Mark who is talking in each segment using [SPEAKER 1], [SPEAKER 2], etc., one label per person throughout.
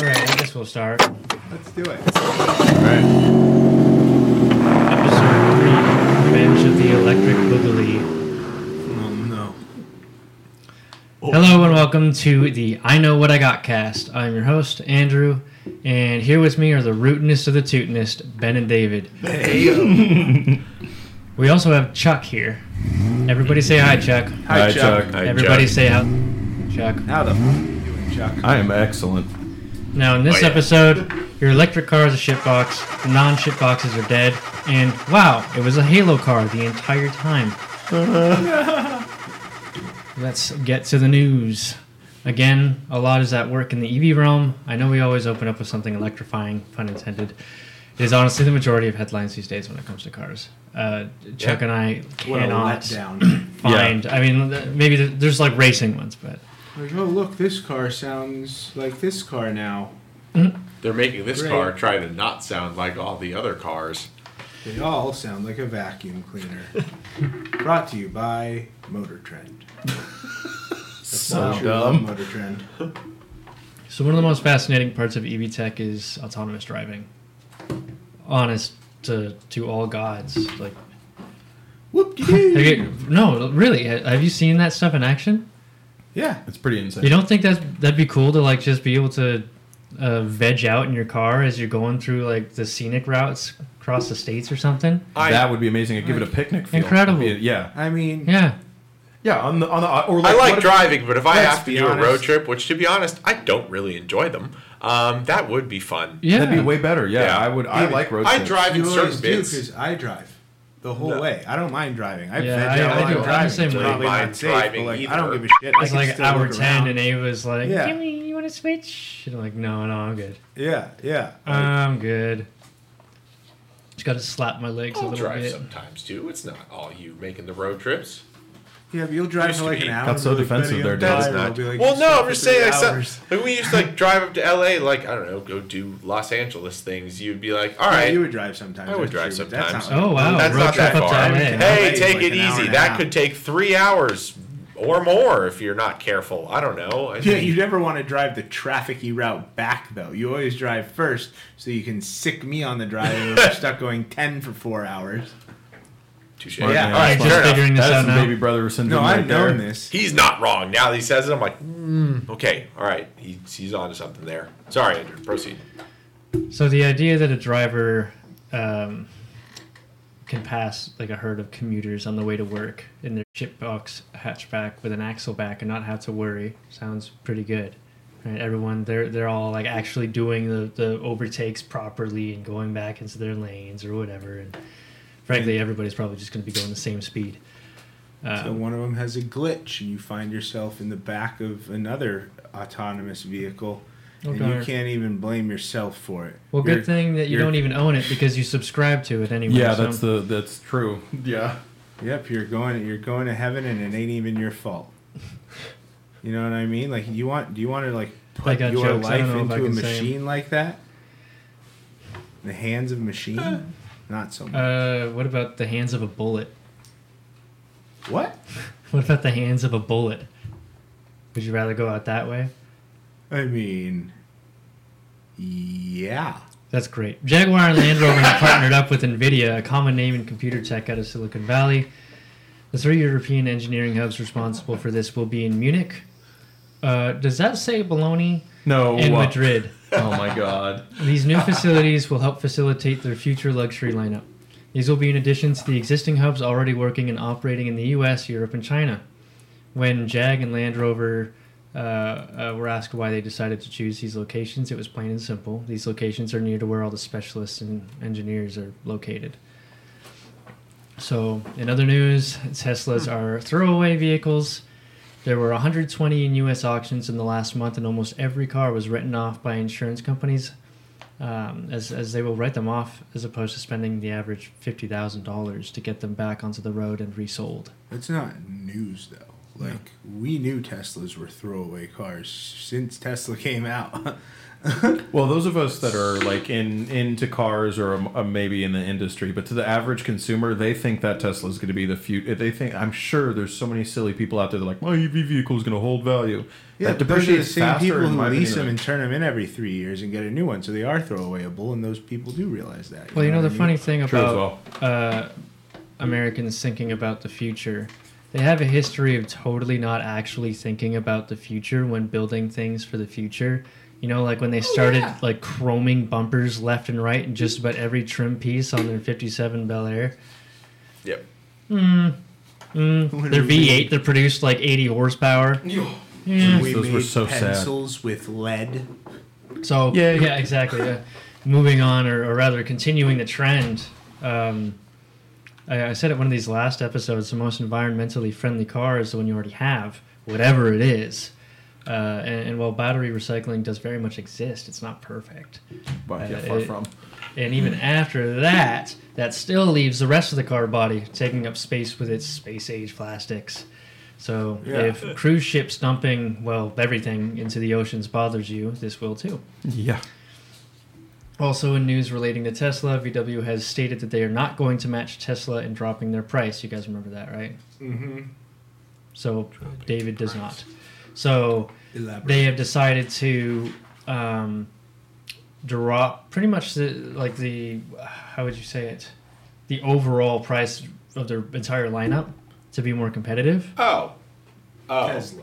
[SPEAKER 1] right, I guess we'll start.
[SPEAKER 2] Let's do it.
[SPEAKER 3] Right.
[SPEAKER 1] Episode 3 Revenge of the Electric Boogaloo.
[SPEAKER 3] Oh no.
[SPEAKER 1] Hello and welcome to the I Know What I Got cast. I'm your host, Andrew, and here with me are the rootinest of the tootinest, Ben and David. we also have Chuck here. Everybody say hi, Chuck.
[SPEAKER 2] Hi, Chuck.
[SPEAKER 3] Hi,
[SPEAKER 1] Everybody
[SPEAKER 3] Chuck.
[SPEAKER 1] say out. Chuck.
[SPEAKER 2] How the fuck you doing, Chuck?
[SPEAKER 3] I am excellent.
[SPEAKER 1] Now, in
[SPEAKER 3] Oh,
[SPEAKER 1] this
[SPEAKER 3] yeah.
[SPEAKER 1] episode, your electric car is a shitbox, non shitboxes are dead, and wow, it was a Halo car the entire time. Let's get to the news. Again, a lot is at work in the EV realm. I know we always open up with something electrifying, pun intended. It is honestly the majority of headlines these days when it comes to cars. Uh, Chuck and I
[SPEAKER 2] What a
[SPEAKER 1] cannot
[SPEAKER 2] letdown.
[SPEAKER 1] find. I mean, th- maybe th- there's like racing ones, but
[SPEAKER 2] Like, oh, look, this car sounds like this car now.
[SPEAKER 4] They're making this
[SPEAKER 2] Great.
[SPEAKER 4] car try to not sound like all the other cars.
[SPEAKER 2] They all sound like a vacuum cleaner. Brought to you by Motor Trend.
[SPEAKER 3] So
[SPEAKER 2] Luxury
[SPEAKER 3] dumb.
[SPEAKER 2] Motor Trend.
[SPEAKER 1] So one of the most fascinating parts of EV tech is autonomous driving. Honest to to all gods, like
[SPEAKER 2] Whoop de
[SPEAKER 1] have
[SPEAKER 2] doo.
[SPEAKER 1] you, no, really, ha- have you seen that stuff in action?
[SPEAKER 2] Yeah.
[SPEAKER 3] It's pretty insane.
[SPEAKER 1] You don't think that that'd be cool to like just be able to uh, veg out in your car as you're going through like the scenic routes across the states or something?
[SPEAKER 3] that would be amazing. I'd give it a picnic. Feel.
[SPEAKER 1] Incredible.
[SPEAKER 3] It'd be- yeah.
[SPEAKER 2] I mean,
[SPEAKER 1] Yeah,
[SPEAKER 3] Yeah. On the on the
[SPEAKER 4] I
[SPEAKER 3] or like,
[SPEAKER 4] like
[SPEAKER 3] what-
[SPEAKER 4] driving, but if I
[SPEAKER 2] Let's
[SPEAKER 4] have to
[SPEAKER 2] be
[SPEAKER 4] do a road
[SPEAKER 2] honest.
[SPEAKER 4] trip, which to be honest, I don't really enjoy them, um, that would be fun.
[SPEAKER 1] yeah.
[SPEAKER 3] That'd be way better. Yeah.
[SPEAKER 4] Yeah.
[SPEAKER 3] I would. I
[SPEAKER 2] David,
[SPEAKER 3] like road
[SPEAKER 4] I
[SPEAKER 3] trips.
[SPEAKER 4] drive in
[SPEAKER 2] you
[SPEAKER 4] certain
[SPEAKER 2] always do
[SPEAKER 4] bits.
[SPEAKER 2] because I drive the whole
[SPEAKER 4] No.
[SPEAKER 2] way. I don't mind driving. I
[SPEAKER 1] Yeah,
[SPEAKER 2] veg
[SPEAKER 1] I- I
[SPEAKER 2] out while
[SPEAKER 1] do.
[SPEAKER 2] I'm
[SPEAKER 1] I'm the
[SPEAKER 2] driving.
[SPEAKER 1] same
[SPEAKER 2] It's
[SPEAKER 1] way.
[SPEAKER 2] probably
[SPEAKER 4] Really
[SPEAKER 2] not
[SPEAKER 4] mind
[SPEAKER 2] safe, but
[SPEAKER 4] driving
[SPEAKER 2] like, I
[SPEAKER 4] either.
[SPEAKER 2] don't give a shit. I
[SPEAKER 1] it's
[SPEAKER 2] can
[SPEAKER 1] like
[SPEAKER 2] still
[SPEAKER 1] hour
[SPEAKER 2] look
[SPEAKER 1] ten,
[SPEAKER 2] around.
[SPEAKER 1] and Ava's like,
[SPEAKER 2] Yeah.
[SPEAKER 1] "Jimmy, you want to switch?" And I'm like, "No, no, I'm good.
[SPEAKER 2] Yeah, yeah.
[SPEAKER 1] I'm good." Just got to slap my legs a
[SPEAKER 4] I'll
[SPEAKER 1] little
[SPEAKER 4] drive
[SPEAKER 1] bit.
[SPEAKER 4] sometimes too. It's not all you making the road trips.
[SPEAKER 2] Yeah, but you'll drive
[SPEAKER 4] Used
[SPEAKER 2] for
[SPEAKER 4] to
[SPEAKER 2] like
[SPEAKER 4] be.
[SPEAKER 2] an hour.
[SPEAKER 3] Got so
[SPEAKER 2] and be like,
[SPEAKER 3] defensive
[SPEAKER 2] "Betty,
[SPEAKER 3] there,
[SPEAKER 2] I'm
[SPEAKER 3] Dave.
[SPEAKER 2] tired."
[SPEAKER 3] It's
[SPEAKER 2] I'll
[SPEAKER 4] not-
[SPEAKER 2] be like,
[SPEAKER 4] well,
[SPEAKER 2] "You
[SPEAKER 4] no,
[SPEAKER 2] slept
[SPEAKER 4] I'm just
[SPEAKER 2] for three
[SPEAKER 4] saying, like, some,
[SPEAKER 2] hours."
[SPEAKER 4] like we used to like drive up to L.A., like I don't know, go do Los Angeles things. You'd be like, all
[SPEAKER 2] Yeah,
[SPEAKER 4] right,
[SPEAKER 2] you would drive sometimes.
[SPEAKER 4] I would
[SPEAKER 2] that's
[SPEAKER 4] drive
[SPEAKER 2] true, but that's not
[SPEAKER 4] sometimes.
[SPEAKER 2] like-
[SPEAKER 1] Oh wow,
[SPEAKER 4] That's
[SPEAKER 1] road
[SPEAKER 4] not
[SPEAKER 1] trip
[SPEAKER 4] that
[SPEAKER 1] up to
[SPEAKER 4] far.
[SPEAKER 1] LA.
[SPEAKER 2] LA
[SPEAKER 4] hey,
[SPEAKER 2] is
[SPEAKER 4] take
[SPEAKER 2] like
[SPEAKER 4] it
[SPEAKER 2] an hour
[SPEAKER 4] easy.
[SPEAKER 2] and a
[SPEAKER 4] That
[SPEAKER 2] half.
[SPEAKER 4] could take three hours or more if you're not careful. I don't know. I
[SPEAKER 2] Yeah,
[SPEAKER 4] mean-
[SPEAKER 2] you never want to drive the trafficy route back though. You always drive first, so you can sick me on the drive and we're stuck going ten for four hours.
[SPEAKER 4] Touche.
[SPEAKER 3] Smart man.
[SPEAKER 4] All right,
[SPEAKER 1] Just
[SPEAKER 4] fair enough.
[SPEAKER 1] figuring this
[SPEAKER 3] That's
[SPEAKER 1] out
[SPEAKER 3] some
[SPEAKER 1] now.
[SPEAKER 3] baby brother
[SPEAKER 2] No,
[SPEAKER 3] syndrome.
[SPEAKER 2] I've
[SPEAKER 3] right there.
[SPEAKER 2] known this.
[SPEAKER 4] He's not wrong. Now that he says it, I'm like, mm, okay, all right. He's, he's on to something there. Sorry, Andrew. Proceed.
[SPEAKER 1] So the idea that a driver um, can pass like a herd of commuters on the way to work in their shitbox hatchback with an axle back and not have to worry sounds pretty good. Right? Everyone, they're they're all like actually doing the, the overtakes properly and going back into their lanes or whatever. And frankly, everybody's probably just going to be going the same speed. Um,
[SPEAKER 2] So one of them has a glitch, and you find yourself in the back of another autonomous vehicle, and you
[SPEAKER 1] Oh, darn.
[SPEAKER 2] can't even blame yourself for it.
[SPEAKER 1] Well,
[SPEAKER 2] You're-
[SPEAKER 1] good thing that you
[SPEAKER 2] you're-
[SPEAKER 1] don't even own it because you subscribe to it anyway.
[SPEAKER 3] Yeah,
[SPEAKER 1] so-
[SPEAKER 3] that's the that's true. Yeah.
[SPEAKER 2] Yep, you're going you're going to heaven and it ain't even your fault. You know what I mean? Like you want do you want to like put your
[SPEAKER 1] got jokes, I
[SPEAKER 2] life
[SPEAKER 1] don't know if I
[SPEAKER 2] into a
[SPEAKER 1] can say 'em.
[SPEAKER 2] machine like that? In The hands of a machine? Not so much.
[SPEAKER 1] Uh, what about the hands of a bullet?
[SPEAKER 2] what?
[SPEAKER 1] What about the hands of a bullet? Would you rather go out that way?
[SPEAKER 2] I mean Yeah.
[SPEAKER 1] That's great. Jaguar and Land Rover have partnered up with NVIDIA, a common name in computer tech out of Silicon Valley. The three European engineering hubs responsible for this will be in Munich. Uh, does that say baloney?
[SPEAKER 3] No.
[SPEAKER 1] And
[SPEAKER 3] uh,
[SPEAKER 1] Madrid.
[SPEAKER 3] Oh my god.
[SPEAKER 1] These new facilities will help facilitate their future luxury lineup. These will be in addition to the existing hubs already working and operating in the US, Europe, and China. When Jag and Land Rover uh, uh, were asked why they decided to choose these locations, it was plain and simple. These locations are near to where all the specialists and engineers are located. So, in other news, Teslas are throwaway vehicles. There were 120 in US auctions in the last month, and almost every car was written off by insurance companies um, as, as they will write them off as opposed to spending the average $50,000 to get them back onto the road and resold.
[SPEAKER 2] That's not news though. Like we knew Teslas were throwaway cars since Tesla came out.
[SPEAKER 3] Well, those of us that are like in into cars or um, uh, maybe in the industry, but to the average consumer, they think that Tesla is going to be the future. They think I'm sure there's so many silly people out there that are like my E EV vehicle is going to hold value.
[SPEAKER 2] Yeah, those are
[SPEAKER 3] that
[SPEAKER 2] the
[SPEAKER 3] depreciates
[SPEAKER 2] same
[SPEAKER 3] faster,
[SPEAKER 2] people
[SPEAKER 3] in
[SPEAKER 2] who
[SPEAKER 3] my
[SPEAKER 2] lease them
[SPEAKER 3] opinion,
[SPEAKER 2] and turn them in every three years and get a new one, so they are throwawayable, and those people do realize that.
[SPEAKER 1] Well, you know the
[SPEAKER 2] what I mean?
[SPEAKER 1] funny thing
[SPEAKER 3] True as
[SPEAKER 1] about
[SPEAKER 2] Oh.
[SPEAKER 3] well.
[SPEAKER 1] uh, Americans thinking about the future. They have a history of totally not actually thinking about the future when building things for the future. You know, like when they started like chroming bumpers left and right and just about every trim piece on their 57 Bel Air.
[SPEAKER 4] Yep.
[SPEAKER 2] When
[SPEAKER 1] Their
[SPEAKER 2] we-
[SPEAKER 1] V8 that produced like 80 horsepower.
[SPEAKER 2] when
[SPEAKER 1] Yeah.
[SPEAKER 2] we
[SPEAKER 3] Those
[SPEAKER 2] made
[SPEAKER 3] were so sad.
[SPEAKER 2] pencils with lead.
[SPEAKER 1] So
[SPEAKER 3] Yeah,
[SPEAKER 1] yeah,
[SPEAKER 3] yeah.
[SPEAKER 1] exactly. Yeah. Moving on, or, or rather, continuing the trend. Um, I, I said at one of these last episodes, the most environmentally friendly car is the one you already have, whatever it is. Uh, and, and while battery recycling does very much exist, it's not perfect.
[SPEAKER 3] But, yeah,
[SPEAKER 1] Uh,
[SPEAKER 3] far
[SPEAKER 1] it-
[SPEAKER 3] from.
[SPEAKER 1] And even after that, that still leaves the rest of the car body taking up space with its space age plastics. So
[SPEAKER 2] Yeah.
[SPEAKER 1] if cruise ship dumping, well, everything into the oceans bothers you, this will too.
[SPEAKER 3] Yeah.
[SPEAKER 1] Also, in news relating to Tesla, VW has stated that they are not going to match Tesla in dropping their price. You guys remember that, right?
[SPEAKER 2] Mm-hmm.
[SPEAKER 1] So, David does not. So,
[SPEAKER 2] Elaborate.
[SPEAKER 1] they have decided to um, drop pretty much the, like the, how would you say it? The overall price of their entire lineup to be more competitive
[SPEAKER 4] Oh. Oh.
[SPEAKER 2] Tesla.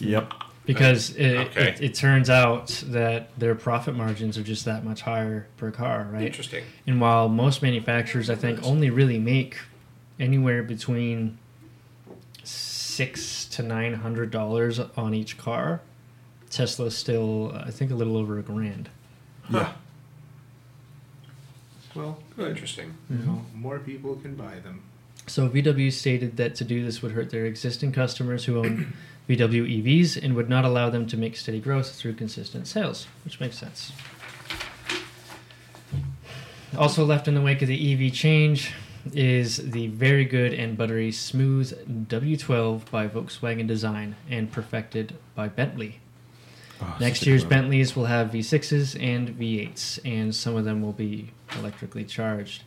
[SPEAKER 3] Yep.
[SPEAKER 1] because it,
[SPEAKER 4] Okay.
[SPEAKER 1] it, it turns out that their profit margins are just that much higher per car, right?
[SPEAKER 4] Interesting.
[SPEAKER 1] And while most manufacturers, I think, only really make anywhere between six to nine hundred dollars on each car, Tesla's still, I think, a little over a grand.
[SPEAKER 3] Yeah.
[SPEAKER 2] Well, good.
[SPEAKER 4] Interesting.
[SPEAKER 2] You know, more people can buy them.
[SPEAKER 1] So VW stated that to do this would hurt their existing customers who own VW EVs E and would not allow them to make steady growth through consistent sales, which makes sense. Also left in the wake of the EV change is the very good and buttery smooth W12 by Volkswagen Design and perfected by Bentley.
[SPEAKER 3] Oh,
[SPEAKER 1] Next
[SPEAKER 3] stick
[SPEAKER 1] year's
[SPEAKER 3] around.
[SPEAKER 1] Bentleys will have V6s and V8s, and some of them will be electrically charged.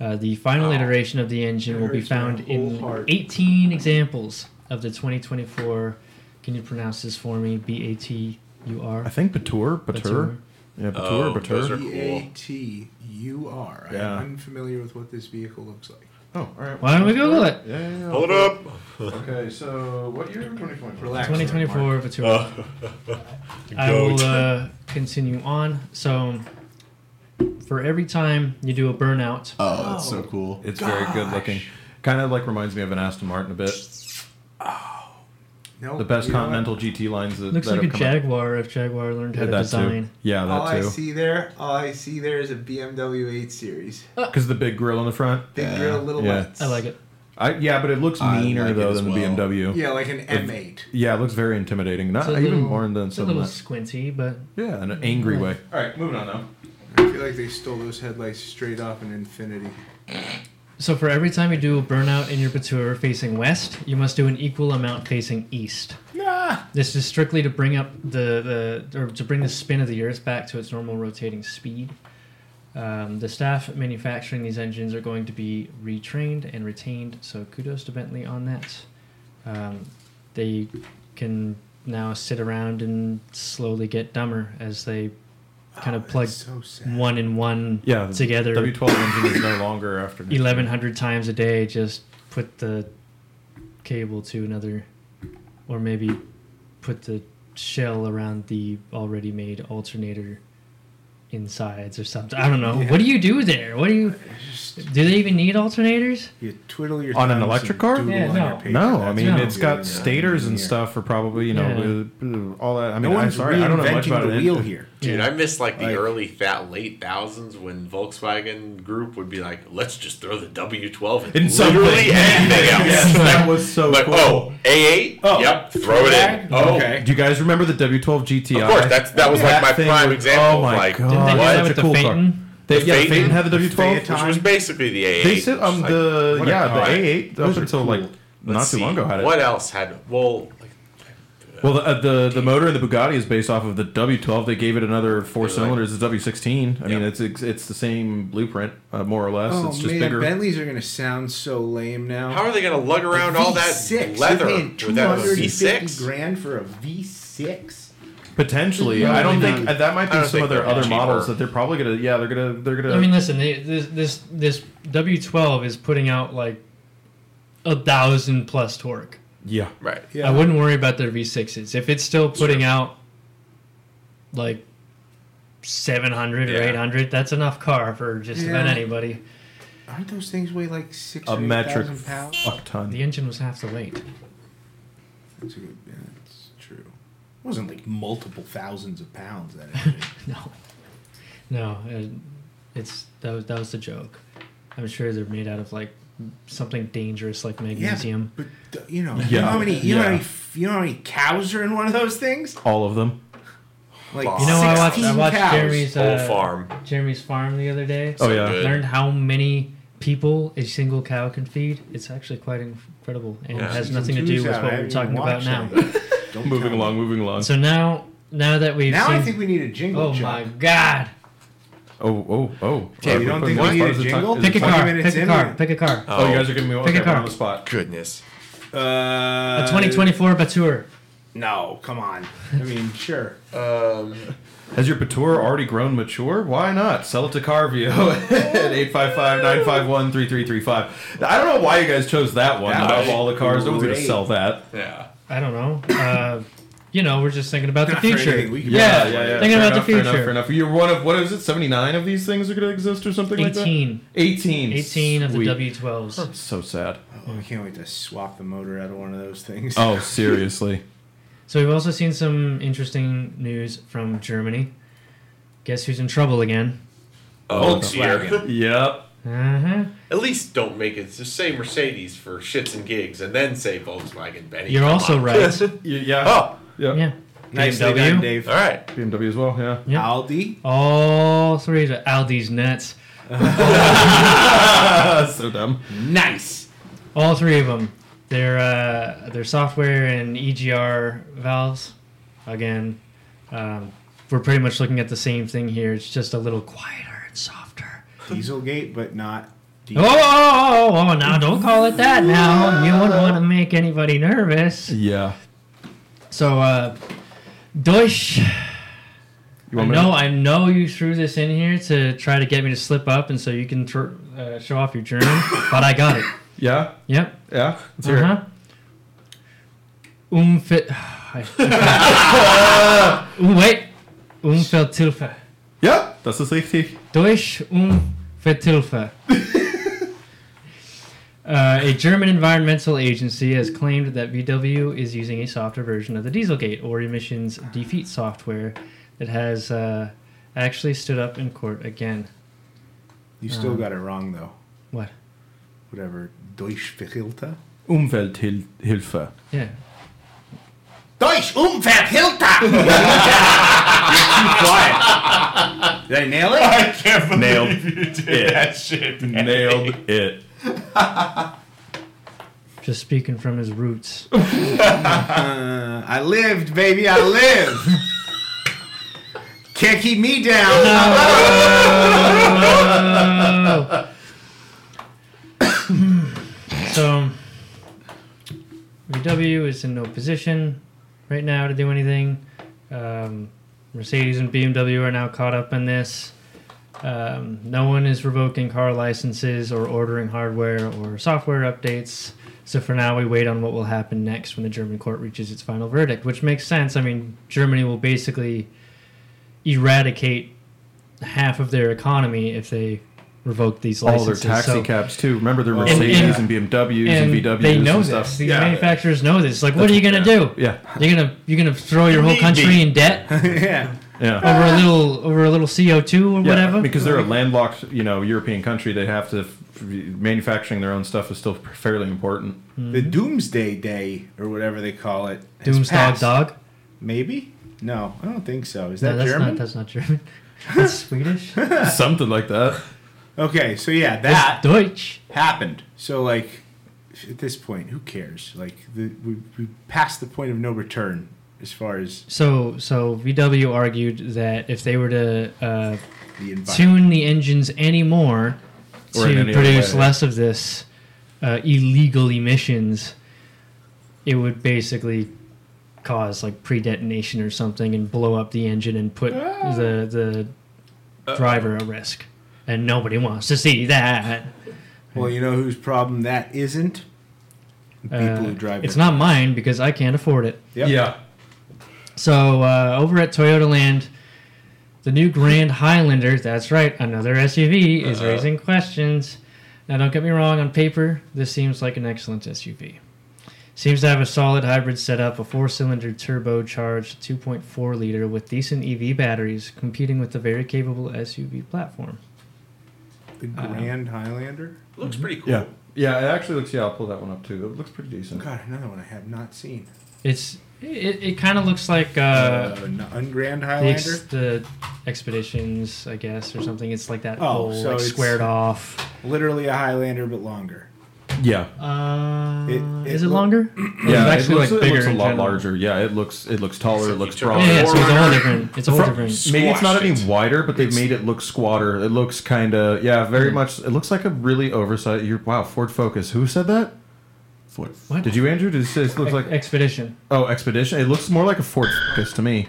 [SPEAKER 1] Uh, the final
[SPEAKER 4] Wow.
[SPEAKER 1] iteration of the engine will be
[SPEAKER 2] Hurts my
[SPEAKER 1] found
[SPEAKER 2] whole
[SPEAKER 1] in
[SPEAKER 2] heart.
[SPEAKER 1] 18 examples of the 2024. Can you pronounce this for me? B A T U
[SPEAKER 3] I
[SPEAKER 1] R.
[SPEAKER 3] think Batur,
[SPEAKER 1] Batur.
[SPEAKER 3] Batur. Yeah,
[SPEAKER 4] Oh,
[SPEAKER 3] Batur,
[SPEAKER 4] those are-
[SPEAKER 3] Batur.
[SPEAKER 4] cool.
[SPEAKER 2] B A T U R.
[SPEAKER 3] Yeah.
[SPEAKER 2] I'm unfamiliar with what this vehicle looks like.
[SPEAKER 3] Oh, all right.
[SPEAKER 1] Why don't we Google it?
[SPEAKER 3] Yeah, yeah, yeah.
[SPEAKER 4] Hold up.
[SPEAKER 3] Okay, so what year? 2020.
[SPEAKER 2] Relax.
[SPEAKER 1] 2024 Batur. I will
[SPEAKER 4] Goat.
[SPEAKER 1] uh, continue on. So, for every time you do a burnout,
[SPEAKER 5] Oh, that's so cool.
[SPEAKER 3] It's very good looking. Kind of like reminds me of an Aston Martin a bit.
[SPEAKER 2] No,
[SPEAKER 3] The best
[SPEAKER 2] you know what?
[SPEAKER 3] Continental GT lines that,
[SPEAKER 1] looks
[SPEAKER 3] that
[SPEAKER 1] like a
[SPEAKER 3] have come out.
[SPEAKER 1] Jaguar if Jaguar learned how to
[SPEAKER 3] that
[SPEAKER 1] design.
[SPEAKER 3] too. Yeah,
[SPEAKER 2] All
[SPEAKER 3] that
[SPEAKER 2] Oh, I
[SPEAKER 3] too.
[SPEAKER 2] see there, all I see there is a BMW 8 Series.
[SPEAKER 3] Because the big grill on the front.
[SPEAKER 2] Big
[SPEAKER 5] Yeah.
[SPEAKER 2] grill, little
[SPEAKER 3] Yeah.
[SPEAKER 2] lights.
[SPEAKER 1] I like it.
[SPEAKER 3] I, yeah, but it looks
[SPEAKER 5] I
[SPEAKER 3] meaner
[SPEAKER 5] like it
[SPEAKER 3] though
[SPEAKER 5] as
[SPEAKER 3] than
[SPEAKER 5] well.
[SPEAKER 3] the BMW. Yeah.
[SPEAKER 2] Yeah, like an M8.
[SPEAKER 3] it looks very intimidating. Not
[SPEAKER 1] It's a
[SPEAKER 3] even
[SPEAKER 1] little-
[SPEAKER 3] more than
[SPEAKER 1] It's a
[SPEAKER 3] some of
[SPEAKER 1] little
[SPEAKER 3] that.
[SPEAKER 1] squinty, but
[SPEAKER 3] Yeah, in an angry way. All right, moving on now.
[SPEAKER 2] I feel like they stole those headlights straight off an Infinity.
[SPEAKER 1] So for every time you do a burnout in your Batur facing west, you must do an equal amount facing east. This is strictly to bring up the, the or to bring the spin of the Earth back to its normal rotating speed. Um, the staff manufacturing these engines are going to be retrained and retained, so kudos to Bentley on that. Um, they can now sit around and slowly get dumber as they kind of
[SPEAKER 2] Oh,
[SPEAKER 1] plug
[SPEAKER 2] that's so sad.
[SPEAKER 1] one and one
[SPEAKER 3] Yeah, the
[SPEAKER 1] together
[SPEAKER 3] W12 engine is no longer after. next year.
[SPEAKER 1] eleven hundred times a day, just put the cable to another, or maybe put the shell around the already made alternator insides or something. I don't know.
[SPEAKER 2] Yeah.
[SPEAKER 1] What do you do there? What do you?
[SPEAKER 2] Just,
[SPEAKER 1] Do they even need alternators?
[SPEAKER 2] you twiddle your
[SPEAKER 3] On an
[SPEAKER 2] thumbs
[SPEAKER 3] electric
[SPEAKER 2] and
[SPEAKER 3] car?
[SPEAKER 2] doodle
[SPEAKER 1] Yeah,
[SPEAKER 2] on
[SPEAKER 1] no.
[SPEAKER 2] your paper.
[SPEAKER 3] No, I
[SPEAKER 2] That's
[SPEAKER 3] mean
[SPEAKER 1] not
[SPEAKER 3] it's
[SPEAKER 2] good
[SPEAKER 3] got
[SPEAKER 2] enough.
[SPEAKER 3] stators and
[SPEAKER 2] Yeah.
[SPEAKER 3] stuff for probably you know uh, all that. I mean,
[SPEAKER 2] no
[SPEAKER 3] I'm
[SPEAKER 2] one's
[SPEAKER 3] sorry, I don't know
[SPEAKER 2] reinventing
[SPEAKER 3] much about
[SPEAKER 2] the
[SPEAKER 3] it.
[SPEAKER 2] wheel here.
[SPEAKER 4] Dude, I miss like the
[SPEAKER 2] Like-
[SPEAKER 4] early that late thousands when Volkswagen Group would be like, let's just throw the W12 in
[SPEAKER 3] In something.
[SPEAKER 4] literally anything else.
[SPEAKER 3] Yes, that was so
[SPEAKER 4] like,
[SPEAKER 3] cool.
[SPEAKER 4] oh, A8?
[SPEAKER 3] Oh.
[SPEAKER 4] Yep, throw it in. Oh,
[SPEAKER 2] Okay.
[SPEAKER 3] Do you guys remember the W12 GTI?
[SPEAKER 4] Of course, that's- that was, like, my
[SPEAKER 3] thing
[SPEAKER 4] prime
[SPEAKER 3] was-
[SPEAKER 4] example
[SPEAKER 3] Oh my
[SPEAKER 4] of, like,
[SPEAKER 3] god,
[SPEAKER 1] Didn't they do
[SPEAKER 4] What?
[SPEAKER 1] that
[SPEAKER 3] such
[SPEAKER 1] with
[SPEAKER 3] a
[SPEAKER 1] the
[SPEAKER 3] cool car.
[SPEAKER 1] Phaeton?
[SPEAKER 3] They,
[SPEAKER 4] The
[SPEAKER 3] yeah,
[SPEAKER 4] Phaeton?
[SPEAKER 3] Phaeton had the
[SPEAKER 2] The
[SPEAKER 3] W12.
[SPEAKER 2] Phaeton?
[SPEAKER 4] Which was basically the A8.
[SPEAKER 3] They said um
[SPEAKER 4] Like,
[SPEAKER 3] the
[SPEAKER 2] what a
[SPEAKER 3] yeah
[SPEAKER 2] car.
[SPEAKER 3] the A8 up
[SPEAKER 2] Those are
[SPEAKER 3] until
[SPEAKER 2] cool.
[SPEAKER 3] like not too long ago had it.
[SPEAKER 4] What else had well? Like,
[SPEAKER 3] Well, the, uh, the the motor in the Bugatti is based off of the W12. They gave it another four
[SPEAKER 4] Really?
[SPEAKER 3] cylinders. It's W16. I mean,
[SPEAKER 4] Yeah.
[SPEAKER 3] it's it's- it's the same blueprint, uh, more or less.
[SPEAKER 2] Oh
[SPEAKER 3] it's just
[SPEAKER 2] man,
[SPEAKER 3] bigger.
[SPEAKER 2] Bentleys are gonna sound so lame now.
[SPEAKER 4] how are they going to lug around all that
[SPEAKER 2] V6.
[SPEAKER 4] leather
[SPEAKER 2] They're paying
[SPEAKER 4] with that V6?
[SPEAKER 2] 250 grand for a V6.
[SPEAKER 3] Potentially, I don't
[SPEAKER 1] Probably
[SPEAKER 3] think
[SPEAKER 1] not.
[SPEAKER 3] that might
[SPEAKER 4] I
[SPEAKER 3] be
[SPEAKER 4] don't
[SPEAKER 3] some
[SPEAKER 4] think
[SPEAKER 3] of their
[SPEAKER 4] they're
[SPEAKER 3] other
[SPEAKER 4] cheaper.
[SPEAKER 3] models that they're probably gonna. Yeah, they're gonna they're gonna.
[SPEAKER 1] I mean, listen, they, this this this W12 is putting out like a thousand plus torque.
[SPEAKER 3] yeah,
[SPEAKER 4] Right.
[SPEAKER 1] I wouldn't worry about their V6s if it's still putting out like 700
[SPEAKER 4] Yeah.
[SPEAKER 1] or 800. That's enough car for just about
[SPEAKER 2] Yeah.
[SPEAKER 1] anybody.
[SPEAKER 2] Aren't those things weigh like six
[SPEAKER 3] a
[SPEAKER 2] or eight
[SPEAKER 3] metric
[SPEAKER 2] thousand pounds?
[SPEAKER 3] fuck ton.
[SPEAKER 1] The engine was half the weight.
[SPEAKER 2] That's, a good, yeah, that's true. It wasn't like multiple thousands of pounds. That engine.
[SPEAKER 1] No, no, it, it's that was that was the joke. I'm sure they're made out of like something dangerous like
[SPEAKER 2] yeah,
[SPEAKER 1] magnesium.
[SPEAKER 2] but uh, you know, you
[SPEAKER 3] Yeah,
[SPEAKER 2] know how many, you know
[SPEAKER 3] yeah.
[SPEAKER 2] how many, f- you know how many cows are in one of those things?
[SPEAKER 3] All of them.
[SPEAKER 2] Like
[SPEAKER 4] You know,
[SPEAKER 1] I watched- I
[SPEAKER 2] 16
[SPEAKER 1] watched
[SPEAKER 2] cows.
[SPEAKER 1] Jeremy's-
[SPEAKER 4] Whole
[SPEAKER 1] Uh,
[SPEAKER 4] farm.
[SPEAKER 1] Jeremy's farm the other day.
[SPEAKER 3] Oh yeah.
[SPEAKER 4] good.
[SPEAKER 1] learned how many people a single cow can feed. It's actually quite incredible, and it
[SPEAKER 4] Yeah.
[SPEAKER 1] has
[SPEAKER 2] Season
[SPEAKER 1] nothing to
[SPEAKER 2] two's
[SPEAKER 1] do with
[SPEAKER 2] out.
[SPEAKER 1] what we're
[SPEAKER 2] I haven't
[SPEAKER 1] talking
[SPEAKER 2] even
[SPEAKER 1] about now.
[SPEAKER 2] watched that yet. Don't
[SPEAKER 3] Moving
[SPEAKER 2] tell me.
[SPEAKER 3] along, moving along.
[SPEAKER 1] So now, now that we've
[SPEAKER 2] Now
[SPEAKER 1] seen,
[SPEAKER 2] I think we need a jingle.
[SPEAKER 1] oh
[SPEAKER 2] Jack.
[SPEAKER 1] my god,
[SPEAKER 3] oh oh oh.
[SPEAKER 4] Okay,
[SPEAKER 3] Are
[SPEAKER 4] you
[SPEAKER 2] don't
[SPEAKER 3] putting
[SPEAKER 2] think
[SPEAKER 3] me on
[SPEAKER 2] we
[SPEAKER 3] the
[SPEAKER 2] need
[SPEAKER 3] spot?
[SPEAKER 2] a
[SPEAKER 3] Is it
[SPEAKER 2] jingle?
[SPEAKER 3] time-
[SPEAKER 1] pick a
[SPEAKER 3] is it time?
[SPEAKER 1] car,
[SPEAKER 2] minutes
[SPEAKER 1] pick a
[SPEAKER 2] in
[SPEAKER 1] car,
[SPEAKER 2] here.
[SPEAKER 1] pick a car.
[SPEAKER 3] Oh, you guys are giving me
[SPEAKER 1] Pick a
[SPEAKER 3] okay, we're
[SPEAKER 1] car.
[SPEAKER 3] on the spot.
[SPEAKER 4] Goodness.
[SPEAKER 2] Uh,
[SPEAKER 1] a 2024 Batur.
[SPEAKER 2] No, come on. I mean, sure.
[SPEAKER 3] Has your Patur already grown mature? Why not? Sell it to Carvio at 855-951-3335. I don't know why you guys chose that one
[SPEAKER 2] That
[SPEAKER 3] out of
[SPEAKER 2] was
[SPEAKER 3] all the cars. No one's going to
[SPEAKER 2] great.
[SPEAKER 3] sell that.
[SPEAKER 4] Yeah.
[SPEAKER 1] I don't know. Uh, you know, we're just thinking about the
[SPEAKER 2] Not for
[SPEAKER 1] future.
[SPEAKER 2] anything. We can-
[SPEAKER 1] yeah,
[SPEAKER 2] Yeah,
[SPEAKER 1] thinking
[SPEAKER 3] Fair
[SPEAKER 1] about
[SPEAKER 3] enough,
[SPEAKER 1] the
[SPEAKER 3] fair
[SPEAKER 1] future.
[SPEAKER 3] enough, Fair enough. You're one of, what is it, 79 of these things are going to exist or something like that?
[SPEAKER 1] 18,
[SPEAKER 3] 18.
[SPEAKER 1] 18 of the
[SPEAKER 3] Sweet.
[SPEAKER 1] W12s.
[SPEAKER 3] So sad.
[SPEAKER 2] Oh, I can't wait to swap the motor out of one of those things.
[SPEAKER 3] Oh, seriously.
[SPEAKER 1] So we've also seen some interesting news from Germany. Guess who's in trouble again?
[SPEAKER 4] Oh,
[SPEAKER 2] Volkswagen.
[SPEAKER 4] dear.
[SPEAKER 3] yep.
[SPEAKER 1] Uh huh.
[SPEAKER 4] At least don't make it. Just say Mercedes for shits and gigs, and then say Volkswagen. Benny.
[SPEAKER 1] You're
[SPEAKER 4] Come
[SPEAKER 1] also
[SPEAKER 4] on.
[SPEAKER 1] right.
[SPEAKER 3] Y- Yeah.
[SPEAKER 4] Oh,
[SPEAKER 3] Yep.
[SPEAKER 1] Yeah.
[SPEAKER 2] Nicely
[SPEAKER 1] BMW.
[SPEAKER 2] done, Dave.
[SPEAKER 4] all right.
[SPEAKER 3] BMW as well, yeah.
[SPEAKER 1] Yeah.
[SPEAKER 2] Aldi.
[SPEAKER 1] All three to Aldi's nuts.
[SPEAKER 3] so dumb.
[SPEAKER 2] Nice.
[SPEAKER 1] All three of them. Their uh, their software and EGR valves. Again, um, we're pretty much looking at the same thing here. It's just a little quieter and softer.
[SPEAKER 2] Dieselgate, but not.
[SPEAKER 1] Oh,
[SPEAKER 2] Diesel.
[SPEAKER 1] oh, oh, oh, now don't call it that. Now you wouldn't want to make anybody nervous.
[SPEAKER 3] Yeah.
[SPEAKER 1] So, uh, Deutsch.
[SPEAKER 3] You
[SPEAKER 1] I
[SPEAKER 3] want me
[SPEAKER 1] know, I know you threw this in here to try to get me to slip up, and so you can tr- uh, show off your German. but I got it.
[SPEAKER 3] to- Yeah.
[SPEAKER 1] Yep.
[SPEAKER 3] Yeah. Let's hear it.
[SPEAKER 1] Uh-huh. Umfeld. um, wait. Umfeldhilfe.
[SPEAKER 3] Yeah. Das ist richtig.
[SPEAKER 1] Deutsch Umfeldhilfe. Uh, a German environmental agency has claimed that VW is using a softer version of the Dieselgate or emissions defeat software that has uh, actually stood up in court again.
[SPEAKER 2] You
[SPEAKER 1] Um,
[SPEAKER 2] still got it wrong though.
[SPEAKER 1] What?
[SPEAKER 2] Whatever. Deutsch Verhilter.
[SPEAKER 3] Umwelthilfe.
[SPEAKER 1] Yeah.
[SPEAKER 2] Deutsch Umverhilter.
[SPEAKER 4] Quiet.
[SPEAKER 2] Did I nail it?
[SPEAKER 4] I can't believe
[SPEAKER 3] Nailed
[SPEAKER 4] you did
[SPEAKER 3] it.
[SPEAKER 4] that shit. man.
[SPEAKER 3] Nailed it.
[SPEAKER 1] Just speaking from his roots.
[SPEAKER 2] Uh, I lived, baby. I lived. Can't keep me down.
[SPEAKER 1] So VW is in no position right now to do anything. Um, Mercedes and BMW are now caught up in this. Um, no one is revoking car licenses or ordering hardware or software updates. So for now, we wait on what will happen next when the German court reaches its final verdict, which makes sense. I mean, Germany will basically eradicate half of their economy if they revoke these
[SPEAKER 3] All their
[SPEAKER 1] licenses.
[SPEAKER 3] taxi
[SPEAKER 1] So-
[SPEAKER 3] cabs too. Remember their
[SPEAKER 1] and-
[SPEAKER 3] Mercedes and, BMWs
[SPEAKER 1] and
[SPEAKER 3] and, VWs
[SPEAKER 1] they know
[SPEAKER 3] and
[SPEAKER 1] this.
[SPEAKER 3] stuff.
[SPEAKER 1] These
[SPEAKER 3] yeah.
[SPEAKER 1] manufacturers know this. Like, what
[SPEAKER 3] That's-
[SPEAKER 1] are you gonna do?
[SPEAKER 3] yeah,
[SPEAKER 1] You're gonna you're gonna throw your whole
[SPEAKER 4] Need
[SPEAKER 1] country
[SPEAKER 4] me.
[SPEAKER 1] in debt
[SPEAKER 2] yeah.
[SPEAKER 3] yeah.
[SPEAKER 1] over a little over a little CO two or
[SPEAKER 3] Yeah,
[SPEAKER 1] Oh, whatever.
[SPEAKER 3] because they're a landlocked, you know, European country. They have to manufacturing their own stuff is still fairly important.
[SPEAKER 2] The Doomsday Day or whatever they call it. has
[SPEAKER 1] Doomsdog
[SPEAKER 2] passed.
[SPEAKER 1] dog.
[SPEAKER 2] Maybe? No, I don't think so. Is
[SPEAKER 1] No,
[SPEAKER 2] that
[SPEAKER 1] that's
[SPEAKER 2] German?
[SPEAKER 1] not that's not German. That's Swedish. That's
[SPEAKER 3] Something like that.
[SPEAKER 2] okay, so yeah, that
[SPEAKER 1] Deutsch.
[SPEAKER 2] happened. So like at this point, who cares? Like the, we we passed the point of no return as far as
[SPEAKER 1] So, so VW argued that if they were to uh,
[SPEAKER 2] the environment.
[SPEAKER 1] tune the engines anymore
[SPEAKER 3] Or in
[SPEAKER 1] to
[SPEAKER 3] any other
[SPEAKER 1] produce
[SPEAKER 3] way.
[SPEAKER 1] less of this uh, illegal emissions, it would basically cause like pre-detonation or something and blow up the engine and put
[SPEAKER 3] Ah.
[SPEAKER 1] the
[SPEAKER 3] Uh.
[SPEAKER 1] the driver at risk. And nobody wants to see that.
[SPEAKER 2] Well, you know whose problem that isn't. The People
[SPEAKER 1] Uh,
[SPEAKER 2] who drive.
[SPEAKER 1] it's
[SPEAKER 2] it.
[SPEAKER 1] not mine because I can't afford it.
[SPEAKER 2] Yep.
[SPEAKER 3] Yeah.
[SPEAKER 1] So uh, over at Toyota Land, the new Grand Highlander, that's right, another SUV, is
[SPEAKER 4] Uh-oh.
[SPEAKER 2] Uh-huh.
[SPEAKER 1] raising questions. Now, don't get me wrong, on paper, this seems like an excellent SUV. Seems to have a solid hybrid setup, a four cylinder turbocharged 2.4 liter with decent EV batteries, competing with the very capable SUV platform.
[SPEAKER 2] the Grand Highlander.
[SPEAKER 4] Looks pretty cool.
[SPEAKER 3] Yeah. Yeah, it actually looks. Yeah, I'll pull that one up too. It looks pretty decent.
[SPEAKER 2] God, another one I have not seen.
[SPEAKER 1] It's It, it kind of looks like uh,
[SPEAKER 2] Uh, an Ungrand
[SPEAKER 1] the,
[SPEAKER 2] Highlander.
[SPEAKER 1] ex- the Expeditions, I guess, or something. It's like that
[SPEAKER 2] Oh,
[SPEAKER 1] whole
[SPEAKER 2] so
[SPEAKER 1] like,
[SPEAKER 2] it's-
[SPEAKER 1] squared off.
[SPEAKER 2] Literally a Highlander, but longer.
[SPEAKER 3] Yeah.
[SPEAKER 1] Uh,
[SPEAKER 2] It- it
[SPEAKER 1] is it
[SPEAKER 2] look-
[SPEAKER 1] longer?
[SPEAKER 3] Yeah,
[SPEAKER 1] it's actually
[SPEAKER 3] it looks,
[SPEAKER 1] like
[SPEAKER 3] it
[SPEAKER 1] bigger.
[SPEAKER 3] looks a
[SPEAKER 1] in
[SPEAKER 3] lot
[SPEAKER 1] general.
[SPEAKER 3] larger. Yeah, it looks it looks taller. It looks
[SPEAKER 4] Yeah, yeah,
[SPEAKER 3] broader.
[SPEAKER 1] Yeah, yeah, so it's a whole
[SPEAKER 4] Forerunner.
[SPEAKER 1] different. It's a whole
[SPEAKER 3] Fro-
[SPEAKER 1] different.
[SPEAKER 3] Maybe it's Hmm. not
[SPEAKER 4] Squashed
[SPEAKER 3] any
[SPEAKER 4] it.
[SPEAKER 3] wider, but they've
[SPEAKER 4] It's-
[SPEAKER 3] made it look squatter. It looks kind of yeah, very much. It looks like a really oversized. Your wow, Ford Focus. Who said that? Ford.
[SPEAKER 1] What?
[SPEAKER 3] Did you, Andrew? Did it say it looks
[SPEAKER 1] Ex-
[SPEAKER 3] like
[SPEAKER 1] expedition.
[SPEAKER 3] oh Expedition? It looks more like a Ford Focus to me.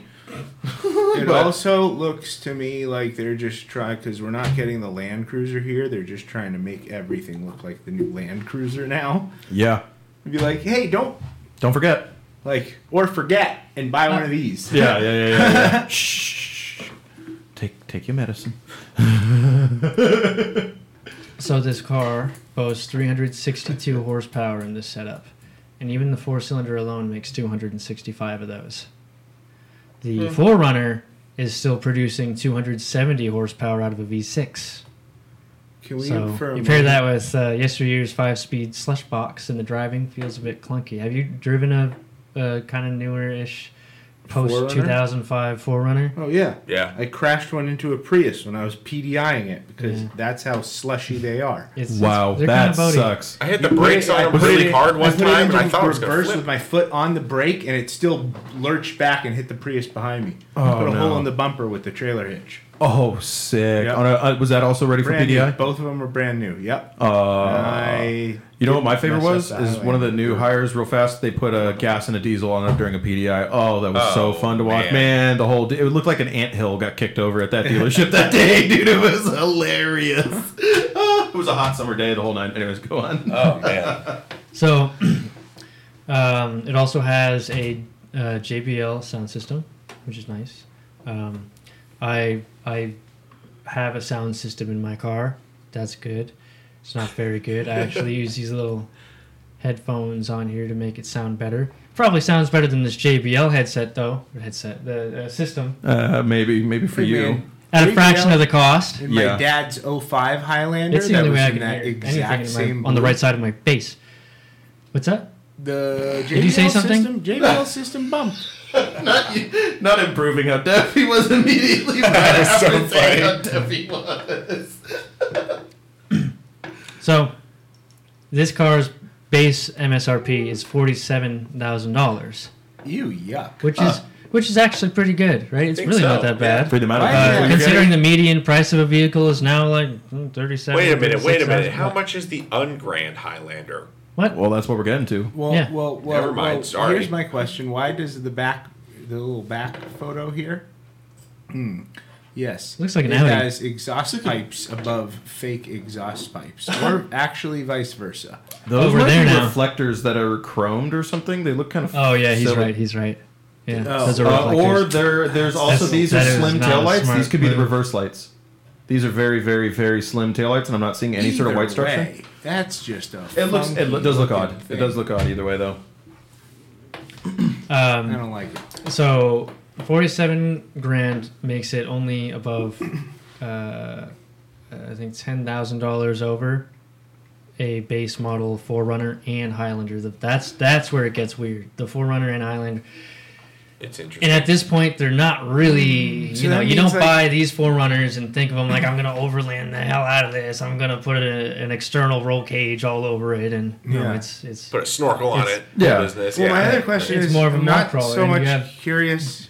[SPEAKER 2] It
[SPEAKER 3] But-
[SPEAKER 2] also looks to me like they're just trying because we're not getting the Land Cruiser here. They're just trying to make everything look like the new Land Cruiser now.
[SPEAKER 3] Yeah.
[SPEAKER 2] Be like, hey, don't
[SPEAKER 3] Don't forget.
[SPEAKER 2] like or forget and buy one of these.
[SPEAKER 3] Yeah, yeah, yeah, yeah. yeah. Shh. Take take your medicine.
[SPEAKER 1] So this car boasts 362 horsepower in this setup, and even the four-cylinder alone makes 265 of those. The Forerunner is still producing 270 horsepower out of a V6.
[SPEAKER 2] Can we
[SPEAKER 1] So
[SPEAKER 2] confirm?
[SPEAKER 1] you pair that with uh, yesteryear's five-speed slush box, and the driving feels a bit clunky. Have you driven a, a kind of newer-ish
[SPEAKER 2] Forerunner?
[SPEAKER 1] post 2005 Forerunner?
[SPEAKER 2] Oh yeah.
[SPEAKER 4] Yeah.
[SPEAKER 2] I crashed one into a Prius when I was PDIing it because
[SPEAKER 1] Yeah.
[SPEAKER 2] that's how slushy they are.
[SPEAKER 1] It's,
[SPEAKER 3] Wow,
[SPEAKER 1] they're
[SPEAKER 3] that
[SPEAKER 1] kinda boaty.
[SPEAKER 3] sucks.
[SPEAKER 4] I hit the brakes
[SPEAKER 2] I
[SPEAKER 4] on them
[SPEAKER 2] put
[SPEAKER 4] really
[SPEAKER 2] it-
[SPEAKER 4] hard one
[SPEAKER 2] put it
[SPEAKER 4] time, and
[SPEAKER 2] into
[SPEAKER 4] I thought it was going
[SPEAKER 2] reverse
[SPEAKER 4] to flip.
[SPEAKER 2] with my foot on the brake, and it still lurched back and hit the Prius behind me.
[SPEAKER 3] Oh,
[SPEAKER 2] put a
[SPEAKER 3] no.
[SPEAKER 2] hole in the bumper with the trailer hitch.
[SPEAKER 3] Oh, sick.
[SPEAKER 2] Yep.
[SPEAKER 3] On a, uh, was that also ready for
[SPEAKER 2] Brand new.
[SPEAKER 3] PDI?
[SPEAKER 2] Both of them are brand new. Yep.
[SPEAKER 1] Oh.
[SPEAKER 3] Uh,
[SPEAKER 2] I
[SPEAKER 3] You know what
[SPEAKER 2] didn't
[SPEAKER 3] my favorite
[SPEAKER 2] mess up
[SPEAKER 3] was
[SPEAKER 2] the
[SPEAKER 3] is
[SPEAKER 2] highway.
[SPEAKER 3] one of the new hires real fast. They put a gas and a diesel on it during a PDI. Oh, that was so
[SPEAKER 4] Oh,
[SPEAKER 3] fun to watch, man.
[SPEAKER 4] man.
[SPEAKER 3] the whole d- it looked like an anthill got kicked over at that dealership that day, dude. It was hilarious. Ah, it was a hot summer day, the whole nine. Anyways, go on.
[SPEAKER 4] Oh man,
[SPEAKER 1] So um, it also has a uh, JBL sound system, which is nice. Um, I I have a sound system in my car. That's good. It's not very good. I actually use these little headphones on here to make it sound better. Probably sounds better than this JBL headset though. Or Headset the uh, system
[SPEAKER 3] Uh, maybe, maybe for
[SPEAKER 2] Hey,
[SPEAKER 3] you.
[SPEAKER 2] man,
[SPEAKER 1] at a
[SPEAKER 2] JBL
[SPEAKER 1] fraction of the cost.
[SPEAKER 2] in
[SPEAKER 3] Yeah.
[SPEAKER 2] my dad's 05 Highlander.
[SPEAKER 1] It's the
[SPEAKER 2] that
[SPEAKER 1] only
[SPEAKER 2] was
[SPEAKER 1] way I
[SPEAKER 2] in
[SPEAKER 1] can
[SPEAKER 2] that
[SPEAKER 1] hear
[SPEAKER 2] exact
[SPEAKER 1] anything in
[SPEAKER 2] same
[SPEAKER 1] my, on the
[SPEAKER 2] blue-
[SPEAKER 1] right side of my face. What's that?
[SPEAKER 2] The JBL
[SPEAKER 1] you say something?
[SPEAKER 2] System, JBL system bumped.
[SPEAKER 3] Not, not improving how deaf he was immediately. Right
[SPEAKER 4] was so
[SPEAKER 3] after saying
[SPEAKER 4] funny.
[SPEAKER 3] how deaf he was.
[SPEAKER 1] So, this car's base MSRP is forty-seven thousand dollars,
[SPEAKER 2] You yuck.
[SPEAKER 1] which is which is actually pretty good, right? It's
[SPEAKER 4] Ah. think
[SPEAKER 1] really not
[SPEAKER 4] so,
[SPEAKER 1] that
[SPEAKER 4] yeah.
[SPEAKER 1] bad.
[SPEAKER 3] For the amount of
[SPEAKER 2] Why
[SPEAKER 1] Uh,
[SPEAKER 2] Yeah.
[SPEAKER 1] considering the median price of a vehicle is now like mm, thirty-seven.
[SPEAKER 4] wait a minute, wait a minute.
[SPEAKER 1] $36,000.
[SPEAKER 4] How much is the ungrand Highlander?
[SPEAKER 1] What?
[SPEAKER 3] well, that's what we're getting to.
[SPEAKER 2] Well,
[SPEAKER 1] Yeah.
[SPEAKER 2] well, well,
[SPEAKER 4] Never mind,
[SPEAKER 2] well,
[SPEAKER 4] sorry.
[SPEAKER 2] Here's my question: Why does the back, the little back photo here? Hmm, Yes.
[SPEAKER 1] Looks like an
[SPEAKER 2] It
[SPEAKER 1] Audi.
[SPEAKER 2] has exhaust pipes above fake exhaust pipes, or actually vice versa.
[SPEAKER 3] Those
[SPEAKER 1] Over
[SPEAKER 3] might
[SPEAKER 1] Oh, there
[SPEAKER 3] be
[SPEAKER 1] now.
[SPEAKER 3] reflectors that are chromed or something. They look kind of.
[SPEAKER 1] Oh yeah, he's
[SPEAKER 3] silly.
[SPEAKER 1] right. He's right. Yeah,
[SPEAKER 2] Oh.
[SPEAKER 1] those are
[SPEAKER 3] Uh, or
[SPEAKER 1] reflectors.
[SPEAKER 3] there, there's also
[SPEAKER 1] That's-
[SPEAKER 3] these are
[SPEAKER 1] that is
[SPEAKER 3] slim
[SPEAKER 1] not a
[SPEAKER 3] tail lights.
[SPEAKER 1] smart
[SPEAKER 3] These could be the
[SPEAKER 1] move.
[SPEAKER 3] reverse lights. These are very, very, very slim tail lights, and I'm not seeing any sort of
[SPEAKER 2] Either
[SPEAKER 3] white structure.
[SPEAKER 2] way, that's just a.
[SPEAKER 3] It looks. It lo- does look
[SPEAKER 2] funky-looking
[SPEAKER 3] odd. It
[SPEAKER 2] thing.
[SPEAKER 3] does look odd either way, though.
[SPEAKER 2] I
[SPEAKER 1] um,
[SPEAKER 2] don't like it.
[SPEAKER 1] so forty-seven grand makes it only above, uh, I think ten thousand dollars over. a base model Forerunner and Highlander. The- That's that's where it gets weird. The Forerunner and Highlander.
[SPEAKER 4] It's
[SPEAKER 1] And
[SPEAKER 4] interesting.
[SPEAKER 1] at this point, they're not really,
[SPEAKER 2] So
[SPEAKER 1] you know,
[SPEAKER 2] that
[SPEAKER 1] you don't
[SPEAKER 2] means, like-
[SPEAKER 1] buy these forerunners and think of them like, I'm going to overland the hell out of this. I'm going to put a, an external roll cage all over it. And, you know,
[SPEAKER 2] Yeah.
[SPEAKER 1] it's, it's,
[SPEAKER 4] Put a snorkel on
[SPEAKER 1] It's-
[SPEAKER 4] it.
[SPEAKER 3] Yeah.
[SPEAKER 4] Business.
[SPEAKER 2] Well,
[SPEAKER 4] yeah.
[SPEAKER 2] my other question
[SPEAKER 1] It's
[SPEAKER 2] is
[SPEAKER 1] more of a
[SPEAKER 2] I'm
[SPEAKER 1] mall
[SPEAKER 2] not
[SPEAKER 1] crawler,
[SPEAKER 2] so
[SPEAKER 1] and you
[SPEAKER 2] much
[SPEAKER 1] have-
[SPEAKER 2] curious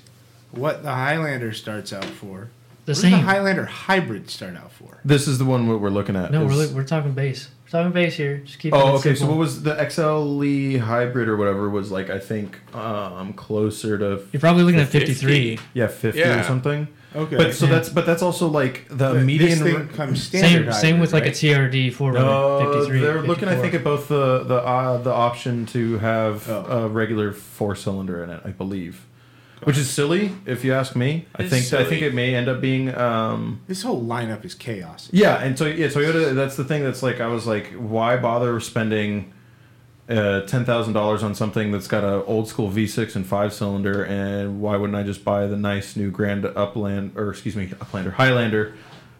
[SPEAKER 2] what the Highlander starts out for.
[SPEAKER 1] the
[SPEAKER 2] what does the
[SPEAKER 1] same.
[SPEAKER 2] Highlander hybrid start out for?
[SPEAKER 3] This is the one what we're looking at.
[SPEAKER 1] no,
[SPEAKER 3] is-
[SPEAKER 1] we're, li- we're talking base. We're talking base here. Just keep
[SPEAKER 3] Oh,
[SPEAKER 1] it
[SPEAKER 3] okay. So
[SPEAKER 1] simple.
[SPEAKER 3] what was the XLE hybrid or whatever was like? I think um closer to
[SPEAKER 1] You're probably looking at 53.
[SPEAKER 3] yeah fifty
[SPEAKER 4] Yeah.
[SPEAKER 3] or something.
[SPEAKER 2] Okay.
[SPEAKER 3] But so
[SPEAKER 1] Yeah.
[SPEAKER 3] that's but that's also like the
[SPEAKER 2] But
[SPEAKER 3] median.
[SPEAKER 2] this
[SPEAKER 3] ra-
[SPEAKER 2] thing comes standard.
[SPEAKER 1] uh, Same, same with like a
[SPEAKER 2] hybrid,
[SPEAKER 1] TRD forerunner.
[SPEAKER 3] No,
[SPEAKER 1] 53.
[SPEAKER 3] they're looking. I
[SPEAKER 1] 54.
[SPEAKER 3] think at both the the uh, the option to have
[SPEAKER 2] Oh.
[SPEAKER 3] a regular four cylinder in it, I believe, which is silly if you ask me. I
[SPEAKER 4] It's
[SPEAKER 3] think I
[SPEAKER 4] silly.
[SPEAKER 3] think it may end up being. Um,
[SPEAKER 2] right? This whole lineup is chaos.
[SPEAKER 3] yeah, and so yeah, Toyota. That's the thing. That's like I was like, why bother spending uh, ten thousand dollars on something that's got an old school V six and five cylinder, and why wouldn't I just buy the nice new Grand Upland or excuse me Uplander Highlander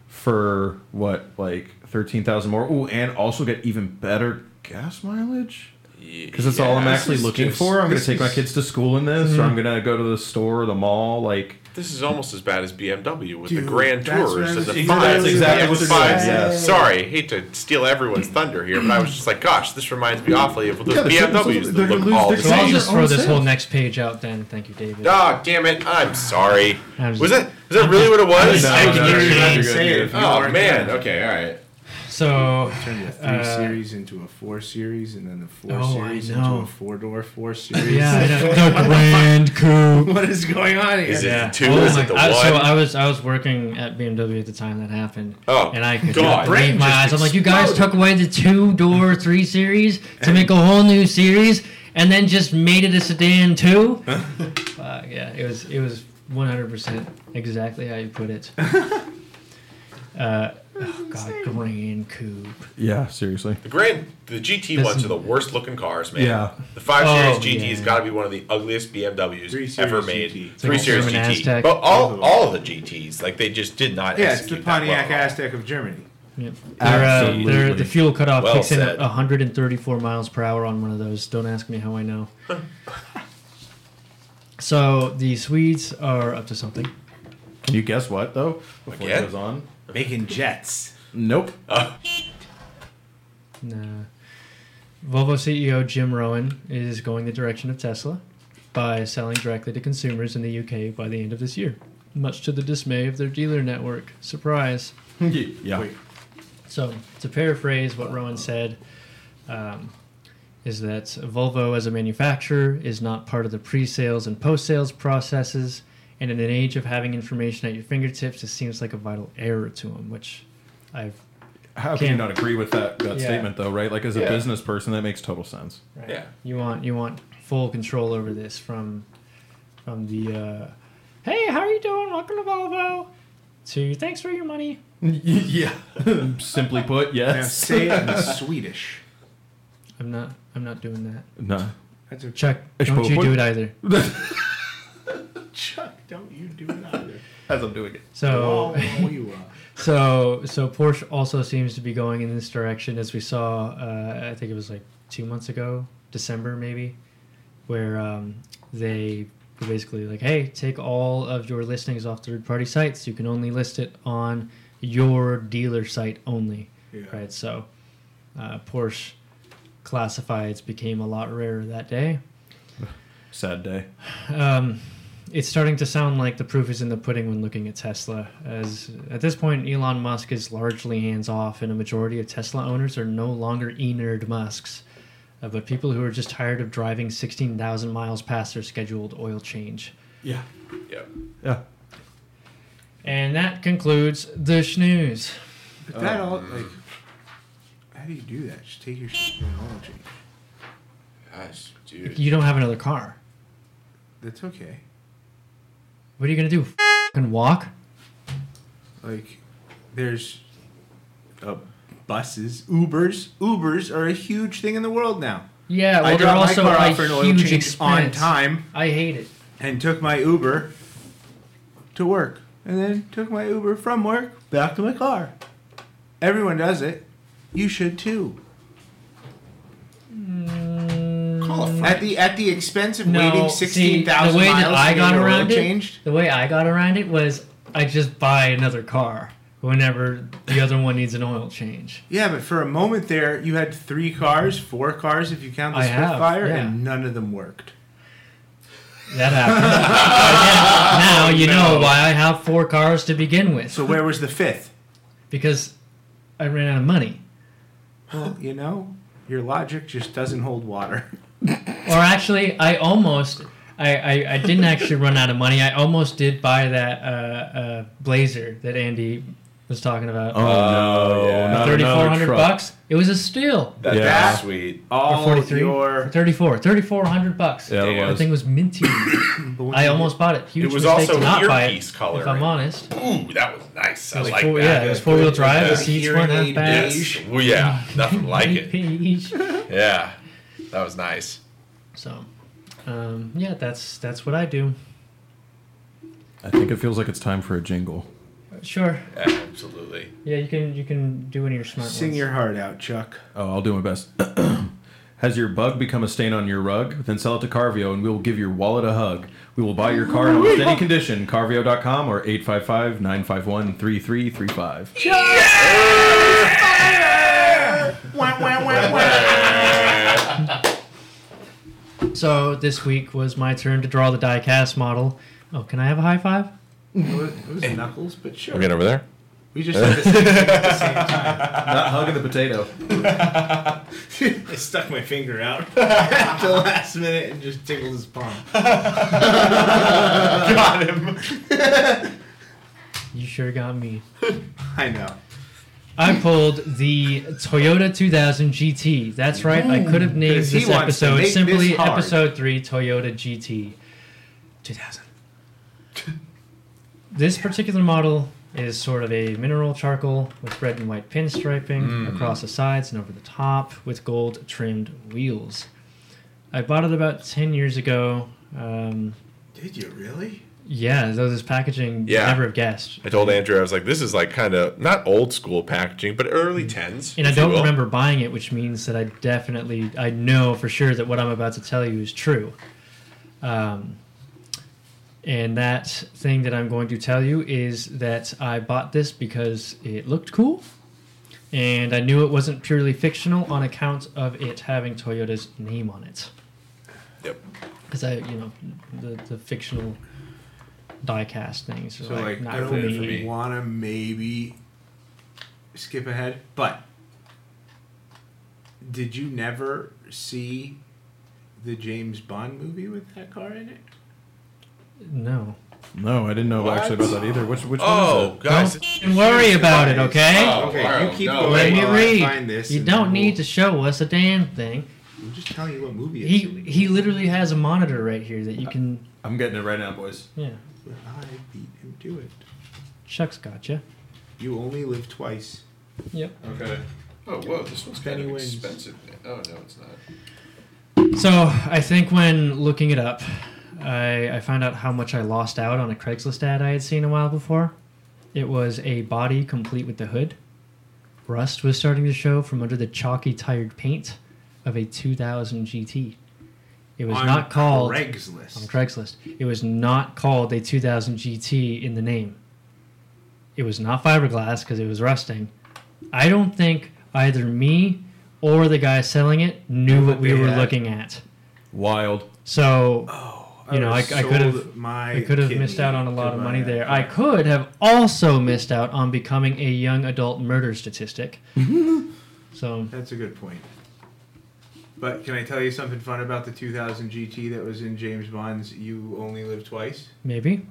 [SPEAKER 3] for what like thirteen thousand more? Ooh, and also get even better gas mileage. Because that's all I'm
[SPEAKER 4] Yeah,
[SPEAKER 3] actually
[SPEAKER 4] this is
[SPEAKER 3] looking
[SPEAKER 4] just-
[SPEAKER 3] for. I'm going to
[SPEAKER 2] this
[SPEAKER 3] take my
[SPEAKER 2] is-
[SPEAKER 3] kids to school in this, or I'm going to go to the store, or the mall. Like,
[SPEAKER 4] This is almost as bad as BMW with
[SPEAKER 2] Dude,
[SPEAKER 4] the Grand
[SPEAKER 2] that's what I
[SPEAKER 4] Tours and
[SPEAKER 2] was
[SPEAKER 4] the
[SPEAKER 2] thinking.
[SPEAKER 4] fives.
[SPEAKER 3] That's exactly
[SPEAKER 4] the
[SPEAKER 3] what they're
[SPEAKER 4] fives.
[SPEAKER 3] doing, yeah.
[SPEAKER 4] Sorry, hate to steal everyone's thunder here, but I was just like, gosh, this reminds me awfully of those
[SPEAKER 3] Yeah, they're-
[SPEAKER 4] BMWs
[SPEAKER 3] they're
[SPEAKER 4] that
[SPEAKER 3] gonna
[SPEAKER 4] look
[SPEAKER 3] lose
[SPEAKER 4] all
[SPEAKER 3] their
[SPEAKER 4] the
[SPEAKER 1] So I'll
[SPEAKER 3] Same.
[SPEAKER 4] same.
[SPEAKER 1] just throw this
[SPEAKER 3] Same.
[SPEAKER 1] whole next page out then. Thank you, David.
[SPEAKER 4] Ah, damn it! I'm sorry.
[SPEAKER 1] I'm-
[SPEAKER 4] Was that was that really what it was?
[SPEAKER 1] No,
[SPEAKER 4] I
[SPEAKER 1] no,
[SPEAKER 4] can
[SPEAKER 1] no,
[SPEAKER 4] hear you.
[SPEAKER 1] no,
[SPEAKER 2] Can't
[SPEAKER 1] you're
[SPEAKER 2] say it if you
[SPEAKER 4] Oh
[SPEAKER 2] weren't
[SPEAKER 4] man.
[SPEAKER 2] there.
[SPEAKER 4] Okay. All right.
[SPEAKER 1] So
[SPEAKER 2] Turn the three
[SPEAKER 1] Uh,
[SPEAKER 2] series into a four series, and then the four
[SPEAKER 1] Oh, I
[SPEAKER 2] series
[SPEAKER 1] know.
[SPEAKER 2] into a four door four series.
[SPEAKER 1] yeah, I know. the Grand Coupe.
[SPEAKER 2] what is going on here?
[SPEAKER 4] Is it-
[SPEAKER 1] Yeah.
[SPEAKER 4] the two? Is it the
[SPEAKER 1] I, So
[SPEAKER 4] one?
[SPEAKER 1] I was I was working at BMW at the time that happened.
[SPEAKER 4] Oh,
[SPEAKER 1] and I could
[SPEAKER 4] God.
[SPEAKER 1] not
[SPEAKER 4] Brain
[SPEAKER 1] believe my
[SPEAKER 2] just
[SPEAKER 1] eyes. I'm like, you guys took away the two door three series to make a whole new series, and then just made it a sedan too. Fuck, yeah, it was it was 100 percent exactly how you put it. Uh, oh God, Grand Coupe.
[SPEAKER 3] yeah, seriously.
[SPEAKER 4] The Grand, the GT
[SPEAKER 1] This
[SPEAKER 4] ones
[SPEAKER 1] is-
[SPEAKER 4] are the worst looking cars, man.
[SPEAKER 3] Yeah.
[SPEAKER 4] The five
[SPEAKER 1] Oh,
[SPEAKER 4] series GT has
[SPEAKER 1] yeah.
[SPEAKER 4] got to be one of the ugliest BMWs
[SPEAKER 2] Three Series
[SPEAKER 4] ever made.
[SPEAKER 2] GT. It's
[SPEAKER 4] Three
[SPEAKER 1] like a
[SPEAKER 4] series
[SPEAKER 1] German
[SPEAKER 4] GT,
[SPEAKER 1] Aztec.
[SPEAKER 4] but
[SPEAKER 2] Both of
[SPEAKER 4] all
[SPEAKER 2] them.
[SPEAKER 4] all the GTS, like they just did not.
[SPEAKER 2] Yeah, it's the
[SPEAKER 4] execute that
[SPEAKER 2] Pontiac
[SPEAKER 4] well.
[SPEAKER 2] Aztec of Germany.
[SPEAKER 1] Yep. Their, uh, their,
[SPEAKER 3] Absolutely.
[SPEAKER 1] the fuel cutoff
[SPEAKER 4] Well
[SPEAKER 1] kicks in at
[SPEAKER 4] said.
[SPEAKER 1] 134 miles per hour on one of those. Don't ask me how I know. so the Swedes are up to something.
[SPEAKER 3] Can you guess what though? Before
[SPEAKER 4] Again?
[SPEAKER 3] it goes on.
[SPEAKER 2] Making jets.
[SPEAKER 3] Nope.
[SPEAKER 1] Nah. Uh, Volvo CEO Jim Rowan is going the direction of Tesla by selling directly to consumers in the UK by the end of this year, much to the dismay of their dealer network. Surprise.
[SPEAKER 3] yeah.
[SPEAKER 2] Wait.
[SPEAKER 1] So, to paraphrase what Rowan said, um, is that Volvo as a manufacturer is not part of the pre sales and post sales processes. And in an age of having information at your fingertips, it seems like a vital error to them, which I've.
[SPEAKER 3] How can you
[SPEAKER 1] Can't-
[SPEAKER 3] not agree with that, that
[SPEAKER 1] Yeah.
[SPEAKER 3] statement though, right? Like as a
[SPEAKER 4] Yeah.
[SPEAKER 3] business person, that makes total sense.
[SPEAKER 1] Right?
[SPEAKER 4] Yeah.
[SPEAKER 1] You want you want full control over this from from the uh, hey how are you doing welcome to Volvo to thanks for your money
[SPEAKER 3] yeah. Simply put,
[SPEAKER 2] Now
[SPEAKER 3] yes.
[SPEAKER 2] say it in Swedish.
[SPEAKER 1] I'm not I'm not doing that
[SPEAKER 3] No.
[SPEAKER 2] That's a
[SPEAKER 1] Chuck
[SPEAKER 3] Ich
[SPEAKER 1] don't you
[SPEAKER 3] brauche-
[SPEAKER 1] do it either
[SPEAKER 2] Chuck. Don't you do it either.
[SPEAKER 3] As I'm doing it.
[SPEAKER 1] so
[SPEAKER 2] Oh, you are.
[SPEAKER 1] So, so Porsche also seems to be going in this direction, as we saw. Uh, I think it was like two months ago, December maybe, where um, they were basically like, "Hey, take all of your listings off third-party sites. You can only list it on your dealer site only."
[SPEAKER 2] Yeah.
[SPEAKER 1] Right. So, uh, Porsche classifieds became a lot rarer that day.
[SPEAKER 3] Sad day.
[SPEAKER 1] Um, it's starting to sound like the proof is in the pudding when looking at Tesla. As at this point, Elon Musk is largely hands off, and a majority of Tesla owners are no longer e nerd Musks, uh, but people who are just tired of driving 16,000 miles past their scheduled oil change.
[SPEAKER 3] Yeah.
[SPEAKER 4] Yep.
[SPEAKER 3] Yeah.
[SPEAKER 1] And that concludes the schnooze.
[SPEAKER 2] But that
[SPEAKER 4] Oh.
[SPEAKER 2] all like. How do you do that? Just take your shit and all change.
[SPEAKER 4] Gosh, dude.
[SPEAKER 1] You don't have another car.
[SPEAKER 2] That's okay.
[SPEAKER 1] What are you gonna do? F***ing walk?
[SPEAKER 2] Like, there's uh, buses, Ubers. Ubers are a huge thing in the world now.
[SPEAKER 1] Yeah, well,
[SPEAKER 2] I
[SPEAKER 1] they're
[SPEAKER 2] dropped my
[SPEAKER 1] also
[SPEAKER 2] car
[SPEAKER 1] a
[SPEAKER 2] off for an oil
[SPEAKER 1] huge
[SPEAKER 2] change
[SPEAKER 1] expense.
[SPEAKER 2] on time
[SPEAKER 1] I hate it.
[SPEAKER 2] and took my Uber to work, and then took my Uber from work back to my car. Everyone does it. You should too.
[SPEAKER 1] Mm,
[SPEAKER 4] qualified.
[SPEAKER 2] At the at the expense of
[SPEAKER 1] No,
[SPEAKER 2] waiting
[SPEAKER 1] see,
[SPEAKER 2] sixteen thousand
[SPEAKER 1] the way that
[SPEAKER 2] miles
[SPEAKER 1] I
[SPEAKER 2] to
[SPEAKER 1] got
[SPEAKER 2] get your oil
[SPEAKER 1] around it-
[SPEAKER 2] changed.
[SPEAKER 1] The way I got around it was I just buy another car whenever the other one needs an oil change.
[SPEAKER 2] Yeah, but for a moment there, you had three cars, four cars if you count the
[SPEAKER 1] I have,
[SPEAKER 2] Spitfire,
[SPEAKER 1] yeah.
[SPEAKER 2] and none of them worked.
[SPEAKER 1] That
[SPEAKER 2] Oh,
[SPEAKER 1] happened. Again, now you know why I have four cars to begin with.
[SPEAKER 2] So where was the fifth?
[SPEAKER 1] because I ran out of money.
[SPEAKER 2] Well, you know, your logic just doesn't hold water.
[SPEAKER 1] Or actually, I almost. I, I, I didn't actually run out of money. I almost did buy that uh, uh, blazer that Andy was talking about.
[SPEAKER 3] Oh, no,
[SPEAKER 4] yeah.
[SPEAKER 3] not another
[SPEAKER 1] Thirty four hundred
[SPEAKER 3] truck.
[SPEAKER 1] bucks. It was a steal.
[SPEAKER 4] That's
[SPEAKER 3] Yeah.
[SPEAKER 4] sweet.
[SPEAKER 1] Or
[SPEAKER 2] All
[SPEAKER 1] forty three.
[SPEAKER 2] your
[SPEAKER 1] Thirty four. Thirty four hundred bucks.
[SPEAKER 3] Yeah, it
[SPEAKER 4] Damn.
[SPEAKER 1] The
[SPEAKER 3] was.
[SPEAKER 1] thing was minty. I almost bought it. Huge
[SPEAKER 4] It was
[SPEAKER 1] mistake
[SPEAKER 4] also
[SPEAKER 1] to not buy
[SPEAKER 4] earpiece
[SPEAKER 1] it.
[SPEAKER 4] color.
[SPEAKER 1] If I'm honest, it
[SPEAKER 4] Ooh, that was nice. I
[SPEAKER 1] was
[SPEAKER 4] like
[SPEAKER 1] four,
[SPEAKER 4] that.
[SPEAKER 1] yeah, it was four wheel drive. The
[SPEAKER 4] Yeah.
[SPEAKER 1] seats
[SPEAKER 2] Hearing
[SPEAKER 1] weren't half
[SPEAKER 2] aid
[SPEAKER 1] bad.
[SPEAKER 4] Yes. Well, yeah, nothing like it.
[SPEAKER 1] Beige.
[SPEAKER 4] Yeah, that was nice.
[SPEAKER 1] So, um, yeah, that's that's what I do.
[SPEAKER 3] I think it feels like it's time for a jingle.
[SPEAKER 1] Sure.
[SPEAKER 4] Yeah, absolutely.
[SPEAKER 1] Yeah, you can you can do one of your smart
[SPEAKER 2] sing
[SPEAKER 1] ones.
[SPEAKER 2] your heart out, Chuck.
[SPEAKER 3] Oh, I'll do my best. Has your bug become a stain on your rug? Then sell it to Carvio and we will give your wallet a hug. We will buy your car in almost any condition. Carvio.com or 855 951 3335.
[SPEAKER 2] Wah, wah, wah, wah.
[SPEAKER 1] So this week was my turn to draw the die-cast model. Oh, can I have a high five?
[SPEAKER 2] It was- it was knuckles, but sure.
[SPEAKER 4] We're over there.
[SPEAKER 2] We just said the same thing at the same time.
[SPEAKER 3] Not hugging the potato.
[SPEAKER 2] I stuck my finger out at the last minute and just tickled his palm.
[SPEAKER 4] Got him.
[SPEAKER 1] You sure got me.
[SPEAKER 2] I know.
[SPEAKER 1] I pulled the Toyota 2000 GT. That's right. I could have named
[SPEAKER 2] 'Cause he
[SPEAKER 1] this
[SPEAKER 2] wants to
[SPEAKER 1] episode
[SPEAKER 2] make
[SPEAKER 1] simply
[SPEAKER 2] this hard.
[SPEAKER 1] episode 3 Toyota GT 2000. this particular model is sort of a mineral charcoal with red and white pinstriping
[SPEAKER 2] Mm.
[SPEAKER 1] across the sides and over the top with gold trimmed wheels. I bought it about 10 years ago. Um,
[SPEAKER 2] Did you really?
[SPEAKER 1] yeah, though this packaging,
[SPEAKER 4] Yeah.
[SPEAKER 1] never have guessed.
[SPEAKER 4] I told Andrew, I was like, this is like kind of not old school packaging, but early 10s.
[SPEAKER 1] And I
[SPEAKER 4] if you
[SPEAKER 1] don't
[SPEAKER 4] will.
[SPEAKER 1] remember buying it, which means that I definitely I know for sure that what I'm about to tell you is true. Um, and that thing that I'm going to tell you is that I bought this because it looked cool, and I knew it wasn't purely fictional on account of it having Toyota's name on it.
[SPEAKER 4] Yep.
[SPEAKER 1] Because I, you know, the the fictional diecast things are
[SPEAKER 2] So
[SPEAKER 1] like,
[SPEAKER 2] like,
[SPEAKER 1] not
[SPEAKER 2] I
[SPEAKER 1] for
[SPEAKER 4] really-
[SPEAKER 1] me.
[SPEAKER 4] for me.
[SPEAKER 2] don't want to maybe skip ahead, but did you never see the James Bond movie with that car in it?
[SPEAKER 1] No,
[SPEAKER 3] No, I didn't know
[SPEAKER 4] What?
[SPEAKER 3] actually about that either. Which, which
[SPEAKER 4] Oh,
[SPEAKER 3] one is
[SPEAKER 4] guys.
[SPEAKER 1] don't worry about it, okay?
[SPEAKER 4] Oh,
[SPEAKER 2] Okay,
[SPEAKER 4] wow,
[SPEAKER 2] you keep
[SPEAKER 4] no.
[SPEAKER 2] going.
[SPEAKER 1] Let me
[SPEAKER 2] while I
[SPEAKER 1] read.
[SPEAKER 2] find this
[SPEAKER 1] you
[SPEAKER 2] and
[SPEAKER 1] don't
[SPEAKER 2] then
[SPEAKER 1] need
[SPEAKER 2] we'll-
[SPEAKER 1] to show us a damn thing.
[SPEAKER 2] I'm just telling you what movie
[SPEAKER 1] He
[SPEAKER 2] it's in.
[SPEAKER 1] he literally has a monitor right here that you can.
[SPEAKER 3] it? I'm getting it right now, boys.
[SPEAKER 1] Yeah,
[SPEAKER 2] I beat him to it.
[SPEAKER 1] Chuck's gotcha.
[SPEAKER 2] You only live twice.
[SPEAKER 1] Yep.
[SPEAKER 4] Okay. Oh, whoa, this one's kind
[SPEAKER 2] Penny
[SPEAKER 4] of
[SPEAKER 2] wins.
[SPEAKER 4] expensive. Oh, no, it's not.
[SPEAKER 1] So I think when looking it up, I I found out how much I lost out on a Craigslist ad I had seen a while before. It was a body complete with the hood. Rust was starting to show from under the chalky, tired paint of a 2000 GT. It was
[SPEAKER 2] On
[SPEAKER 1] not called on
[SPEAKER 2] Craigslist.
[SPEAKER 1] Craigslist. It was not called a 2000 GT in the name. It was not fiberglass because it was rusting. I don't think either me or the guy selling it knew what we
[SPEAKER 2] They
[SPEAKER 1] were
[SPEAKER 2] had-
[SPEAKER 1] looking at.
[SPEAKER 3] Wild.
[SPEAKER 1] So
[SPEAKER 2] Oh,
[SPEAKER 1] You know, I- I
[SPEAKER 2] sold
[SPEAKER 1] could've-
[SPEAKER 2] my
[SPEAKER 1] I could have
[SPEAKER 2] kidney
[SPEAKER 1] missed out on a lot
[SPEAKER 2] to
[SPEAKER 1] of
[SPEAKER 2] buy
[SPEAKER 1] money
[SPEAKER 2] that
[SPEAKER 1] there.
[SPEAKER 2] car.
[SPEAKER 1] I could have also missed out on becoming a young adult murder statistic. so
[SPEAKER 2] That's a good point. But can I tell you something fun about the 2000 GT that was in James Bond's You Only Live Twice?
[SPEAKER 1] maybe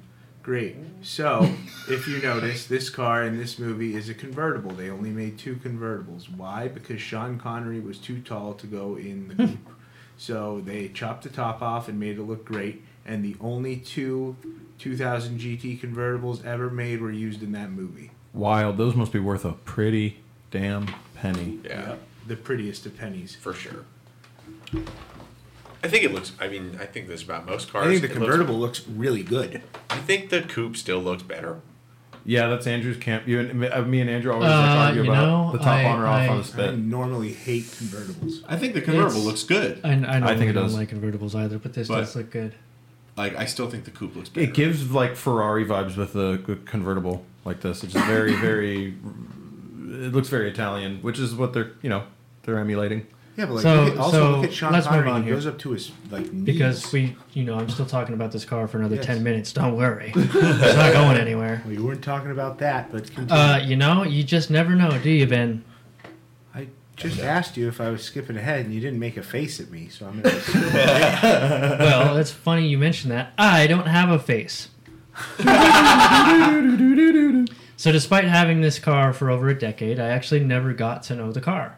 [SPEAKER 2] Great. So, if you notice, this car in this movie is a convertible. They only made two convertibles. Why? Because Sean Connery was too tall to go in the coupe. so, they chopped the top off and made it look great. And the only two 2000 GT convertibles ever made were used in that movie.
[SPEAKER 3] Wild. Those must be worth a pretty damn penny.
[SPEAKER 4] Yeah,
[SPEAKER 2] The prettiest of pennies.
[SPEAKER 4] for sure. I think it looks, I mean, I think this is about most cars.
[SPEAKER 2] I think the
[SPEAKER 4] It looks-
[SPEAKER 2] convertible looks really good.
[SPEAKER 4] I think the coupe still looks better.
[SPEAKER 3] Yeah, that's Andrew's camp. You and uh, me and Andrew always like,
[SPEAKER 1] Uh,
[SPEAKER 3] argue
[SPEAKER 1] you
[SPEAKER 3] about
[SPEAKER 1] know,
[SPEAKER 3] the top
[SPEAKER 1] I-
[SPEAKER 3] on or off
[SPEAKER 1] I-
[SPEAKER 3] on the
[SPEAKER 2] I
[SPEAKER 3] spit.
[SPEAKER 2] normally hate convertibles.
[SPEAKER 5] I think the convertible
[SPEAKER 1] It's-
[SPEAKER 5] looks good.
[SPEAKER 1] And I, know
[SPEAKER 3] I think
[SPEAKER 1] we
[SPEAKER 3] it
[SPEAKER 1] don't
[SPEAKER 3] does.
[SPEAKER 1] like convertibles either, but this
[SPEAKER 5] But-
[SPEAKER 1] does look good.
[SPEAKER 5] Like I still think the coupe looks better.
[SPEAKER 3] It gives like Ferrari vibes with the convertible like this. It's just very, very. It looks very Italian, which is what they're you know they're emulating.
[SPEAKER 2] Yeah, but like,
[SPEAKER 1] So-
[SPEAKER 2] look at- also
[SPEAKER 1] so
[SPEAKER 2] look at Sean
[SPEAKER 1] let's move
[SPEAKER 2] Connery.
[SPEAKER 1] on
[SPEAKER 2] he
[SPEAKER 1] here.
[SPEAKER 2] goes up to his like knees.
[SPEAKER 1] Because we, you know, I'm still talking about this car for another
[SPEAKER 2] Yes.
[SPEAKER 1] 10 minutes. Don't worry. it's not going anywhere.
[SPEAKER 2] well, you weren't talking about that, but continue.
[SPEAKER 1] Uh, you know, you just never know, do you, Ben?
[SPEAKER 2] I just asked you if I was skipping ahead, and you didn't make a face at me, so I'm gonna. assume-
[SPEAKER 1] Well, it's funny you mention that. I don't have a face. so, despite having this car for over a decade, I actually never got to know the car,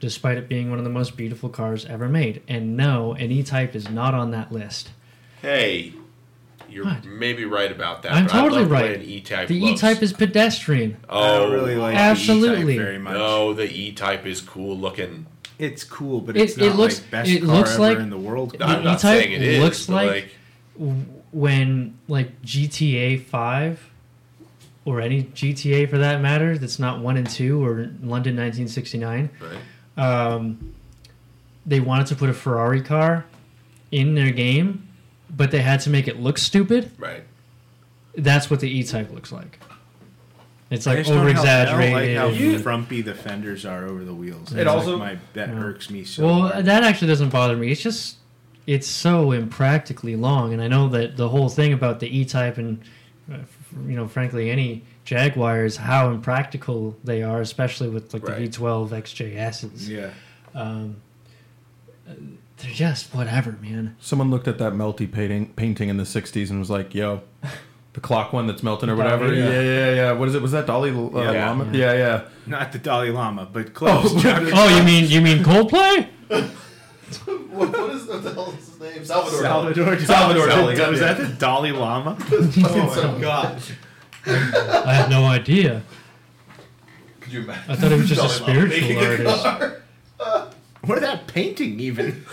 [SPEAKER 1] despite it being one of the most beautiful cars ever made. And no, an E Type is not on that list.
[SPEAKER 4] Hey, you're
[SPEAKER 1] What?
[SPEAKER 4] maybe right about that.
[SPEAKER 1] I'm
[SPEAKER 4] but I
[SPEAKER 1] totally
[SPEAKER 4] love the way
[SPEAKER 1] right.
[SPEAKER 4] An E-type
[SPEAKER 1] The E Type is pedestrian.
[SPEAKER 2] I
[SPEAKER 4] Oh,
[SPEAKER 2] don't really like
[SPEAKER 1] absolutely.
[SPEAKER 2] the E-type E very much.
[SPEAKER 4] No, the E-type is cool looking.
[SPEAKER 2] It's cool, but
[SPEAKER 1] It-
[SPEAKER 2] it's
[SPEAKER 1] it
[SPEAKER 2] not
[SPEAKER 1] looks-
[SPEAKER 2] like best
[SPEAKER 1] it
[SPEAKER 2] car
[SPEAKER 1] looks
[SPEAKER 2] ever
[SPEAKER 1] like-
[SPEAKER 2] in the world.
[SPEAKER 1] The
[SPEAKER 4] I'm not
[SPEAKER 1] E-Type
[SPEAKER 4] saying it is.
[SPEAKER 1] looks
[SPEAKER 4] but,
[SPEAKER 1] like-
[SPEAKER 4] like
[SPEAKER 1] w- when like GTA Five or any GTA for that matter that's not one and two or London 1969,
[SPEAKER 4] right.
[SPEAKER 1] um, they wanted to put a Ferrari car in their game, but they had to make it look stupid.
[SPEAKER 4] Right.
[SPEAKER 1] That's what the E-Type looks like. It's
[SPEAKER 2] I
[SPEAKER 1] like
[SPEAKER 2] just don't
[SPEAKER 1] over
[SPEAKER 2] help- I
[SPEAKER 1] exaggerated.
[SPEAKER 2] don't like how frumpy the fenders are over the wheels. That's
[SPEAKER 3] also-
[SPEAKER 2] like my, that
[SPEAKER 1] Yeah.
[SPEAKER 2] irks me so.
[SPEAKER 1] Well,
[SPEAKER 2] hard.
[SPEAKER 1] that actually doesn't bother me. It's just it's so impractically long, and I know that the whole thing about the E-Type and uh, f- you know, frankly, any Jaguar is how impractical they are, especially with like
[SPEAKER 4] Right.
[SPEAKER 1] the V12 XJSs.
[SPEAKER 2] yeah.
[SPEAKER 1] They're just whatever, man.
[SPEAKER 3] Someone looked at that melty painting painting in the '60s and was like, "Yo." The clock one that's melting or whatever.
[SPEAKER 1] Dolly, yeah.
[SPEAKER 3] yeah. yeah, yeah, What is it? Was that Dolly uh,
[SPEAKER 2] Yeah.
[SPEAKER 3] Lama? Yeah, yeah.
[SPEAKER 2] Not the Dalai Lama, but close.
[SPEAKER 1] Oh, you mean you mean Coldplay?
[SPEAKER 6] what, what is what the hell is his name? Salvador.
[SPEAKER 2] Salvador,
[SPEAKER 3] Salvador Dali,
[SPEAKER 2] Was
[SPEAKER 3] yeah.
[SPEAKER 2] that the Dalai Lama?
[SPEAKER 6] Oh my gosh.
[SPEAKER 1] I have no idea.
[SPEAKER 6] Could you imagine?
[SPEAKER 1] I thought it was just a
[SPEAKER 6] Dolly Lama
[SPEAKER 1] spiritual
[SPEAKER 6] making a
[SPEAKER 1] artist.
[SPEAKER 6] car?
[SPEAKER 2] What that painting even?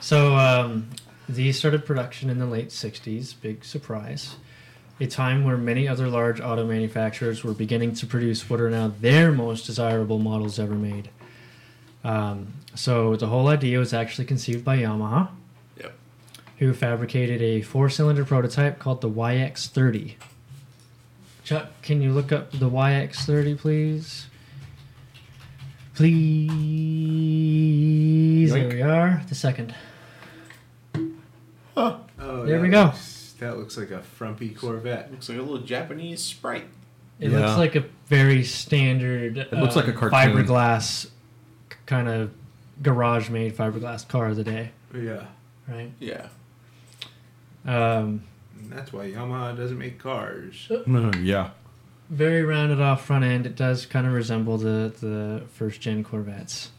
[SPEAKER 1] So um, these started production in the late '60s. Big surprise. A time where many other large auto manufacturers were beginning to produce what are now their most desirable models ever made. Um, so the whole idea was actually conceived by Yamaha,
[SPEAKER 4] Yep.
[SPEAKER 1] who fabricated a four-cylinder prototype called the YX30. Chuck, can you look up the YX30, please? Please, there
[SPEAKER 3] Yoink.
[SPEAKER 1] we are. The second.
[SPEAKER 2] Oh,
[SPEAKER 1] There
[SPEAKER 2] that
[SPEAKER 1] we go.
[SPEAKER 2] looks- that looks like a frumpy Corvette.
[SPEAKER 5] Looks like a little Japanese sprite.
[SPEAKER 1] It
[SPEAKER 3] Yeah.
[SPEAKER 1] looks like a very standard. It
[SPEAKER 3] looks like a cartoon.
[SPEAKER 1] fiberglass kind of garage-made fiberglass car of the day,
[SPEAKER 2] Yeah.
[SPEAKER 1] right?
[SPEAKER 5] Yeah.
[SPEAKER 1] Um,
[SPEAKER 2] And that's why Yamaha doesn't make cars.
[SPEAKER 3] Mm, yeah.
[SPEAKER 1] very rounded off front end. It does kind of resemble the the first gen Corvettes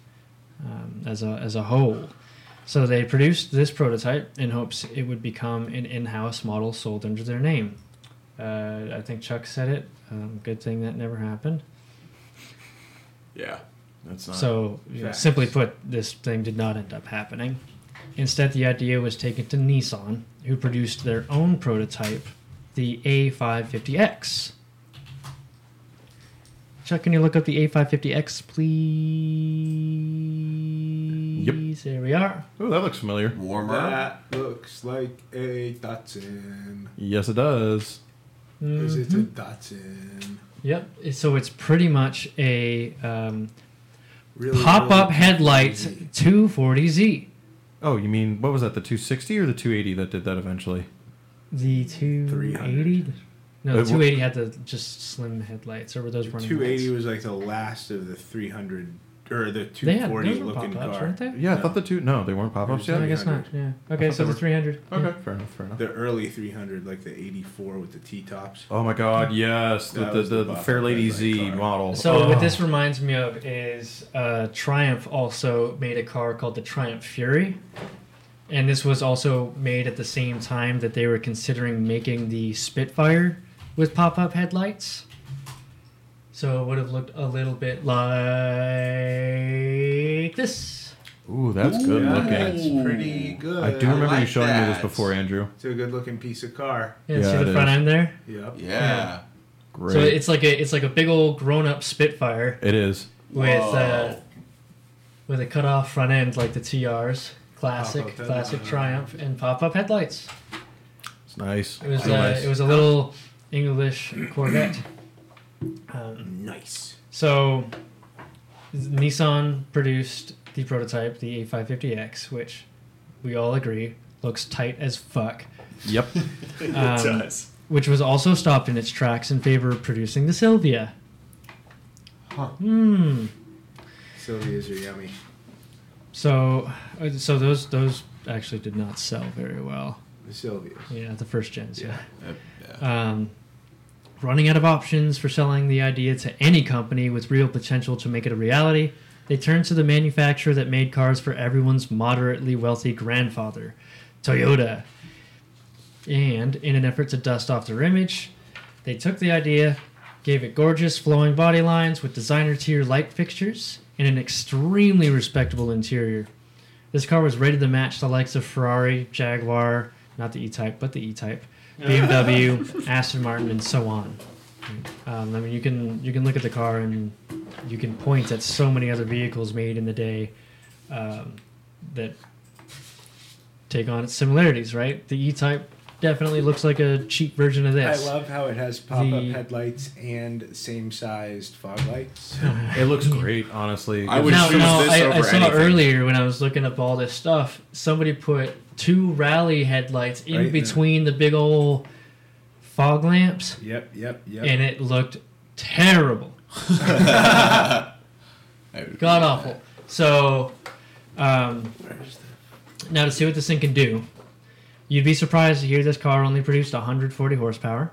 [SPEAKER 1] um, as a as a whole. So they produced this prototype in hopes it would become an in-house model sold under their name. Uh, I think Chuck said it. Um, good thing that never happened.
[SPEAKER 4] Yeah.
[SPEAKER 3] That's not.
[SPEAKER 1] So, you know,
[SPEAKER 2] Uh, Facts.
[SPEAKER 1] simply put, this thing did not end up happening. Instead, the idea was taken to Nissan, who produced their own prototype, the A550X. Chuck, can you look up the A550X, please? Yep. There we are.
[SPEAKER 3] oh, that looks familiar.
[SPEAKER 5] Warmer.
[SPEAKER 2] That looks like a Datsun.
[SPEAKER 3] Yes, it does.
[SPEAKER 2] Is it a
[SPEAKER 1] Mm-hmm.
[SPEAKER 2] Datsun?
[SPEAKER 1] Yep. So it's pretty much a um,
[SPEAKER 2] Really
[SPEAKER 1] pop-up
[SPEAKER 2] really
[SPEAKER 1] headlight
[SPEAKER 2] crazy.
[SPEAKER 1] 240Z.
[SPEAKER 3] Oh, you mean what was that? The 260 or the 280 that did that eventually?
[SPEAKER 1] The 280? No,
[SPEAKER 3] Uh,
[SPEAKER 1] the 280
[SPEAKER 3] wh-
[SPEAKER 1] had the just slim headlights, or were those running
[SPEAKER 2] 280
[SPEAKER 1] lights?
[SPEAKER 2] was like the last of the 300 or the
[SPEAKER 1] They had, those
[SPEAKER 2] 240
[SPEAKER 1] were
[SPEAKER 2] looking
[SPEAKER 1] pop-ups,
[SPEAKER 2] car.
[SPEAKER 1] weren't they?
[SPEAKER 3] Yeah, I
[SPEAKER 2] No.
[SPEAKER 3] thought the two. No, they weren't pop-ups
[SPEAKER 1] No, I
[SPEAKER 3] yet.
[SPEAKER 1] guess not. Yeah. Okay,
[SPEAKER 3] thought
[SPEAKER 1] so
[SPEAKER 3] they
[SPEAKER 1] the
[SPEAKER 3] were-
[SPEAKER 1] 300. yeah.
[SPEAKER 3] Okay, fair enough. Fair enough.
[SPEAKER 2] The early 300, like the 84 with the T tops.
[SPEAKER 3] Oh my God, yes, the
[SPEAKER 2] That
[SPEAKER 3] the,
[SPEAKER 2] was
[SPEAKER 3] the,
[SPEAKER 2] the
[SPEAKER 3] the
[SPEAKER 2] pop-up
[SPEAKER 3] Fair Lady
[SPEAKER 2] headlight
[SPEAKER 3] Z
[SPEAKER 2] car.
[SPEAKER 3] model.
[SPEAKER 1] So
[SPEAKER 3] oh.
[SPEAKER 1] what this reminds me of is uh, Triumph also made a car called the Triumph Fury, and this was also made at the same time that they were considering making the Spitfire with pop-up headlights. So it would have looked a little bit like this.
[SPEAKER 3] Ooh, that's good
[SPEAKER 2] That's
[SPEAKER 3] looking.
[SPEAKER 2] pretty good.
[SPEAKER 3] I do remember you
[SPEAKER 5] like
[SPEAKER 3] showing me this
[SPEAKER 5] that.
[SPEAKER 3] before, Andrew.
[SPEAKER 2] It's a good looking piece of car.
[SPEAKER 1] Yeah,
[SPEAKER 3] Yeah,
[SPEAKER 1] see the
[SPEAKER 3] it
[SPEAKER 1] front
[SPEAKER 3] is.
[SPEAKER 1] end there.
[SPEAKER 2] Yep.
[SPEAKER 5] Yeah.
[SPEAKER 3] Great.
[SPEAKER 1] So it's like a it's like a big old grown up Spitfire
[SPEAKER 3] it is.
[SPEAKER 1] with
[SPEAKER 5] Whoa.
[SPEAKER 1] uh, with a cut off front end like the TRs, classic
[SPEAKER 2] Pop-up headlights.
[SPEAKER 1] classic Triumph and pop up headlights.
[SPEAKER 3] It's nice.
[SPEAKER 1] It was
[SPEAKER 3] Real
[SPEAKER 1] uh,
[SPEAKER 3] Oh, nice.
[SPEAKER 1] it was a little English Corvette. Um,
[SPEAKER 2] Nice.
[SPEAKER 1] so Nissan produced the prototype, the A550X, which we all agree looks tight as fuck.
[SPEAKER 3] Yep.
[SPEAKER 5] It
[SPEAKER 1] Um,
[SPEAKER 5] does.
[SPEAKER 1] which was also stopped in its tracks in favor of producing the Sylvia.
[SPEAKER 2] Huh.
[SPEAKER 1] Hmm.
[SPEAKER 2] Sylvia's are yummy.
[SPEAKER 1] So, uh, so those those actually did not sell very well.
[SPEAKER 2] The Sylvia's.
[SPEAKER 1] Yeah, the first gens. Yeah.
[SPEAKER 5] Uh, yeah.
[SPEAKER 1] Um, running out of options for selling the idea to any company with real potential to make it a reality, they turned to the manufacturer that made cars for everyone's moderately wealthy grandfather, Toyota. And in an effort to dust off their image, they took the idea, gave it gorgeous flowing body lines with designer tier light fixtures and an extremely respectable interior. This car was rated to match the likes of Ferrari, Jaguar, not the E Type, but the E Type, BMW, Aston Martin, and so on. Um, I mean, you can you can look at the car and you can point at so many other vehicles made in the day um, that take on its similarities, right? The E Type definitely looks like a cheap version of this.
[SPEAKER 2] I love how it has pop up
[SPEAKER 1] The-
[SPEAKER 2] headlights and same sized fog lights.
[SPEAKER 3] it looks
[SPEAKER 1] Mm.
[SPEAKER 3] great, honestly.
[SPEAKER 5] I would
[SPEAKER 1] no,
[SPEAKER 5] choose
[SPEAKER 1] no,
[SPEAKER 5] this
[SPEAKER 1] I,
[SPEAKER 5] over
[SPEAKER 1] I saw
[SPEAKER 5] anything.
[SPEAKER 1] earlier when I was looking up all this stuff, somebody put two rally headlights in
[SPEAKER 2] Right there.
[SPEAKER 1] between the big old fog lamps,
[SPEAKER 2] yep, yep, yep.
[SPEAKER 1] and it looked terrible,
[SPEAKER 5] I would
[SPEAKER 1] god
[SPEAKER 5] agree
[SPEAKER 1] awful. So, um, now to see what this thing can do, you'd be surprised to hear this car only produced 140 horsepower.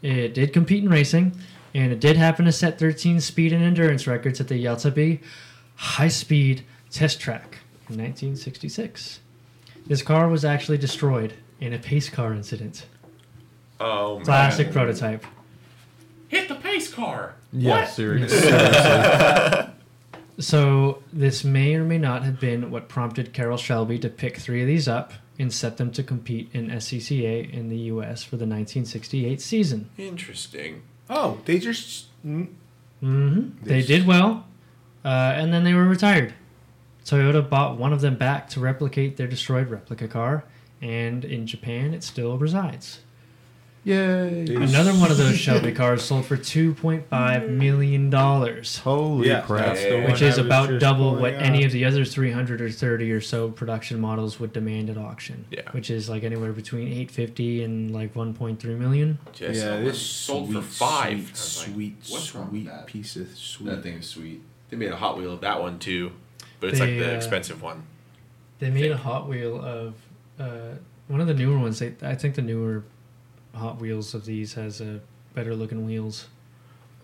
[SPEAKER 1] It did compete in racing, and it did happen to set 13 speed and endurance records at the Yaltabi High Speed Test Track in 1966. This car was actually destroyed in a pace car incident.
[SPEAKER 4] Oh, man.
[SPEAKER 1] Classic prototype.
[SPEAKER 4] Hit the pace car.
[SPEAKER 3] yeah,
[SPEAKER 4] What?
[SPEAKER 3] seriously.
[SPEAKER 1] So this may or may not have been what prompted Carol Shelby to pick three of these up and set them to compete in SCCA in the U.S. for the 1968 season.
[SPEAKER 5] that. Interesting.
[SPEAKER 2] oh, they just. mm,
[SPEAKER 1] hmm They
[SPEAKER 2] Yes.
[SPEAKER 1] did well, uh, and then they were retired. Toyota bought one of them back to replicate their destroyed replica car, and in Japan, it still resides.
[SPEAKER 3] Yay.
[SPEAKER 1] Another one of those Shelby cars sold for 2.5 million dollars.
[SPEAKER 3] Holy
[SPEAKER 2] Yeah,
[SPEAKER 3] crap.
[SPEAKER 2] that's the one
[SPEAKER 1] which is
[SPEAKER 2] I was
[SPEAKER 1] about
[SPEAKER 2] just
[SPEAKER 1] double
[SPEAKER 2] pulling
[SPEAKER 1] what
[SPEAKER 2] up.
[SPEAKER 1] any of the other 330 or so production models would demand at auction
[SPEAKER 4] Yeah.
[SPEAKER 1] which is like anywhere between 850 and like 1.3 million
[SPEAKER 4] Just
[SPEAKER 2] yeah,
[SPEAKER 4] someone
[SPEAKER 2] this
[SPEAKER 4] sold
[SPEAKER 2] sweet,
[SPEAKER 4] for five. I
[SPEAKER 2] Sweet,
[SPEAKER 4] was like,
[SPEAKER 2] sweet,
[SPEAKER 5] what's wrong with
[SPEAKER 2] sweet
[SPEAKER 5] that?
[SPEAKER 2] piece of sweet.
[SPEAKER 5] That thing is sweet.
[SPEAKER 4] They made a Hot Wheel of that one too, but it's
[SPEAKER 1] They,
[SPEAKER 4] like the
[SPEAKER 1] uh,
[SPEAKER 4] expensive one.
[SPEAKER 1] they made a hot wheel of uh, one of the newer ones they, i think the newer hot wheels of these has a better looking wheels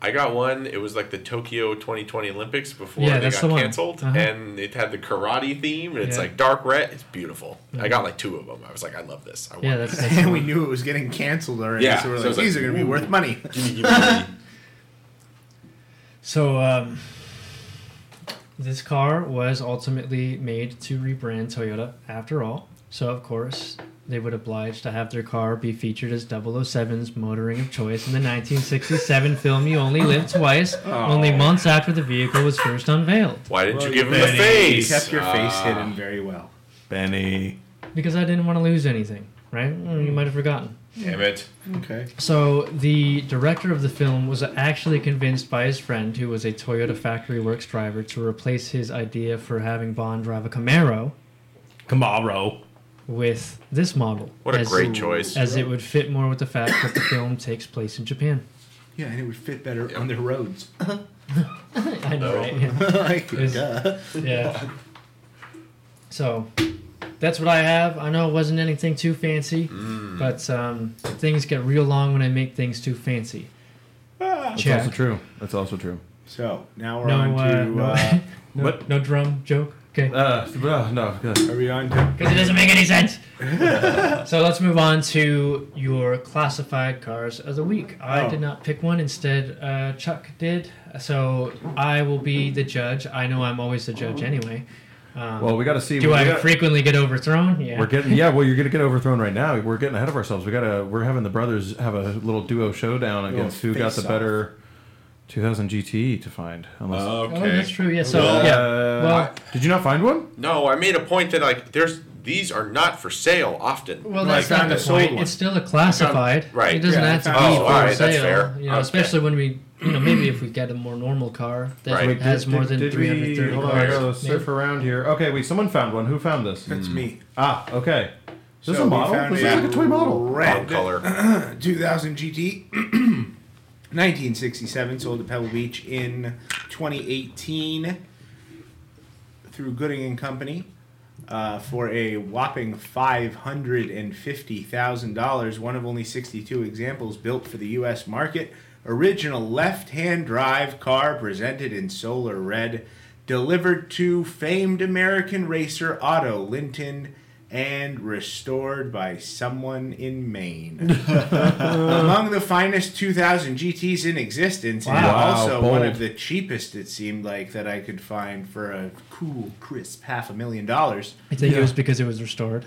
[SPEAKER 4] I got one. It was like the Tokyo 2020 Olympics before
[SPEAKER 1] Yeah,
[SPEAKER 4] they
[SPEAKER 1] that's
[SPEAKER 4] got
[SPEAKER 1] the one.
[SPEAKER 4] canceled,
[SPEAKER 1] Uh-huh.
[SPEAKER 4] and it had the karate theme, and it's
[SPEAKER 1] Yeah.
[SPEAKER 4] like dark red. It's beautiful.
[SPEAKER 1] Yeah.
[SPEAKER 4] I got like two of them. I was like, I love this. I want
[SPEAKER 1] yeah that's,
[SPEAKER 4] this.
[SPEAKER 1] that's the
[SPEAKER 2] and we
[SPEAKER 1] one.
[SPEAKER 2] knew it was getting canceled already,
[SPEAKER 4] Yeah,
[SPEAKER 2] so we're
[SPEAKER 4] so
[SPEAKER 2] like,
[SPEAKER 4] it's like,
[SPEAKER 2] these are going to be
[SPEAKER 4] ooh.
[SPEAKER 2] worth money.
[SPEAKER 4] Give me, give me, give me.
[SPEAKER 1] so um, this car was ultimately made to rebrand toyota after all so of course they would oblige to have their car be featured as 007's motoring of choice in the 1967 film You Only Live Twice, only months after the vehicle was first unveiled.
[SPEAKER 4] Why didn't you give him
[SPEAKER 2] Well,
[SPEAKER 4] the
[SPEAKER 2] Benny,
[SPEAKER 4] face?
[SPEAKER 2] You kept your face
[SPEAKER 5] Ah.
[SPEAKER 2] hidden very well.
[SPEAKER 3] Benny.
[SPEAKER 1] Because I didn't want to lose anything, right? Mm, You might have forgotten.
[SPEAKER 4] Damn it!
[SPEAKER 2] Okay.
[SPEAKER 1] So the director of the film was actually convinced by his friend, who was a Toyota Factory Works driver, to replace his idea for having Bond drive a Camaro
[SPEAKER 3] Camaro.
[SPEAKER 1] with this model.
[SPEAKER 4] What a
[SPEAKER 1] as-
[SPEAKER 4] great choice.
[SPEAKER 1] As it would fit more with the fact that the film takes place in Japan.
[SPEAKER 2] Yeah, and it would fit better on their roads.
[SPEAKER 1] I know, right? Yeah.
[SPEAKER 2] like,
[SPEAKER 1] Is-
[SPEAKER 2] duh.
[SPEAKER 1] Yeah. So that's what I have. I know it wasn't anything too fancy,
[SPEAKER 4] Mm.
[SPEAKER 1] but um, things get real long when I make things too fancy.
[SPEAKER 3] That's
[SPEAKER 1] Check.
[SPEAKER 3] also true. That's also true.
[SPEAKER 2] So now we're
[SPEAKER 1] No,
[SPEAKER 2] on
[SPEAKER 1] uh,
[SPEAKER 2] to.
[SPEAKER 1] no,
[SPEAKER 2] Uh,
[SPEAKER 1] no,
[SPEAKER 3] But-
[SPEAKER 1] no drum joke. Okay.
[SPEAKER 3] Uh, no, no. good.
[SPEAKER 2] are we on to.
[SPEAKER 1] Because it doesn't make any sense. so let's move on to your classified cars of the week. I
[SPEAKER 2] Oh.
[SPEAKER 1] did not pick one. Instead, uh, Chuck did. So I will be the judge. I know I'm always the judge anyway. Um,
[SPEAKER 3] Well, we got to see.
[SPEAKER 1] do
[SPEAKER 3] we
[SPEAKER 1] I
[SPEAKER 3] got-
[SPEAKER 1] frequently get overthrown? Yeah.
[SPEAKER 3] We're getting yeah. Well, you're gonna get overthrown right now. We're getting ahead of ourselves. We gotta. We're having the brothers have a little duo showdown against who got the
[SPEAKER 5] face-off.
[SPEAKER 3] better 2000 GTE to find. Unless
[SPEAKER 1] oh,
[SPEAKER 5] Okay.
[SPEAKER 1] that's true. Yeah. So
[SPEAKER 3] Uh,
[SPEAKER 1] yeah. Well,
[SPEAKER 3] did you not find one?
[SPEAKER 4] No, I made a point that like there's these are not for sale often.
[SPEAKER 1] well,
[SPEAKER 4] Like,
[SPEAKER 1] that's not the
[SPEAKER 4] I sold
[SPEAKER 1] point.
[SPEAKER 4] one.
[SPEAKER 1] It's still a classified.
[SPEAKER 4] right.
[SPEAKER 1] It doesn't
[SPEAKER 5] Yeah,
[SPEAKER 1] have to
[SPEAKER 5] I
[SPEAKER 1] be
[SPEAKER 4] found-
[SPEAKER 1] for
[SPEAKER 4] Oh, all right,
[SPEAKER 1] sale.
[SPEAKER 4] that's fair.
[SPEAKER 1] You know,
[SPEAKER 4] Okay.
[SPEAKER 1] especially when we, you know, maybe if we get a more normal car that
[SPEAKER 4] Right. Wait,
[SPEAKER 1] has
[SPEAKER 3] did,
[SPEAKER 1] more
[SPEAKER 3] did-
[SPEAKER 1] than
[SPEAKER 3] did
[SPEAKER 1] three hundred
[SPEAKER 3] we,
[SPEAKER 1] thirty
[SPEAKER 3] Hold on, I gotta
[SPEAKER 1] cars.
[SPEAKER 3] surf around here. Okay, wait. Someone found one. Who found this?
[SPEAKER 2] That's me.
[SPEAKER 3] Ah, okay. Is this
[SPEAKER 2] So
[SPEAKER 3] a
[SPEAKER 2] we
[SPEAKER 3] model?
[SPEAKER 2] found
[SPEAKER 3] This is like a toy model.
[SPEAKER 4] wrong
[SPEAKER 2] Red
[SPEAKER 4] color.
[SPEAKER 2] 2000 GT, 1967, sold at Pebble Beach in 2018 through Gooding and Company uh, for a whopping $550,000. One of only 62 examples built for the U.S. market. Original left-hand drive car presented in solar red, delivered to famed American racer Otto Linton. And restored by someone in Maine among the finest 2000 GTs in existence, and
[SPEAKER 3] Wow.
[SPEAKER 2] also
[SPEAKER 3] Wow,
[SPEAKER 2] one
[SPEAKER 3] bold.
[SPEAKER 2] of the cheapest it seemed like that I could find for a cool, crisp half a million dollars.
[SPEAKER 1] I think
[SPEAKER 3] Yeah.
[SPEAKER 1] it was because it was restored.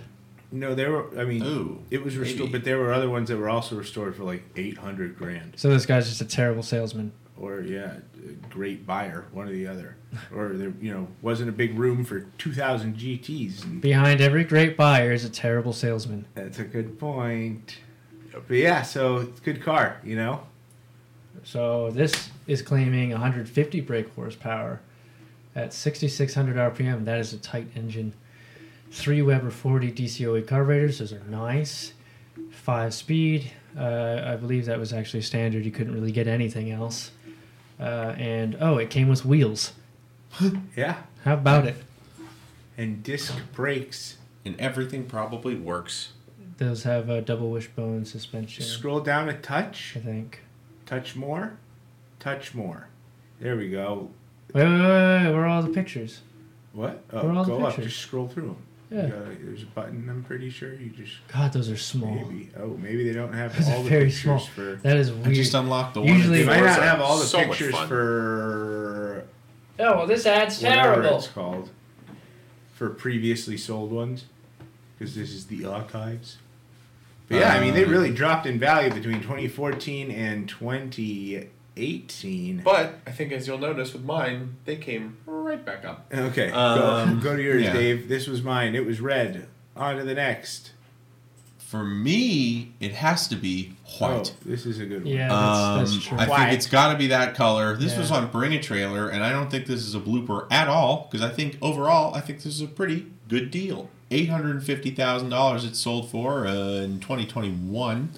[SPEAKER 2] No, there were. I mean,
[SPEAKER 5] Ooh,
[SPEAKER 2] it was restored,
[SPEAKER 5] maybe.
[SPEAKER 2] but there were other ones that were also restored for like 800 grand,
[SPEAKER 1] So this guy's just a terrible salesman.
[SPEAKER 2] or yeah, a great buyer, one or the other, or there, you know, wasn't a big room for 2000 GTs. And
[SPEAKER 1] Behind every great buyer is a terrible salesman.
[SPEAKER 2] that's a good point. But yeah, so it's a good car, you know.
[SPEAKER 1] So this is claiming 150 brake horsepower at 6,600 RPM. That is a tight engine. Three Weber 40 DCOE carburetors. E Those are nice. Five speed. Uh, I believe that was actually standard. You couldn't really get anything else. Uh, and oh, it came with wheels.
[SPEAKER 2] Yeah,
[SPEAKER 1] How about it?
[SPEAKER 2] and disc brakes.
[SPEAKER 5] And everything probably works.
[SPEAKER 1] Those have a double wishbone suspension.
[SPEAKER 2] Scroll down a touch.
[SPEAKER 1] I think.
[SPEAKER 2] Touch more. Touch more. There we go.
[SPEAKER 1] Wait, wait, wait, wait. Where are all the pictures?
[SPEAKER 2] What?
[SPEAKER 1] Where are
[SPEAKER 2] Oh,
[SPEAKER 1] all the
[SPEAKER 2] go up.
[SPEAKER 1] pictures?
[SPEAKER 2] Just scroll through them.
[SPEAKER 1] Yeah.
[SPEAKER 2] there's a button. I'm pretty sure you just
[SPEAKER 1] God, those are small.
[SPEAKER 2] maybe. Oh, maybe they don't have
[SPEAKER 1] Those
[SPEAKER 2] all
[SPEAKER 1] are
[SPEAKER 2] the
[SPEAKER 1] very
[SPEAKER 2] pictures
[SPEAKER 1] small.
[SPEAKER 2] for.
[SPEAKER 1] That is
[SPEAKER 5] I
[SPEAKER 1] weird.
[SPEAKER 5] just unlocked the
[SPEAKER 1] Usually-
[SPEAKER 2] They
[SPEAKER 1] These
[SPEAKER 5] one.
[SPEAKER 2] might
[SPEAKER 4] ones
[SPEAKER 2] not
[SPEAKER 4] are
[SPEAKER 2] have all the
[SPEAKER 4] so much
[SPEAKER 2] pictures
[SPEAKER 4] fun.
[SPEAKER 2] for
[SPEAKER 1] Oh well, this ad's
[SPEAKER 2] whatever
[SPEAKER 1] terrible.
[SPEAKER 2] it's called. For previously sold ones, because this is the archives. But yeah, I mean
[SPEAKER 4] Um,
[SPEAKER 2] they really dropped in value between 2014 and 2018.
[SPEAKER 4] But I think as you'll notice with mine, they came right back up.
[SPEAKER 2] Okay,
[SPEAKER 5] Um,
[SPEAKER 2] go, go to yours,
[SPEAKER 5] yeah.
[SPEAKER 2] Dave. This was mine. It was red. On to the next.
[SPEAKER 5] For me, it has to be white.
[SPEAKER 2] Oh, this is a good one.
[SPEAKER 1] Yeah, that's,
[SPEAKER 5] Um,
[SPEAKER 1] that's true.
[SPEAKER 5] I
[SPEAKER 2] White.
[SPEAKER 5] think it's got to be that color. This
[SPEAKER 1] Yeah.
[SPEAKER 5] was on Bring a Trailer, and I don't think this is a blooper at all because I think overall, I think this is a pretty good deal. Eight hundred and fifty thousand dollars it sold for uh, in twenty twenty one.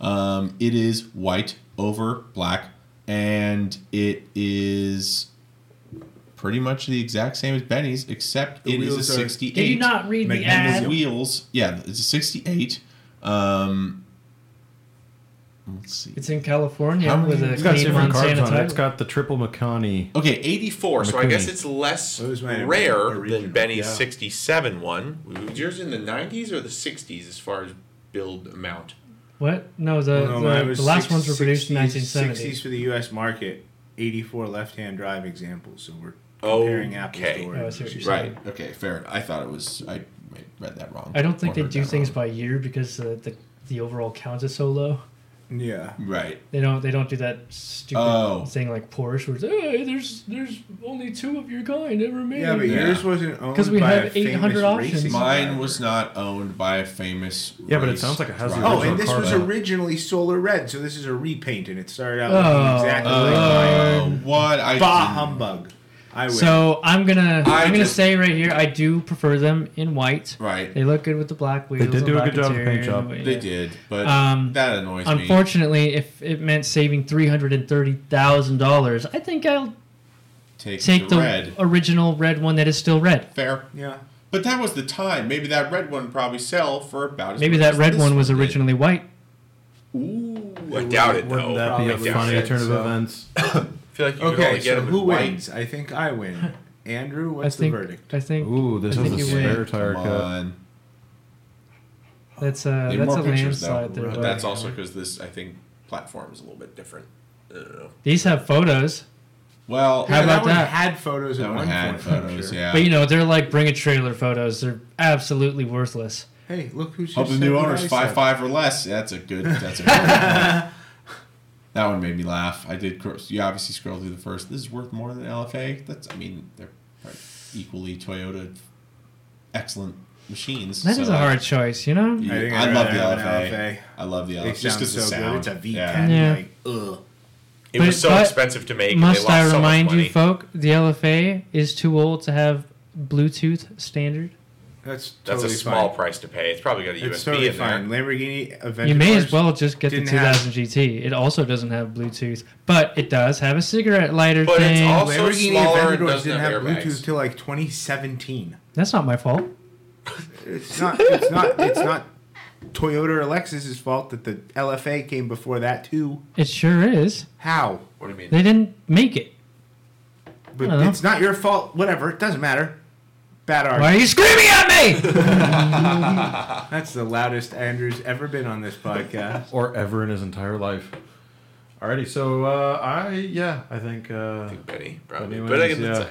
[SPEAKER 5] Um, it is white over black, and it is pretty much the exact same as Benny's, except
[SPEAKER 2] The
[SPEAKER 5] it is a
[SPEAKER 2] wheels are-
[SPEAKER 5] sixty eight.
[SPEAKER 1] Did you not read the
[SPEAKER 2] Magnesium.
[SPEAKER 5] And
[SPEAKER 1] ad?
[SPEAKER 5] the wheels, yeah, it's a sixty-eight. Um, let's see.
[SPEAKER 1] It's in California
[SPEAKER 5] How many-
[SPEAKER 1] with a
[SPEAKER 3] It's got
[SPEAKER 1] clean
[SPEAKER 3] different carbs
[SPEAKER 1] Montana
[SPEAKER 3] on it. It's
[SPEAKER 1] title.
[SPEAKER 3] got the triple Macani.
[SPEAKER 5] Okay, eight.
[SPEAKER 4] 84, so I
[SPEAKER 3] McCooney.
[SPEAKER 4] guess it's less
[SPEAKER 2] Those might have
[SPEAKER 4] rare
[SPEAKER 2] been original,
[SPEAKER 4] than Benny's
[SPEAKER 2] yeah.
[SPEAKER 4] 67 one. Was yours in the 90s or the 60s as far as build amount?
[SPEAKER 1] What? No, the,
[SPEAKER 2] Well, no,
[SPEAKER 1] the,
[SPEAKER 2] mine Oh, was
[SPEAKER 1] the last
[SPEAKER 2] six-
[SPEAKER 1] ones were produced in
[SPEAKER 2] 60s
[SPEAKER 1] 1970.
[SPEAKER 2] for the U.S. market, 84 left-hand drive examples. So we're
[SPEAKER 4] Oh,
[SPEAKER 2] comparing apples
[SPEAKER 4] okay.
[SPEAKER 1] Oh,
[SPEAKER 2] to
[SPEAKER 1] I see what
[SPEAKER 2] oranges.
[SPEAKER 1] you're saying.
[SPEAKER 5] Right. Okay. Fair. I thought it was. I I read that wrong.
[SPEAKER 1] I don't think
[SPEAKER 5] Or
[SPEAKER 1] they
[SPEAKER 5] heard
[SPEAKER 1] do
[SPEAKER 5] that
[SPEAKER 1] things
[SPEAKER 5] wrong.
[SPEAKER 1] by year because the, the the overall count is so low.
[SPEAKER 2] Yeah.
[SPEAKER 5] Right.
[SPEAKER 1] They don't they don't do that stupid
[SPEAKER 5] Oh.
[SPEAKER 1] thing like Porsche where it's, hey, there's there's only two of your kind ever made.
[SPEAKER 2] Yeah, but
[SPEAKER 5] Yeah.
[SPEAKER 2] yours wasn't owned
[SPEAKER 1] 'Cause we
[SPEAKER 2] by
[SPEAKER 1] have
[SPEAKER 2] a
[SPEAKER 1] 800
[SPEAKER 2] famous
[SPEAKER 1] options.
[SPEAKER 2] racing
[SPEAKER 5] Mine
[SPEAKER 2] driver.
[SPEAKER 5] was not owned by a famous.
[SPEAKER 3] Yeah, but it
[SPEAKER 5] race
[SPEAKER 3] sounds like it has the
[SPEAKER 5] driver.
[SPEAKER 2] Oh, and this
[SPEAKER 3] Original
[SPEAKER 2] was
[SPEAKER 3] car.
[SPEAKER 2] originally solar red, so this is a repaint, and it started out
[SPEAKER 1] Oh.
[SPEAKER 2] looking exactly like
[SPEAKER 5] Oh, what I
[SPEAKER 2] mine. Bah
[SPEAKER 5] didn't-
[SPEAKER 2] humbug! I win.
[SPEAKER 1] So I'm gonna I
[SPEAKER 5] I
[SPEAKER 1] am gonna
[SPEAKER 5] just-
[SPEAKER 1] say right here I do prefer them in white.
[SPEAKER 5] Right.
[SPEAKER 1] They look good with the black wheels.
[SPEAKER 3] did
[SPEAKER 1] and
[SPEAKER 3] do a
[SPEAKER 1] black
[SPEAKER 3] good job with the paint
[SPEAKER 1] interior and
[SPEAKER 3] job.
[SPEAKER 1] the-
[SPEAKER 5] They
[SPEAKER 1] yeah.
[SPEAKER 5] did, but
[SPEAKER 1] Um,
[SPEAKER 5] that annoys me.
[SPEAKER 1] Unfortunately, if it meant saving three hundred and thirty thousand dollars, I think I'll
[SPEAKER 5] Take,
[SPEAKER 1] take
[SPEAKER 5] the,
[SPEAKER 1] the
[SPEAKER 5] red.
[SPEAKER 1] original red one that is still red.
[SPEAKER 5] Fair.
[SPEAKER 2] yeah,
[SPEAKER 5] But that was the time. Maybe that red one probably sell for about as
[SPEAKER 1] Maybe
[SPEAKER 5] much
[SPEAKER 1] that
[SPEAKER 5] as
[SPEAKER 1] red
[SPEAKER 5] this
[SPEAKER 1] one was
[SPEAKER 5] did.
[SPEAKER 1] originally white.
[SPEAKER 4] Ooh, I doubt it,
[SPEAKER 3] Wouldn't
[SPEAKER 4] though.
[SPEAKER 3] that be a
[SPEAKER 4] Probably
[SPEAKER 3] funny
[SPEAKER 4] doubt it.
[SPEAKER 3] turn of
[SPEAKER 2] so.
[SPEAKER 3] events?
[SPEAKER 4] I feel like you could
[SPEAKER 2] Okay,
[SPEAKER 4] only get
[SPEAKER 2] so
[SPEAKER 4] them
[SPEAKER 2] who
[SPEAKER 4] in white.
[SPEAKER 2] wins? I think I win. Andrew, what's
[SPEAKER 1] I think.
[SPEAKER 2] the verdict?
[SPEAKER 1] I think
[SPEAKER 3] Ooh, this
[SPEAKER 1] I
[SPEAKER 3] has
[SPEAKER 1] think
[SPEAKER 3] a
[SPEAKER 1] you win.
[SPEAKER 3] spare tire
[SPEAKER 5] Come
[SPEAKER 3] cut.
[SPEAKER 5] on.
[SPEAKER 1] that's a
[SPEAKER 5] Need
[SPEAKER 1] that's a
[SPEAKER 5] more pictures, though.
[SPEAKER 1] landslide. there,
[SPEAKER 5] But
[SPEAKER 1] but-
[SPEAKER 5] that's
[SPEAKER 4] Uh,
[SPEAKER 5] also because this, I think, platform is a little bit different. I don't know.
[SPEAKER 1] these have photos.
[SPEAKER 5] Well,
[SPEAKER 1] How
[SPEAKER 2] Yeah,
[SPEAKER 1] about
[SPEAKER 2] that, one
[SPEAKER 1] that?
[SPEAKER 2] had photos at
[SPEAKER 5] that
[SPEAKER 2] one
[SPEAKER 5] one had
[SPEAKER 2] point, I'm
[SPEAKER 5] photos,
[SPEAKER 2] sure.
[SPEAKER 5] yeah.
[SPEAKER 1] But you know, they're like bring a trailer photos. They're absolutely worthless.
[SPEAKER 2] Hey, look who's
[SPEAKER 5] Hope the new owner's five five or less. That's a good. That's a good one. That one made me laugh. I did. cr- You obviously scroll through the first. This is worth more than LFA. That's. I mean, they're probably equally Toyota excellent machines.
[SPEAKER 1] That is
[SPEAKER 5] so
[SPEAKER 1] a hard choice, you know.
[SPEAKER 5] you-
[SPEAKER 2] I think
[SPEAKER 5] I,
[SPEAKER 2] I'd
[SPEAKER 5] love the
[SPEAKER 2] rather have an
[SPEAKER 5] LFA.
[SPEAKER 2] LFA.
[SPEAKER 5] I love the LFA.
[SPEAKER 2] It
[SPEAKER 5] just
[SPEAKER 2] sounds
[SPEAKER 5] because
[SPEAKER 2] so
[SPEAKER 5] the
[SPEAKER 2] good.
[SPEAKER 5] sound.
[SPEAKER 2] It's a V10.
[SPEAKER 5] Yeah.
[SPEAKER 1] Yeah.
[SPEAKER 2] Like, ugh.
[SPEAKER 4] It
[SPEAKER 1] But-
[SPEAKER 4] was so
[SPEAKER 1] but
[SPEAKER 4] expensive to make. and
[SPEAKER 1] Must
[SPEAKER 4] they lost
[SPEAKER 1] I
[SPEAKER 4] so much
[SPEAKER 1] remind
[SPEAKER 4] money.
[SPEAKER 1] you, folk, the LFA is too old to have Bluetooth standard.
[SPEAKER 2] That's
[SPEAKER 4] That's
[SPEAKER 2] totally
[SPEAKER 4] a small
[SPEAKER 2] fine.
[SPEAKER 4] price to pay. It's probably got a USB
[SPEAKER 2] It's totally
[SPEAKER 4] in there.
[SPEAKER 2] fine. Lamborghini Aventador.
[SPEAKER 1] You may as well just get the
[SPEAKER 2] didn't
[SPEAKER 1] 2000 GT. It also doesn't have Bluetooth, but it does have a cigarette lighter
[SPEAKER 4] But it's
[SPEAKER 1] thing.
[SPEAKER 4] all- Also
[SPEAKER 2] Lamborghini
[SPEAKER 4] smaller and
[SPEAKER 2] Aventadors
[SPEAKER 4] doesn't
[SPEAKER 2] didn't
[SPEAKER 4] have
[SPEAKER 2] have
[SPEAKER 4] airbags.
[SPEAKER 2] Bluetooth till like 2017.
[SPEAKER 1] That's not my fault.
[SPEAKER 2] It's not. It's not. It's not. Toyota or Lexus's fault that the LFA came before that too.
[SPEAKER 1] It sure is.
[SPEAKER 2] How?
[SPEAKER 4] What do you mean?
[SPEAKER 1] They didn't make it.
[SPEAKER 2] But
[SPEAKER 1] I don't know.
[SPEAKER 2] it's not your fault. Whatever. It doesn't matter. Bad
[SPEAKER 1] Why
[SPEAKER 2] argument.
[SPEAKER 1] are you screaming at me?
[SPEAKER 2] That's the loudest Andrew's ever been on this podcast.
[SPEAKER 3] or ever in his entire life. Alrighty, so uh, I yeah, I think. Uh,
[SPEAKER 4] Benny, probably.
[SPEAKER 3] Benny
[SPEAKER 4] But I
[SPEAKER 3] wins,
[SPEAKER 4] can
[SPEAKER 3] yeah.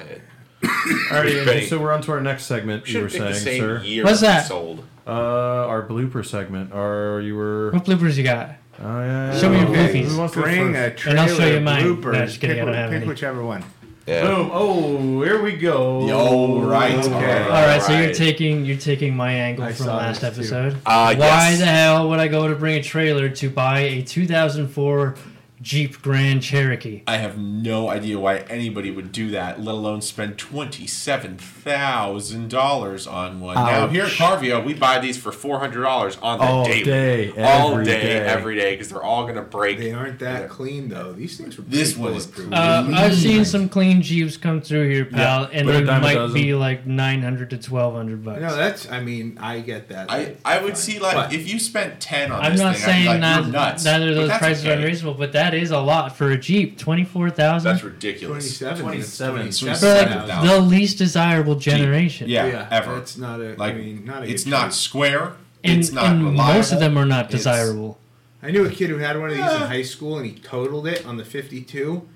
[SPEAKER 4] yeah.
[SPEAKER 3] alrighty, Andrew,
[SPEAKER 4] Benny.
[SPEAKER 3] so we're on to our next segment. You
[SPEAKER 4] Should
[SPEAKER 3] were
[SPEAKER 4] have picked the
[SPEAKER 3] saying,
[SPEAKER 4] same
[SPEAKER 3] sir,
[SPEAKER 4] year
[SPEAKER 1] What's
[SPEAKER 4] it
[SPEAKER 1] that?
[SPEAKER 4] sold.
[SPEAKER 3] uh, our blooper segment. Or you were.
[SPEAKER 1] what bloopers you got?
[SPEAKER 3] Oh, yeah, yeah,
[SPEAKER 1] Show me
[SPEAKER 3] yeah.
[SPEAKER 1] your
[SPEAKER 3] Okay,
[SPEAKER 1] goofies.
[SPEAKER 3] who wants to go
[SPEAKER 2] Bring
[SPEAKER 3] first?
[SPEAKER 2] a trailer.
[SPEAKER 1] And I'll show you mine.
[SPEAKER 2] bloopers.
[SPEAKER 1] No, just kidding, I
[SPEAKER 2] pick
[SPEAKER 1] don't
[SPEAKER 2] wh-
[SPEAKER 1] have
[SPEAKER 2] pick
[SPEAKER 1] any.
[SPEAKER 2] whichever one.
[SPEAKER 4] Yeah.
[SPEAKER 3] Boom! Oh, here we go.
[SPEAKER 5] Yo, right.
[SPEAKER 2] Okay.
[SPEAKER 1] All right, so
[SPEAKER 4] Alright.
[SPEAKER 1] you're taking you're taking my angle
[SPEAKER 2] I
[SPEAKER 1] from
[SPEAKER 2] saw
[SPEAKER 1] last
[SPEAKER 2] this, too.
[SPEAKER 1] episode.
[SPEAKER 4] Uh,
[SPEAKER 1] Why
[SPEAKER 4] yes.
[SPEAKER 1] the hell would I go to bring a trailer to buy a 2004 Jeep Grand Cherokee?
[SPEAKER 5] I have no idea why anybody would do that, let alone spend twenty seven thousand dollars on one. Now here at Carvio, we buy these for four hundred dollars on the
[SPEAKER 3] All
[SPEAKER 5] daily.
[SPEAKER 3] day,
[SPEAKER 5] all
[SPEAKER 3] every
[SPEAKER 5] day,
[SPEAKER 3] day.
[SPEAKER 5] every day, because they're all gonna break.
[SPEAKER 2] They aren't that clean though. These things were.
[SPEAKER 5] This
[SPEAKER 2] pretty
[SPEAKER 5] one is
[SPEAKER 2] bulletproof.
[SPEAKER 5] clean.
[SPEAKER 1] Uh, I've seen some clean Jeeps come through here, pal, and
[SPEAKER 3] put a
[SPEAKER 1] they
[SPEAKER 3] dime a
[SPEAKER 1] might
[SPEAKER 3] dozen.
[SPEAKER 1] be like 900 to 1200 bucks.
[SPEAKER 2] No, that's. I mean, I get that.
[SPEAKER 5] I, I would see like
[SPEAKER 2] But-
[SPEAKER 5] if you spent ten on
[SPEAKER 1] I'm
[SPEAKER 5] this
[SPEAKER 1] not
[SPEAKER 5] thing,
[SPEAKER 1] saying
[SPEAKER 5] I'd be like,
[SPEAKER 1] not-
[SPEAKER 5] You're nuts.
[SPEAKER 1] neither
[SPEAKER 5] But
[SPEAKER 1] of those
[SPEAKER 5] that's
[SPEAKER 1] prices
[SPEAKER 5] okay.
[SPEAKER 1] are unreasonable, but that is a lot for a Jeep. Twenty-four thousand
[SPEAKER 5] That's
[SPEAKER 1] for
[SPEAKER 5] ridiculous.
[SPEAKER 2] 27.
[SPEAKER 3] 27.
[SPEAKER 2] It's
[SPEAKER 5] For, like,
[SPEAKER 1] like
[SPEAKER 2] 27,000.
[SPEAKER 5] $27,000.
[SPEAKER 1] the least desirable generation.
[SPEAKER 5] Yeah,
[SPEAKER 2] Yeah,
[SPEAKER 5] ever.
[SPEAKER 2] It's not a.
[SPEAKER 5] like
[SPEAKER 2] I mean, not a.
[SPEAKER 5] it's
[SPEAKER 2] good
[SPEAKER 5] not
[SPEAKER 2] choice.
[SPEAKER 5] square.
[SPEAKER 1] and,
[SPEAKER 5] it's not
[SPEAKER 1] and
[SPEAKER 5] reliable.
[SPEAKER 1] most of them are not
[SPEAKER 5] It's-
[SPEAKER 1] desirable.
[SPEAKER 2] I knew a kid who had one of these
[SPEAKER 5] Ah.
[SPEAKER 2] in high school, and he totaled it on the 52.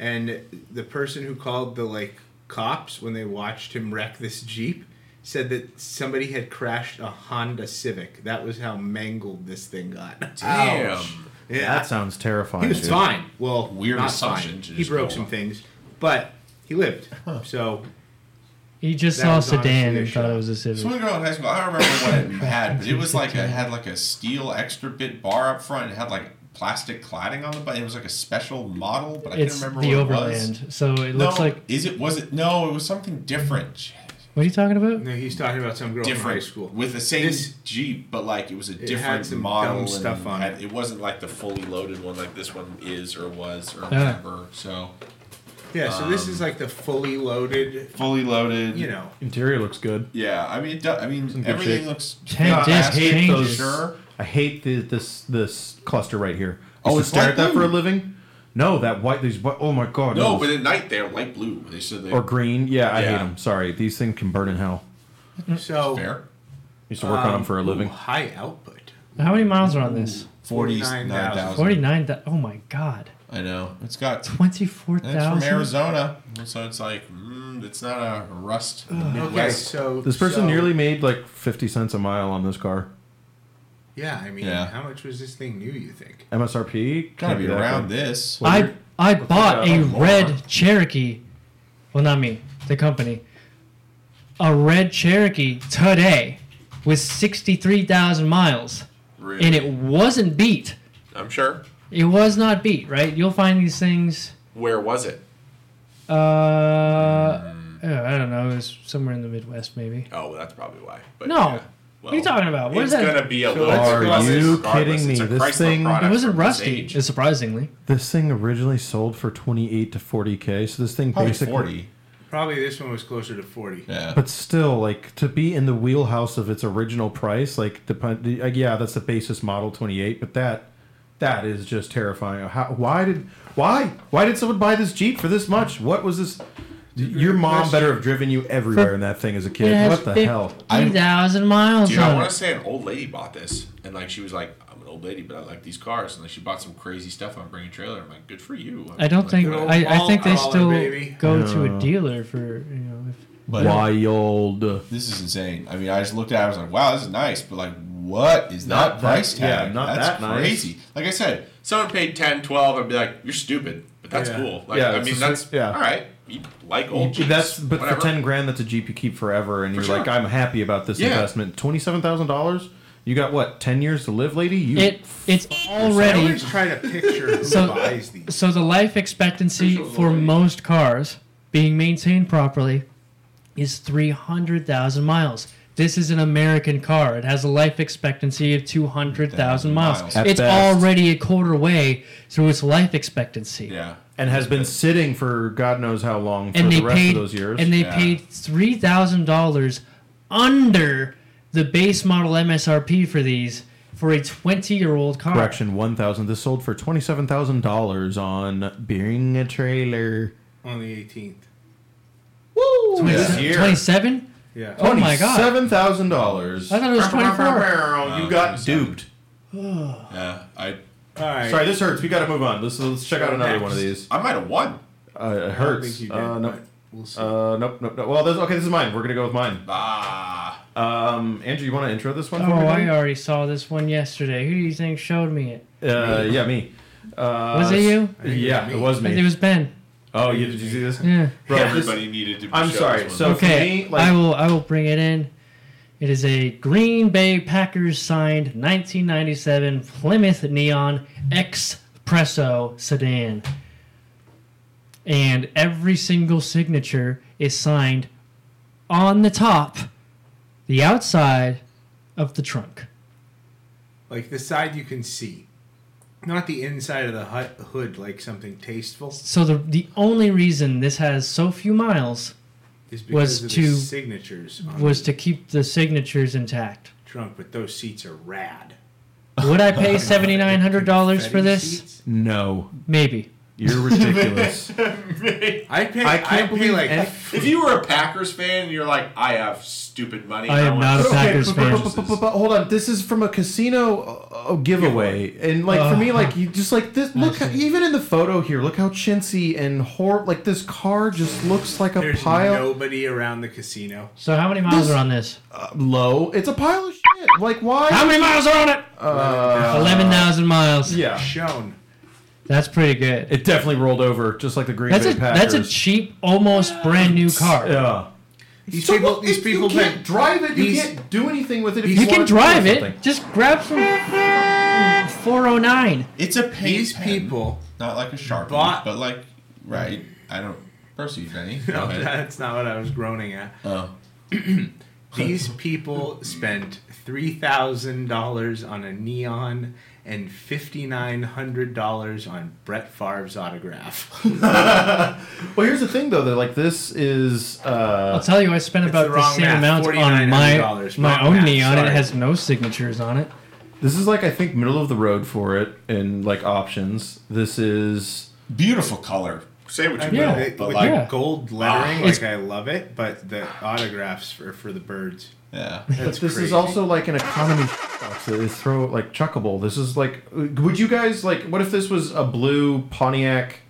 [SPEAKER 2] And the person who called the like cops when they watched him wreck this jeep said that somebody had crashed a Honda Civic. That was how mangled this thing got.
[SPEAKER 5] Damn.
[SPEAKER 2] Yeah,
[SPEAKER 3] That sounds terrifying.
[SPEAKER 2] he was
[SPEAKER 3] dude.
[SPEAKER 2] fine. Well,
[SPEAKER 5] Weird
[SPEAKER 2] not
[SPEAKER 5] assumption
[SPEAKER 2] fine.
[SPEAKER 5] to
[SPEAKER 2] He
[SPEAKER 5] just
[SPEAKER 2] broke
[SPEAKER 5] go
[SPEAKER 2] some
[SPEAKER 5] on.
[SPEAKER 2] things, but he lived. So
[SPEAKER 1] You just
[SPEAKER 2] That
[SPEAKER 1] saw
[SPEAKER 2] was
[SPEAKER 1] sedan
[SPEAKER 2] honestly a
[SPEAKER 1] and thought
[SPEAKER 2] shock.
[SPEAKER 1] it was a
[SPEAKER 5] This
[SPEAKER 1] Civic.
[SPEAKER 5] one girl in high school, I don't remember what it had, but it was like a, it had like a steel extra bit bar up front. It had like plastic cladding on the butt. It was like a special model, but I
[SPEAKER 1] It's
[SPEAKER 5] can't remember
[SPEAKER 1] the
[SPEAKER 5] what it was.
[SPEAKER 1] Overland, so it
[SPEAKER 5] No,
[SPEAKER 1] looks like.
[SPEAKER 5] is it was it? No, it was something different.
[SPEAKER 1] What are you talking about?
[SPEAKER 2] no, he's talking about some girl from high
[SPEAKER 5] Different
[SPEAKER 2] school.
[SPEAKER 5] with the same
[SPEAKER 2] This-
[SPEAKER 5] Jeep, but like it was a
[SPEAKER 2] had
[SPEAKER 5] different
[SPEAKER 2] some
[SPEAKER 5] model
[SPEAKER 2] dumb stuff
[SPEAKER 5] and
[SPEAKER 2] on
[SPEAKER 5] had-
[SPEAKER 2] it.
[SPEAKER 5] It wasn't like the fully loaded one like this one is or was or
[SPEAKER 1] Yeah.
[SPEAKER 5] whatever. So
[SPEAKER 2] Yeah, so this
[SPEAKER 5] Um,
[SPEAKER 2] is like the fully loaded,
[SPEAKER 5] fully loaded,
[SPEAKER 2] you know.
[SPEAKER 3] Interior looks good.
[SPEAKER 5] Yeah, I mean, it does, I mean,
[SPEAKER 3] good
[SPEAKER 5] everything
[SPEAKER 3] shape.
[SPEAKER 5] looks.
[SPEAKER 1] Ten
[SPEAKER 5] Yeah,
[SPEAKER 1] disc
[SPEAKER 5] I hate
[SPEAKER 1] changes.
[SPEAKER 5] Sure.
[SPEAKER 3] I hate the, this this cluster right here. Used
[SPEAKER 5] Oh,
[SPEAKER 3] to
[SPEAKER 5] it's
[SPEAKER 3] stare
[SPEAKER 5] light
[SPEAKER 3] at that for a
[SPEAKER 5] blue.
[SPEAKER 3] living. No, that white. These white. Oh my god.
[SPEAKER 5] No,
[SPEAKER 3] those-
[SPEAKER 5] but at night they're light blue. They said they
[SPEAKER 3] or green. Yeah, I hate
[SPEAKER 5] Yeah.
[SPEAKER 3] them. Sorry, these things can burn in hell.
[SPEAKER 2] So
[SPEAKER 5] fair.
[SPEAKER 3] Used to work
[SPEAKER 5] Um,
[SPEAKER 3] on them for a living.
[SPEAKER 2] Ooh, high output.
[SPEAKER 1] How many miles are on this?
[SPEAKER 2] 49,000.
[SPEAKER 5] 49,000.
[SPEAKER 1] Forty-nine. thou- oh my God,
[SPEAKER 5] I know. It's got.
[SPEAKER 1] twenty-four
[SPEAKER 5] And it's from
[SPEAKER 1] thousand.
[SPEAKER 5] Arizona. So it's like, mm, it's not a rust. in the
[SPEAKER 2] Okay,
[SPEAKER 5] Midwest.
[SPEAKER 2] so
[SPEAKER 3] This person
[SPEAKER 2] so-
[SPEAKER 3] nearly made like fifty cents a mile on this car.
[SPEAKER 2] Yeah, I mean,
[SPEAKER 5] Yeah.
[SPEAKER 2] how much was this thing new? You think?
[SPEAKER 3] MSRP
[SPEAKER 5] Gotta
[SPEAKER 3] can't
[SPEAKER 5] be
[SPEAKER 3] that
[SPEAKER 5] around
[SPEAKER 3] good.
[SPEAKER 5] this.
[SPEAKER 3] Well,
[SPEAKER 1] I
[SPEAKER 3] you're-
[SPEAKER 1] I
[SPEAKER 3] figure
[SPEAKER 1] bought
[SPEAKER 3] out
[SPEAKER 1] a
[SPEAKER 3] more.
[SPEAKER 1] red Cherokee. Well, not me. The company. A red Cherokee today with sixty-three thousand miles,
[SPEAKER 5] Really.
[SPEAKER 1] and it wasn't beat.
[SPEAKER 4] I'm sure.
[SPEAKER 1] It was not beat. Right? You'll find these things.
[SPEAKER 4] Where was it?
[SPEAKER 1] Uh, oh, I don't know. It was somewhere in the Midwest, maybe.
[SPEAKER 4] Oh, that's probably why. But
[SPEAKER 1] No.
[SPEAKER 4] yeah.
[SPEAKER 1] What are you talking about? What
[SPEAKER 4] it's
[SPEAKER 1] is that?
[SPEAKER 4] gonna be a
[SPEAKER 2] So
[SPEAKER 4] little.
[SPEAKER 2] let's
[SPEAKER 4] bit
[SPEAKER 2] go-
[SPEAKER 4] rusty
[SPEAKER 2] Are
[SPEAKER 3] you
[SPEAKER 4] regardless.
[SPEAKER 3] kidding
[SPEAKER 4] It's a
[SPEAKER 3] me? This
[SPEAKER 4] Chrysler
[SPEAKER 3] thing-
[SPEAKER 4] product
[SPEAKER 1] It wasn't
[SPEAKER 4] from this
[SPEAKER 1] rusty, uh,
[SPEAKER 4] age.
[SPEAKER 1] surprisingly.
[SPEAKER 3] This thing originally sold for twenty eight to forty k. So this thing
[SPEAKER 5] Probably
[SPEAKER 3] basically,
[SPEAKER 5] 40.
[SPEAKER 2] Probably this one was closer to forty.
[SPEAKER 5] Yeah.
[SPEAKER 3] but still, like to be in the wheelhouse of its original price, like depend. Like, yeah, that's the basis model twenty eight, but that that is just terrifying. How, why did why why did someone buy this Jeep for this much? What was this? Your mom better have driven you everywhere in that thing as a kid. what the hell?
[SPEAKER 1] Two thousand miles
[SPEAKER 5] Dude, I
[SPEAKER 1] on
[SPEAKER 5] want to
[SPEAKER 1] it.
[SPEAKER 5] say an old lady bought this, and like she was like, "I'm gonna an old lady, but I like these cars. And then she bought some crazy stuff on Bring a Trailer. I'm like, good for you.
[SPEAKER 1] I don't
[SPEAKER 5] Like,
[SPEAKER 1] think.
[SPEAKER 2] Good old
[SPEAKER 1] I, I think they
[SPEAKER 2] Paul
[SPEAKER 1] still
[SPEAKER 2] Allen, baby.
[SPEAKER 1] go to
[SPEAKER 3] Yeah.
[SPEAKER 1] a dealer for you know. If,
[SPEAKER 5] But
[SPEAKER 3] Wild.
[SPEAKER 5] this is insane. I mean, I just looked at it. I was like, wow, this is nice. But like, what is
[SPEAKER 3] Not
[SPEAKER 5] that
[SPEAKER 3] that-
[SPEAKER 5] price tag?
[SPEAKER 3] yeah, not
[SPEAKER 5] that's
[SPEAKER 3] that nice.
[SPEAKER 5] crazy. Like I said, someone paid 10, 12, I'd be like, you're stupid. But that's
[SPEAKER 2] Yeah.
[SPEAKER 5] cool. Like,
[SPEAKER 3] Yeah,
[SPEAKER 5] I
[SPEAKER 3] it's
[SPEAKER 5] mean,
[SPEAKER 3] just
[SPEAKER 5] that's
[SPEAKER 3] like- yeah.
[SPEAKER 5] all right. You like old Jeeps.
[SPEAKER 3] That's but
[SPEAKER 5] whatever.
[SPEAKER 3] for ten grand, that's a Jeep you keep forever, and
[SPEAKER 5] For
[SPEAKER 3] you're
[SPEAKER 5] sure.
[SPEAKER 3] like, I'm happy about this
[SPEAKER 5] Yeah.
[SPEAKER 3] investment. Twenty seven thousand dollars. You got what? Ten years to live, lady. You
[SPEAKER 1] it it's
[SPEAKER 2] I
[SPEAKER 1] already
[SPEAKER 2] always try to picture who
[SPEAKER 1] So-
[SPEAKER 2] buys these.
[SPEAKER 1] so the life expectancy
[SPEAKER 5] Appreciate it
[SPEAKER 1] for
[SPEAKER 5] already.
[SPEAKER 1] most cars being maintained properly is three hundred thousand miles. This is an American car. It has a life expectancy of two hundred thousand miles.
[SPEAKER 5] Miles. At
[SPEAKER 1] It's
[SPEAKER 3] best.
[SPEAKER 1] already a quarter way through its life expectancy.
[SPEAKER 5] yeah.
[SPEAKER 3] and has been sitting for God knows how long for
[SPEAKER 1] and they
[SPEAKER 3] the rest
[SPEAKER 1] paid
[SPEAKER 3] of those years.
[SPEAKER 1] and they
[SPEAKER 5] Yeah.
[SPEAKER 1] paid three thousand dollars under the base model MSRP for these for a twenty year old car.
[SPEAKER 3] Correction, one thousand. This sold for twenty seven thousand dollars on being a trailer.
[SPEAKER 2] on the 18th.
[SPEAKER 3] Woo!
[SPEAKER 5] This year.
[SPEAKER 1] Twenty seven?
[SPEAKER 2] Yeah.
[SPEAKER 1] Oh my god.
[SPEAKER 3] Seven thousand dollars.
[SPEAKER 1] I thought it was twenty four.
[SPEAKER 3] You got duped.
[SPEAKER 5] Yeah. I,
[SPEAKER 2] All right.
[SPEAKER 3] Sorry, this hurts. We got to move on. Let's let's check out another one of these.
[SPEAKER 5] I might have won.
[SPEAKER 3] Uh, it
[SPEAKER 2] I don't think
[SPEAKER 3] hurts.
[SPEAKER 2] you did,
[SPEAKER 3] Uh, no.
[SPEAKER 2] but we'll see.
[SPEAKER 3] Uh, nope, nope, nope. Well, this, okay, this is mine. We're gonna go with mine.
[SPEAKER 5] Ah.
[SPEAKER 3] Um, Andrew, you want to intro this one?
[SPEAKER 1] Oh,
[SPEAKER 3] for me, Uh,
[SPEAKER 1] I
[SPEAKER 3] buddy?
[SPEAKER 1] already saw this one yesterday. Who do you think showed me it?
[SPEAKER 3] Uh, yeah, me. Uh,
[SPEAKER 1] Was it you?
[SPEAKER 2] I think
[SPEAKER 3] Yeah,
[SPEAKER 2] it was
[SPEAKER 3] it
[SPEAKER 2] me.
[SPEAKER 3] was
[SPEAKER 1] I think It
[SPEAKER 3] me.
[SPEAKER 1] was Ben.
[SPEAKER 3] Oh, you did you see this?
[SPEAKER 1] Yeah.
[SPEAKER 3] Bro, this-
[SPEAKER 5] Everybody needed to be
[SPEAKER 3] I'm
[SPEAKER 5] shown
[SPEAKER 3] sorry,
[SPEAKER 5] this one.
[SPEAKER 3] so- for
[SPEAKER 1] okay.
[SPEAKER 3] me, like-
[SPEAKER 1] I will I will bring it in. It is a Green Bay Packers signed 1997 Plymouth Neon Expresso sedan. And every single signature is signed on the top, the outside of the trunk.
[SPEAKER 2] like the side you can see, not the inside of the hut, hood, like something tasteful.
[SPEAKER 1] So the the only reason this has so few miles
[SPEAKER 2] Is because
[SPEAKER 1] Was
[SPEAKER 2] of
[SPEAKER 1] to-
[SPEAKER 2] the signatures on
[SPEAKER 1] was to
[SPEAKER 2] the
[SPEAKER 1] keep the signatures intact.
[SPEAKER 2] trunk, but those seats are rad.
[SPEAKER 1] Would I pay $7,900 for
[SPEAKER 2] Confetti
[SPEAKER 1] this?
[SPEAKER 2] seats?
[SPEAKER 3] No,
[SPEAKER 1] Maybe.
[SPEAKER 3] you're ridiculous.
[SPEAKER 2] I pay.
[SPEAKER 3] I
[SPEAKER 2] I
[SPEAKER 3] can't
[SPEAKER 2] can't
[SPEAKER 3] believe
[SPEAKER 2] like.
[SPEAKER 3] any-
[SPEAKER 5] If you were a Packers fan and you're like, I have stupid money.
[SPEAKER 1] I am
[SPEAKER 5] want
[SPEAKER 1] not a
[SPEAKER 5] to-
[SPEAKER 1] Packers
[SPEAKER 3] but- but-
[SPEAKER 1] fan.
[SPEAKER 3] but- but- but hold on, this is from a casino uh, uh, giveaway, and like for me, like you just like this. Look, even in the photo here, look how chintzy and hor like this car just looks like a
[SPEAKER 2] There's
[SPEAKER 3] pile
[SPEAKER 2] nobody around the casino.
[SPEAKER 1] So how many miles
[SPEAKER 3] This-
[SPEAKER 1] are on this?
[SPEAKER 3] uh, low. It's a pile of shit. Like why?
[SPEAKER 1] How many miles are on it?
[SPEAKER 3] Uh,
[SPEAKER 1] Eleven thousand miles.
[SPEAKER 3] yeah,
[SPEAKER 2] Shown.
[SPEAKER 1] that's pretty good.
[SPEAKER 3] it definitely rolled over, just like the Green
[SPEAKER 1] That's
[SPEAKER 3] Bay
[SPEAKER 1] a
[SPEAKER 3] Packers.
[SPEAKER 1] that's a cheap, almost brand new car.
[SPEAKER 3] yeah.
[SPEAKER 2] These
[SPEAKER 3] So
[SPEAKER 2] people.
[SPEAKER 3] what-
[SPEAKER 2] These
[SPEAKER 3] if
[SPEAKER 2] people.
[SPEAKER 3] You can't
[SPEAKER 2] think-
[SPEAKER 3] drive it. You
[SPEAKER 2] these-
[SPEAKER 3] can't do anything with it. If
[SPEAKER 1] You can
[SPEAKER 3] want to or
[SPEAKER 1] drive
[SPEAKER 3] something.
[SPEAKER 1] it. Just grab some four oh nine.
[SPEAKER 5] It's a paint
[SPEAKER 2] These
[SPEAKER 5] pen.
[SPEAKER 2] people.
[SPEAKER 5] Not like a sharpie,
[SPEAKER 2] Bought-
[SPEAKER 5] but like, right. I don't. Proceed, Benny. Go
[SPEAKER 2] No,
[SPEAKER 5] ahead.
[SPEAKER 2] that's not what I was groaning at.
[SPEAKER 5] Oh.
[SPEAKER 2] These people spent three thousand dollars on a neon and fifty nine hundred dollars on Brett Favre's autograph.
[SPEAKER 3] Well, here's the thing, though. That like this is
[SPEAKER 1] I'll
[SPEAKER 3] uh,
[SPEAKER 1] tell you, I spent
[SPEAKER 2] It's
[SPEAKER 1] about
[SPEAKER 2] the
[SPEAKER 1] the,
[SPEAKER 2] wrong
[SPEAKER 1] same amount
[SPEAKER 2] math,
[SPEAKER 1] on my
[SPEAKER 2] $4,900.
[SPEAKER 1] my
[SPEAKER 2] Wrong
[SPEAKER 1] own
[SPEAKER 2] math,
[SPEAKER 1] neon.
[SPEAKER 2] sorry.
[SPEAKER 1] It has no signatures on it.
[SPEAKER 3] this is like I think middle of the road for it in like options. This is
[SPEAKER 5] Beautiful color. Say what
[SPEAKER 2] I
[SPEAKER 5] you
[SPEAKER 1] Yeah.
[SPEAKER 2] love
[SPEAKER 5] will,
[SPEAKER 2] it
[SPEAKER 5] but
[SPEAKER 2] with
[SPEAKER 5] like,
[SPEAKER 1] yeah.
[SPEAKER 2] the gold lettering,
[SPEAKER 1] It's-
[SPEAKER 2] like I love it, but the autographs for, for the birds.
[SPEAKER 5] yeah.
[SPEAKER 2] That's
[SPEAKER 3] but this is
[SPEAKER 2] crazy.
[SPEAKER 3] also like an economy box that is throw like chuckable. This is like would you guys like what if this was a blue Pontiac,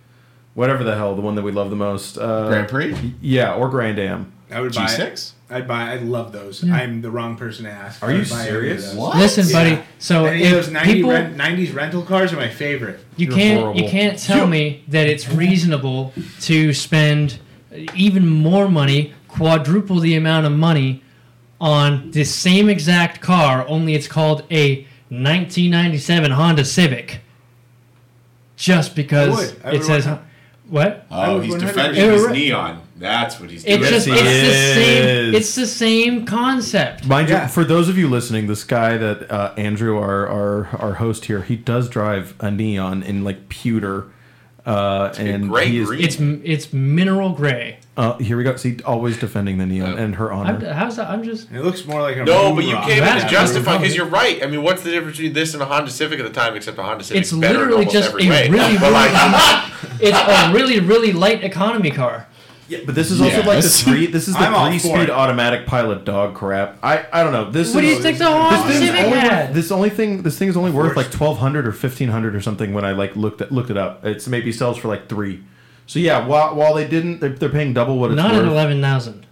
[SPEAKER 3] whatever the hell the one that we love the most? Uh,
[SPEAKER 5] Grand Prix?
[SPEAKER 3] Yeah, or Grand Am.
[SPEAKER 2] I would buy it.
[SPEAKER 5] G6?
[SPEAKER 2] I'd buy. I love those. I'm the wrong person to ask.
[SPEAKER 3] Are
[SPEAKER 2] I
[SPEAKER 3] you
[SPEAKER 2] would buy every
[SPEAKER 3] serious?
[SPEAKER 2] of those.
[SPEAKER 5] What?
[SPEAKER 1] Listen, buddy.
[SPEAKER 2] Yeah.
[SPEAKER 1] So
[SPEAKER 2] Any of
[SPEAKER 1] if
[SPEAKER 2] those 90
[SPEAKER 1] people,
[SPEAKER 2] rent, 90s rental cars are my favorite.
[SPEAKER 1] You
[SPEAKER 3] You're
[SPEAKER 1] can't
[SPEAKER 3] horrible.
[SPEAKER 1] you can't tell me that it's reasonable to spend even more money, quadruple the amount of money on this same exact car, only it's called a 1997 Honda Civic. Just because
[SPEAKER 2] would. I
[SPEAKER 1] it
[SPEAKER 2] would
[SPEAKER 1] says
[SPEAKER 2] want-
[SPEAKER 1] what?
[SPEAKER 2] I
[SPEAKER 5] Oh,
[SPEAKER 2] would
[SPEAKER 5] he's
[SPEAKER 2] 100%
[SPEAKER 5] defending his
[SPEAKER 1] Right.
[SPEAKER 5] neon. That's what he's doing.
[SPEAKER 1] It's just
[SPEAKER 3] he
[SPEAKER 1] it's the
[SPEAKER 3] is.
[SPEAKER 1] same it's the same concept.
[SPEAKER 3] Mind
[SPEAKER 2] Yeah.
[SPEAKER 3] you, for those of you listening, this guy that uh, Andrew, our, our our host here, he does drive a neon in like pewter, uh, and
[SPEAKER 5] great
[SPEAKER 3] he is.
[SPEAKER 5] green.
[SPEAKER 1] It's it's mineral gray.
[SPEAKER 3] Uh, here we go. See, always defending the neon and her
[SPEAKER 1] I'm,
[SPEAKER 3] honor.
[SPEAKER 1] how's that? I'm just
[SPEAKER 2] And it looks more like a
[SPEAKER 5] no,
[SPEAKER 2] moon
[SPEAKER 5] but you
[SPEAKER 2] rock.
[SPEAKER 5] can't
[SPEAKER 1] That's
[SPEAKER 5] even justify
[SPEAKER 1] true.
[SPEAKER 5] because you're right. I mean, what's the difference between this and a Honda Civic at the time, except a Honda Civic?
[SPEAKER 1] It's literally just a really, really,
[SPEAKER 5] but like,
[SPEAKER 1] it's a really, really light economy car.
[SPEAKER 3] Yeah, but this is also like the
[SPEAKER 5] Yes.
[SPEAKER 3] three. This is the
[SPEAKER 5] I'm all for
[SPEAKER 3] three-speed
[SPEAKER 5] it.
[SPEAKER 3] automatic pilot dog crap. I, I don't know. This
[SPEAKER 1] What do
[SPEAKER 3] is,
[SPEAKER 1] you think the whole
[SPEAKER 3] This thing's
[SPEAKER 1] Civic
[SPEAKER 3] only
[SPEAKER 1] had?
[SPEAKER 3] this only thing this thing's only worth like twelve hundred or fifteen hundred or something when I like looked at, looked it up. It's maybe sells for like three. So yeah, while, while they didn't, they're, they're paying double what it's
[SPEAKER 1] Not
[SPEAKER 3] worth.
[SPEAKER 1] at eleven thousand.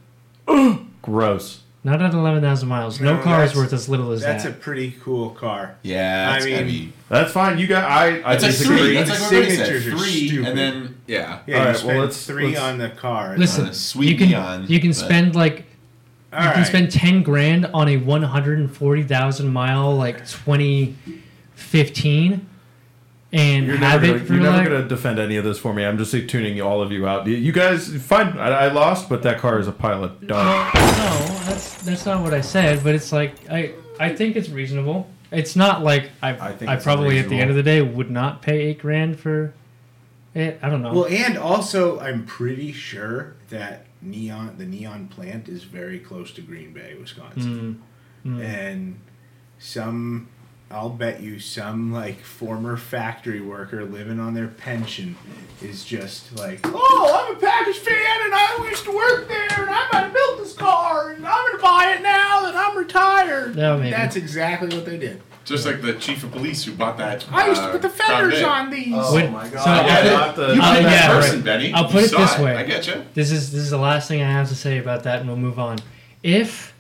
[SPEAKER 3] Gross.
[SPEAKER 1] Not at eleven thousand miles. No,
[SPEAKER 2] No,
[SPEAKER 1] car is
[SPEAKER 2] that's-
[SPEAKER 1] worth as little as
[SPEAKER 2] That's a
[SPEAKER 1] that.
[SPEAKER 2] pretty cool car.
[SPEAKER 5] Yeah,
[SPEAKER 2] I
[SPEAKER 5] that's gotta
[SPEAKER 2] mean-
[SPEAKER 5] be.
[SPEAKER 3] That's fine. You got I I
[SPEAKER 5] That's like
[SPEAKER 3] disagree.
[SPEAKER 5] three. That's like what everybody said.
[SPEAKER 2] Signatures are
[SPEAKER 5] Three,
[SPEAKER 2] stupid.
[SPEAKER 5] and then yeah.
[SPEAKER 2] Yeah,
[SPEAKER 3] All
[SPEAKER 2] you
[SPEAKER 3] right, well,
[SPEAKER 2] spend
[SPEAKER 3] let's-
[SPEAKER 2] 3
[SPEAKER 3] let's-
[SPEAKER 2] on the car.
[SPEAKER 1] Listen,
[SPEAKER 5] Uh, sweet
[SPEAKER 1] you can
[SPEAKER 5] beyond,
[SPEAKER 1] you can
[SPEAKER 5] but-
[SPEAKER 1] spend like
[SPEAKER 2] All
[SPEAKER 1] you can
[SPEAKER 2] right.
[SPEAKER 1] spend ten grand on a one hundred and forty thousand mile like twenty fifteen, and
[SPEAKER 3] You're never,
[SPEAKER 1] have
[SPEAKER 3] gonna,
[SPEAKER 1] it for
[SPEAKER 3] you're never
[SPEAKER 1] like
[SPEAKER 3] gonna defend any of this for me. I'm just like, tuning all of you out. You- You guys, fine. I, I lost, but that car is a pilot dog.
[SPEAKER 1] No, that's that's not what I said. But it's like I I think it's reasonable. It's not like I
[SPEAKER 3] I
[SPEAKER 1] I,
[SPEAKER 3] think it's
[SPEAKER 1] probably at the end
[SPEAKER 3] unreasonable.
[SPEAKER 1] of the day would not pay eight grand for it. I don't know.
[SPEAKER 2] Well, and also, I'm pretty sure that neon the neon plant is very close to Green Bay, Wisconsin, and some. I'll bet you some like former factory worker living on their pension is just like, oh, I'm a Packers fan and I used to work there and I might have built this car and I'm gonna buy it now that I'm retired.
[SPEAKER 1] Yeah, maybe.
[SPEAKER 2] That's exactly what they did.
[SPEAKER 5] Just like the chief of police who bought that.
[SPEAKER 2] I used to
[SPEAKER 5] uh,
[SPEAKER 2] put the
[SPEAKER 5] Crown
[SPEAKER 2] fenders
[SPEAKER 5] Vic.
[SPEAKER 2] on these.
[SPEAKER 6] Oh
[SPEAKER 1] Would-
[SPEAKER 6] my
[SPEAKER 1] so
[SPEAKER 6] god.
[SPEAKER 1] I'll
[SPEAKER 5] Yeah,
[SPEAKER 1] put-
[SPEAKER 5] not
[SPEAKER 3] the-
[SPEAKER 5] you
[SPEAKER 1] I'll-
[SPEAKER 5] paid that
[SPEAKER 1] yeah,
[SPEAKER 5] person,
[SPEAKER 1] right.
[SPEAKER 5] Benny.
[SPEAKER 1] I'll
[SPEAKER 5] You
[SPEAKER 1] put it
[SPEAKER 5] saw
[SPEAKER 1] this way.
[SPEAKER 5] I get you.
[SPEAKER 1] this is this is the last thing I have to say about that, and we'll move on. If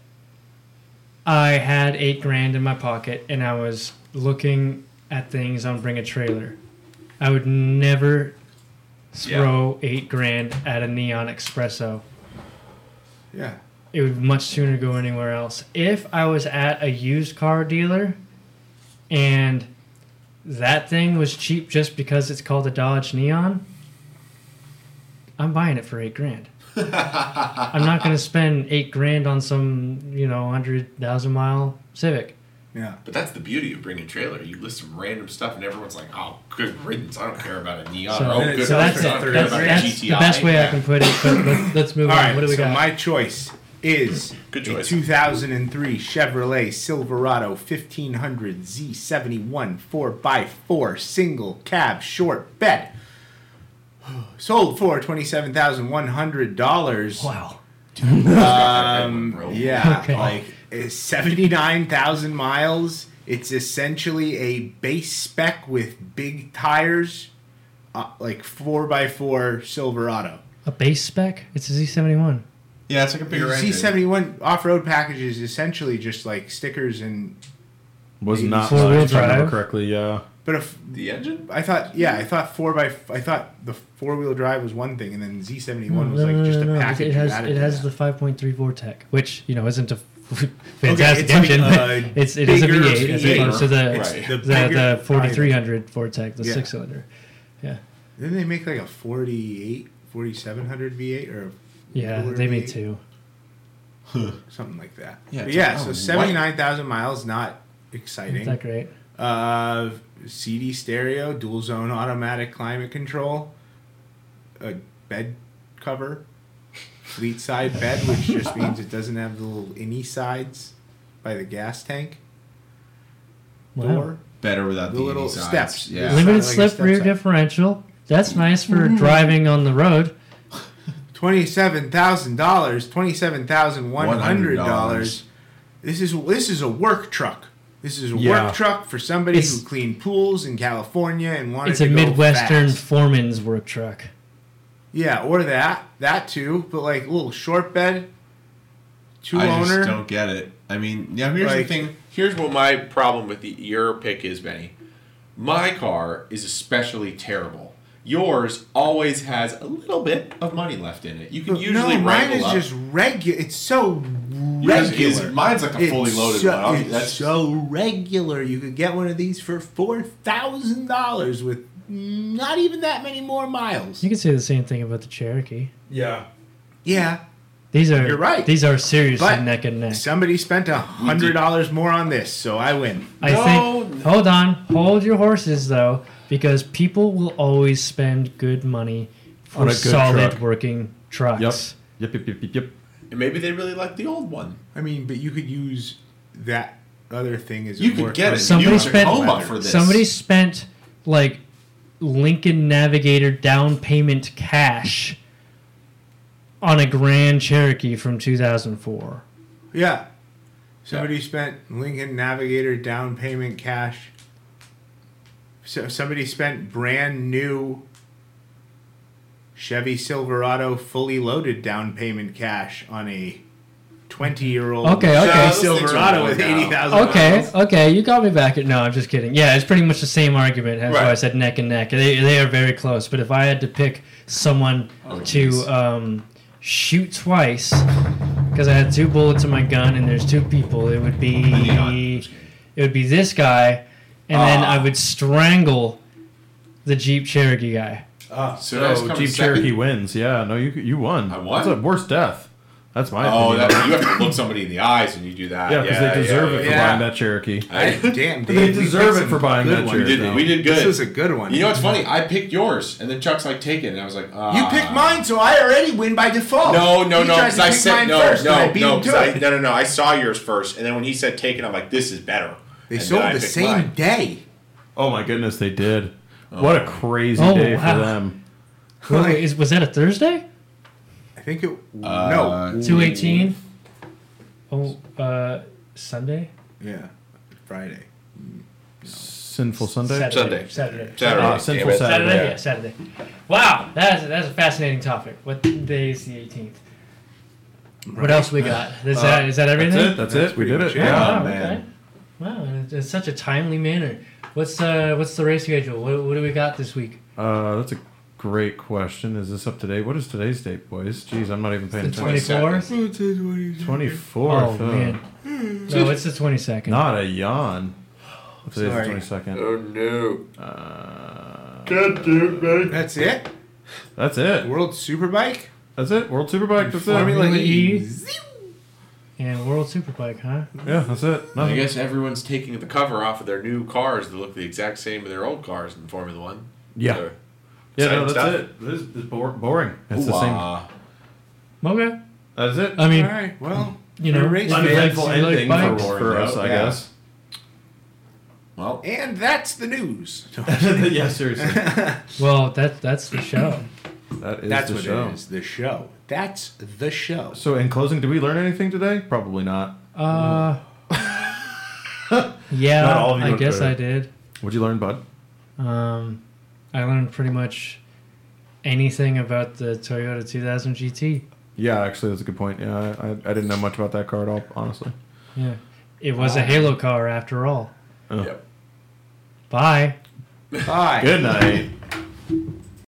[SPEAKER 1] I had eight grand in my pocket and I was looking at things on Bring a Trailer, I would never throw eight grand at a Neon Espresso.
[SPEAKER 2] Yeah.
[SPEAKER 1] It would much sooner go anywhere else. If I was at a used car dealer and that thing was cheap just because it's called a Dodge Neon, I'm buying it for eight grand. I'm not going to spend eight grand on some, you know, 100,000 mile Civic.
[SPEAKER 2] Yeah.
[SPEAKER 5] But that's the beauty of bringing a trailer. You list some random stuff, and everyone's like, "Oh, good riddance! I don't care about a neon.
[SPEAKER 1] So,
[SPEAKER 5] or, oh, good
[SPEAKER 1] so that's
[SPEAKER 5] riddance!
[SPEAKER 1] it.
[SPEAKER 5] I don't care
[SPEAKER 1] That's,
[SPEAKER 5] about a
[SPEAKER 1] that's the
[SPEAKER 5] GTI."
[SPEAKER 1] best way I
[SPEAKER 5] Yeah.
[SPEAKER 1] can put it. But let's, let's move
[SPEAKER 2] All
[SPEAKER 1] on.
[SPEAKER 2] right,
[SPEAKER 1] what do we
[SPEAKER 2] so
[SPEAKER 1] got?
[SPEAKER 2] my choice is
[SPEAKER 5] Good
[SPEAKER 2] a
[SPEAKER 5] choice.
[SPEAKER 2] 2003 Chevrolet Silverado 1500 Z71 4x4 single cab short bed. Sold for $27,100.
[SPEAKER 1] wow.
[SPEAKER 5] Bro.
[SPEAKER 2] Yeah,
[SPEAKER 1] Okay.
[SPEAKER 2] like it's 79,000 miles. It's essentially a base spec with big tires, uh, like 4x4 Silverado.
[SPEAKER 1] A base spec? It's a Z71.
[SPEAKER 5] Yeah, it's like a bigger
[SPEAKER 2] Z
[SPEAKER 5] engine.
[SPEAKER 2] seventy one off road package is essentially just like stickers and
[SPEAKER 3] Was not
[SPEAKER 1] Four-wheel
[SPEAKER 3] mine, if I remember
[SPEAKER 1] drive.
[SPEAKER 3] correctly. Yeah.
[SPEAKER 2] but if
[SPEAKER 5] The engine?
[SPEAKER 2] I thought yeah I thought four by f- I thought the four wheel drive was one thing and then Z seventy one was
[SPEAKER 1] No, no,
[SPEAKER 2] like just
[SPEAKER 1] no,
[SPEAKER 2] a
[SPEAKER 1] no,
[SPEAKER 2] package.
[SPEAKER 1] It
[SPEAKER 2] you
[SPEAKER 1] has
[SPEAKER 2] added
[SPEAKER 1] it
[SPEAKER 2] to
[SPEAKER 1] has
[SPEAKER 2] that.
[SPEAKER 1] the 5.3 Vortec, which you know isn't a fantastic
[SPEAKER 2] it's
[SPEAKER 1] engine.
[SPEAKER 2] like,
[SPEAKER 1] but
[SPEAKER 2] uh,
[SPEAKER 1] it's it is a
[SPEAKER 2] bigger
[SPEAKER 1] V8 as
[SPEAKER 2] V8.
[SPEAKER 1] opposed to the
[SPEAKER 5] It's
[SPEAKER 1] the,
[SPEAKER 2] the bigger
[SPEAKER 1] the 4300 Vortec, the
[SPEAKER 2] Yeah.
[SPEAKER 1] six cylinder.
[SPEAKER 2] Didn't they make like a 48, 4700 V eight or
[SPEAKER 1] Yeah,
[SPEAKER 2] Cooler
[SPEAKER 1] they made
[SPEAKER 2] V8.
[SPEAKER 1] two.
[SPEAKER 2] something like that?
[SPEAKER 5] Yeah,
[SPEAKER 2] Yeah,
[SPEAKER 5] it's
[SPEAKER 2] yeah.
[SPEAKER 5] like, oh,
[SPEAKER 2] so
[SPEAKER 5] what?
[SPEAKER 2] seventy nine thousand miles, not
[SPEAKER 1] Isn't
[SPEAKER 2] exciting.
[SPEAKER 1] that great?
[SPEAKER 2] Uh, CD stereo, dual zone automatic climate control, a bed cover, fleet side bed, which just means it doesn't have the little innie sides by the gas tank
[SPEAKER 1] Wow.
[SPEAKER 2] door.
[SPEAKER 5] Better without
[SPEAKER 2] The
[SPEAKER 5] the,
[SPEAKER 2] little
[SPEAKER 5] insides.
[SPEAKER 2] steps.
[SPEAKER 5] Yeah.
[SPEAKER 2] Lim-
[SPEAKER 1] Limited
[SPEAKER 2] Sounds like a
[SPEAKER 1] slip
[SPEAKER 2] step
[SPEAKER 1] rear
[SPEAKER 2] side. Mm-hmm.
[SPEAKER 1] differential. That's nice for driving on the road.
[SPEAKER 2] Twenty-seven thousand dollars, twenty-seven thousand one hundred
[SPEAKER 5] $100.
[SPEAKER 2] dollars. This is this is a work truck. This is a
[SPEAKER 3] Yeah.
[SPEAKER 2] work truck for somebody
[SPEAKER 1] It's-
[SPEAKER 2] who cleaned pools in California and wanted
[SPEAKER 1] It's
[SPEAKER 2] to
[SPEAKER 1] a
[SPEAKER 2] go
[SPEAKER 1] Midwestern
[SPEAKER 2] fast.
[SPEAKER 1] foreman's work truck.
[SPEAKER 2] Yeah, or that. That too. But like a little short bed, two
[SPEAKER 5] I
[SPEAKER 2] owner.
[SPEAKER 5] just don't get it. I mean, yeah. Here's
[SPEAKER 2] Like-
[SPEAKER 5] the thing. Here's what my problem with the your pick is, Benny. My car is especially terrible. Yours always has a little bit of money left in it. You can usually
[SPEAKER 2] no, mine
[SPEAKER 5] wrangle
[SPEAKER 2] is
[SPEAKER 5] up.
[SPEAKER 2] just regular. It's so
[SPEAKER 5] Yours
[SPEAKER 2] regular.
[SPEAKER 5] is- mine's like a fully loaded
[SPEAKER 2] so,
[SPEAKER 5] one. I'll-
[SPEAKER 2] it's
[SPEAKER 5] that's-
[SPEAKER 2] so regular. You could get one of these for four thousand dollars with not even that many more miles.
[SPEAKER 1] You can say the same thing about the Cherokee.
[SPEAKER 3] Yeah.
[SPEAKER 2] Yeah,
[SPEAKER 1] These are
[SPEAKER 2] You're right.
[SPEAKER 1] These are seriously
[SPEAKER 2] But-
[SPEAKER 1] neck and neck.
[SPEAKER 2] somebody spent a hundred dollars more on this, so I win.
[SPEAKER 1] I
[SPEAKER 5] No,
[SPEAKER 1] think. Hold on, hold your horses though, because people will always spend good money for
[SPEAKER 3] On a good
[SPEAKER 1] solid
[SPEAKER 3] truck.
[SPEAKER 1] working
[SPEAKER 3] Yep.
[SPEAKER 1] trucks.
[SPEAKER 3] Yep. Yep. Yep. Yep. yep.
[SPEAKER 5] and maybe they really like the old one.
[SPEAKER 2] I mean, but you could use that other thing as a
[SPEAKER 5] You could
[SPEAKER 2] work
[SPEAKER 5] get
[SPEAKER 2] truck.
[SPEAKER 5] it.
[SPEAKER 1] Somebody
[SPEAKER 5] Somebody
[SPEAKER 1] spent-
[SPEAKER 5] Tacoma for this.
[SPEAKER 1] Somebody spent like Lincoln Navigator down payment cash on a Grand Cherokee from 2004.
[SPEAKER 2] Yeah. Somebody spent Lincoln Navigator down payment cash. So somebody spent brand new Chevy Silverado fully loaded down payment cash on a 20 year old
[SPEAKER 1] Okay, okay.
[SPEAKER 2] Chevy
[SPEAKER 6] Those things are
[SPEAKER 2] Silverado
[SPEAKER 6] going
[SPEAKER 2] with
[SPEAKER 6] down.
[SPEAKER 2] 80,000
[SPEAKER 1] Okay,
[SPEAKER 2] miles.
[SPEAKER 1] okay, you got me back. At, no, I'm just kidding. Yeah, it's pretty much the same argument. That's why I
[SPEAKER 4] Right.
[SPEAKER 1] said neck and neck. They, they are very close. But if I had to pick someone to
[SPEAKER 5] geez.
[SPEAKER 1] um, shoot twice, because I had two bullets in my gun and there's two people, it would be it would be this guy, and then I would strangle the Jeep Cherokee guy.
[SPEAKER 5] So, that's
[SPEAKER 3] So
[SPEAKER 5] coming
[SPEAKER 3] Oh, Jeep
[SPEAKER 5] second.
[SPEAKER 3] Cherokee wins. Yeah, no, you you won.
[SPEAKER 5] I won?
[SPEAKER 3] That's a worst death. That's my
[SPEAKER 5] Oh,
[SPEAKER 3] opinion.
[SPEAKER 5] that, you have to look somebody in the eyes when you do that.
[SPEAKER 3] yeah, because they deserve it for
[SPEAKER 2] yeah.
[SPEAKER 3] buying that Cherokee.
[SPEAKER 5] I-
[SPEAKER 2] Damn, Dave,
[SPEAKER 3] They
[SPEAKER 2] we
[SPEAKER 3] deserve
[SPEAKER 2] picked
[SPEAKER 3] it
[SPEAKER 2] some
[SPEAKER 3] for buying
[SPEAKER 2] good
[SPEAKER 3] that
[SPEAKER 2] ones.
[SPEAKER 5] we
[SPEAKER 3] Cheers,
[SPEAKER 5] did.
[SPEAKER 3] though.
[SPEAKER 5] We did good.
[SPEAKER 2] This is a good one.
[SPEAKER 5] You know what's funny? I picked yours, and then Chuck's like, "Take it," and I was like, ah.
[SPEAKER 2] You picked mine, so I already win by default.
[SPEAKER 5] No, no,
[SPEAKER 2] Oh, He tried
[SPEAKER 5] no. Because
[SPEAKER 2] to
[SPEAKER 5] I
[SPEAKER 2] pick
[SPEAKER 5] said
[SPEAKER 2] mine
[SPEAKER 5] no,
[SPEAKER 2] first, and
[SPEAKER 5] no,
[SPEAKER 2] I beat
[SPEAKER 5] no,
[SPEAKER 2] him to
[SPEAKER 5] 'cause I,
[SPEAKER 2] it.
[SPEAKER 5] no, no, no. I saw yours first, and then when he said "take it," I'm like, "This is better."
[SPEAKER 2] They
[SPEAKER 5] And then
[SPEAKER 2] sold
[SPEAKER 5] I
[SPEAKER 2] the
[SPEAKER 5] picked
[SPEAKER 2] same
[SPEAKER 5] mine.
[SPEAKER 2] day.
[SPEAKER 3] Oh my goodness, they did. What a crazy
[SPEAKER 1] Oh,
[SPEAKER 3] day
[SPEAKER 1] wow.
[SPEAKER 3] for them.
[SPEAKER 1] Wait, is, was that a Thursday?
[SPEAKER 2] I think it.
[SPEAKER 5] Uh,
[SPEAKER 2] no.
[SPEAKER 1] 218? Oh, uh, Sunday?
[SPEAKER 2] Yeah. Friday.
[SPEAKER 3] Sinful Sunday.
[SPEAKER 1] Saturday.
[SPEAKER 4] Sunday.
[SPEAKER 5] Saturday.
[SPEAKER 4] Saturday.
[SPEAKER 3] Ah, Sinful
[SPEAKER 4] damn it.
[SPEAKER 1] Saturday,
[SPEAKER 3] Saturday.
[SPEAKER 1] yeah, Saturday. Wow, that's that's a fascinating topic. What day is the 18th? What else we got? Is that is that everything?
[SPEAKER 3] Uh, That's it. That's,
[SPEAKER 2] That's
[SPEAKER 3] it. We did
[SPEAKER 2] pretty
[SPEAKER 3] it.
[SPEAKER 2] much it.
[SPEAKER 3] Yeah.
[SPEAKER 1] Wow,
[SPEAKER 5] man.
[SPEAKER 1] okay. Wow, in, in such a timely manner. What's uh what's the race schedule? What, what do we got this week?
[SPEAKER 3] Uh, that's a great question. Is this up to date? What is today's date, boys? Jeez, I'm not even paying
[SPEAKER 1] The
[SPEAKER 3] attention.
[SPEAKER 1] 24th.
[SPEAKER 3] Twenty
[SPEAKER 1] Oh
[SPEAKER 3] fourth.
[SPEAKER 1] man. No, it's the 22nd.
[SPEAKER 3] Not a yawn. Today's the
[SPEAKER 2] Sorry.
[SPEAKER 3] twenty second.
[SPEAKER 4] Oh no.
[SPEAKER 2] That's it.
[SPEAKER 3] That's it.
[SPEAKER 2] World Superbike.
[SPEAKER 3] That's it. World Superbike. That's it.
[SPEAKER 2] Formula
[SPEAKER 1] E.
[SPEAKER 2] E.
[SPEAKER 1] And World Superbike, huh?
[SPEAKER 3] Yeah, that's it.
[SPEAKER 5] I
[SPEAKER 3] Nothing.
[SPEAKER 5] guess everyone's taking the cover off of their new cars that look the exact same as their old cars in Formula One.
[SPEAKER 3] Yeah.
[SPEAKER 5] So,
[SPEAKER 3] Yeah. No,
[SPEAKER 5] Same
[SPEAKER 3] that's
[SPEAKER 5] stuff.
[SPEAKER 3] it. This is bor- boring. It's the same.
[SPEAKER 5] Ooh-ah.
[SPEAKER 1] Okay.
[SPEAKER 3] That's it.
[SPEAKER 1] I mean,
[SPEAKER 2] All right. Well,
[SPEAKER 1] you know,
[SPEAKER 2] Race
[SPEAKER 1] if you like-
[SPEAKER 2] day.
[SPEAKER 3] Uneventful
[SPEAKER 1] if you like
[SPEAKER 3] ending
[SPEAKER 1] bikes-
[SPEAKER 3] for, for us, I
[SPEAKER 5] Yeah.
[SPEAKER 3] guess.
[SPEAKER 5] Well,
[SPEAKER 2] and that's the news.
[SPEAKER 3] yeah, seriously.
[SPEAKER 1] Well, that that's the show.
[SPEAKER 3] That is
[SPEAKER 2] that's
[SPEAKER 3] the
[SPEAKER 2] what
[SPEAKER 3] show.
[SPEAKER 2] it is. The show. That's the show.
[SPEAKER 3] So, in closing, did we learn anything today? Probably not.
[SPEAKER 1] Uh, yeah,
[SPEAKER 3] Not all of you
[SPEAKER 1] I
[SPEAKER 3] went
[SPEAKER 1] guess
[SPEAKER 3] to-
[SPEAKER 1] I did.
[SPEAKER 3] What'd you learn, Bud?
[SPEAKER 1] Um, I learned pretty much anything about the Toyota 2000 GT.
[SPEAKER 3] Yeah, actually, that's a good point. Yeah, I, I, I didn't know much about that car at all, honestly.
[SPEAKER 1] Yeah, it was a Halo car after all.
[SPEAKER 3] Oh.
[SPEAKER 5] Yep.
[SPEAKER 1] Bye.
[SPEAKER 2] Bye.
[SPEAKER 3] Good night.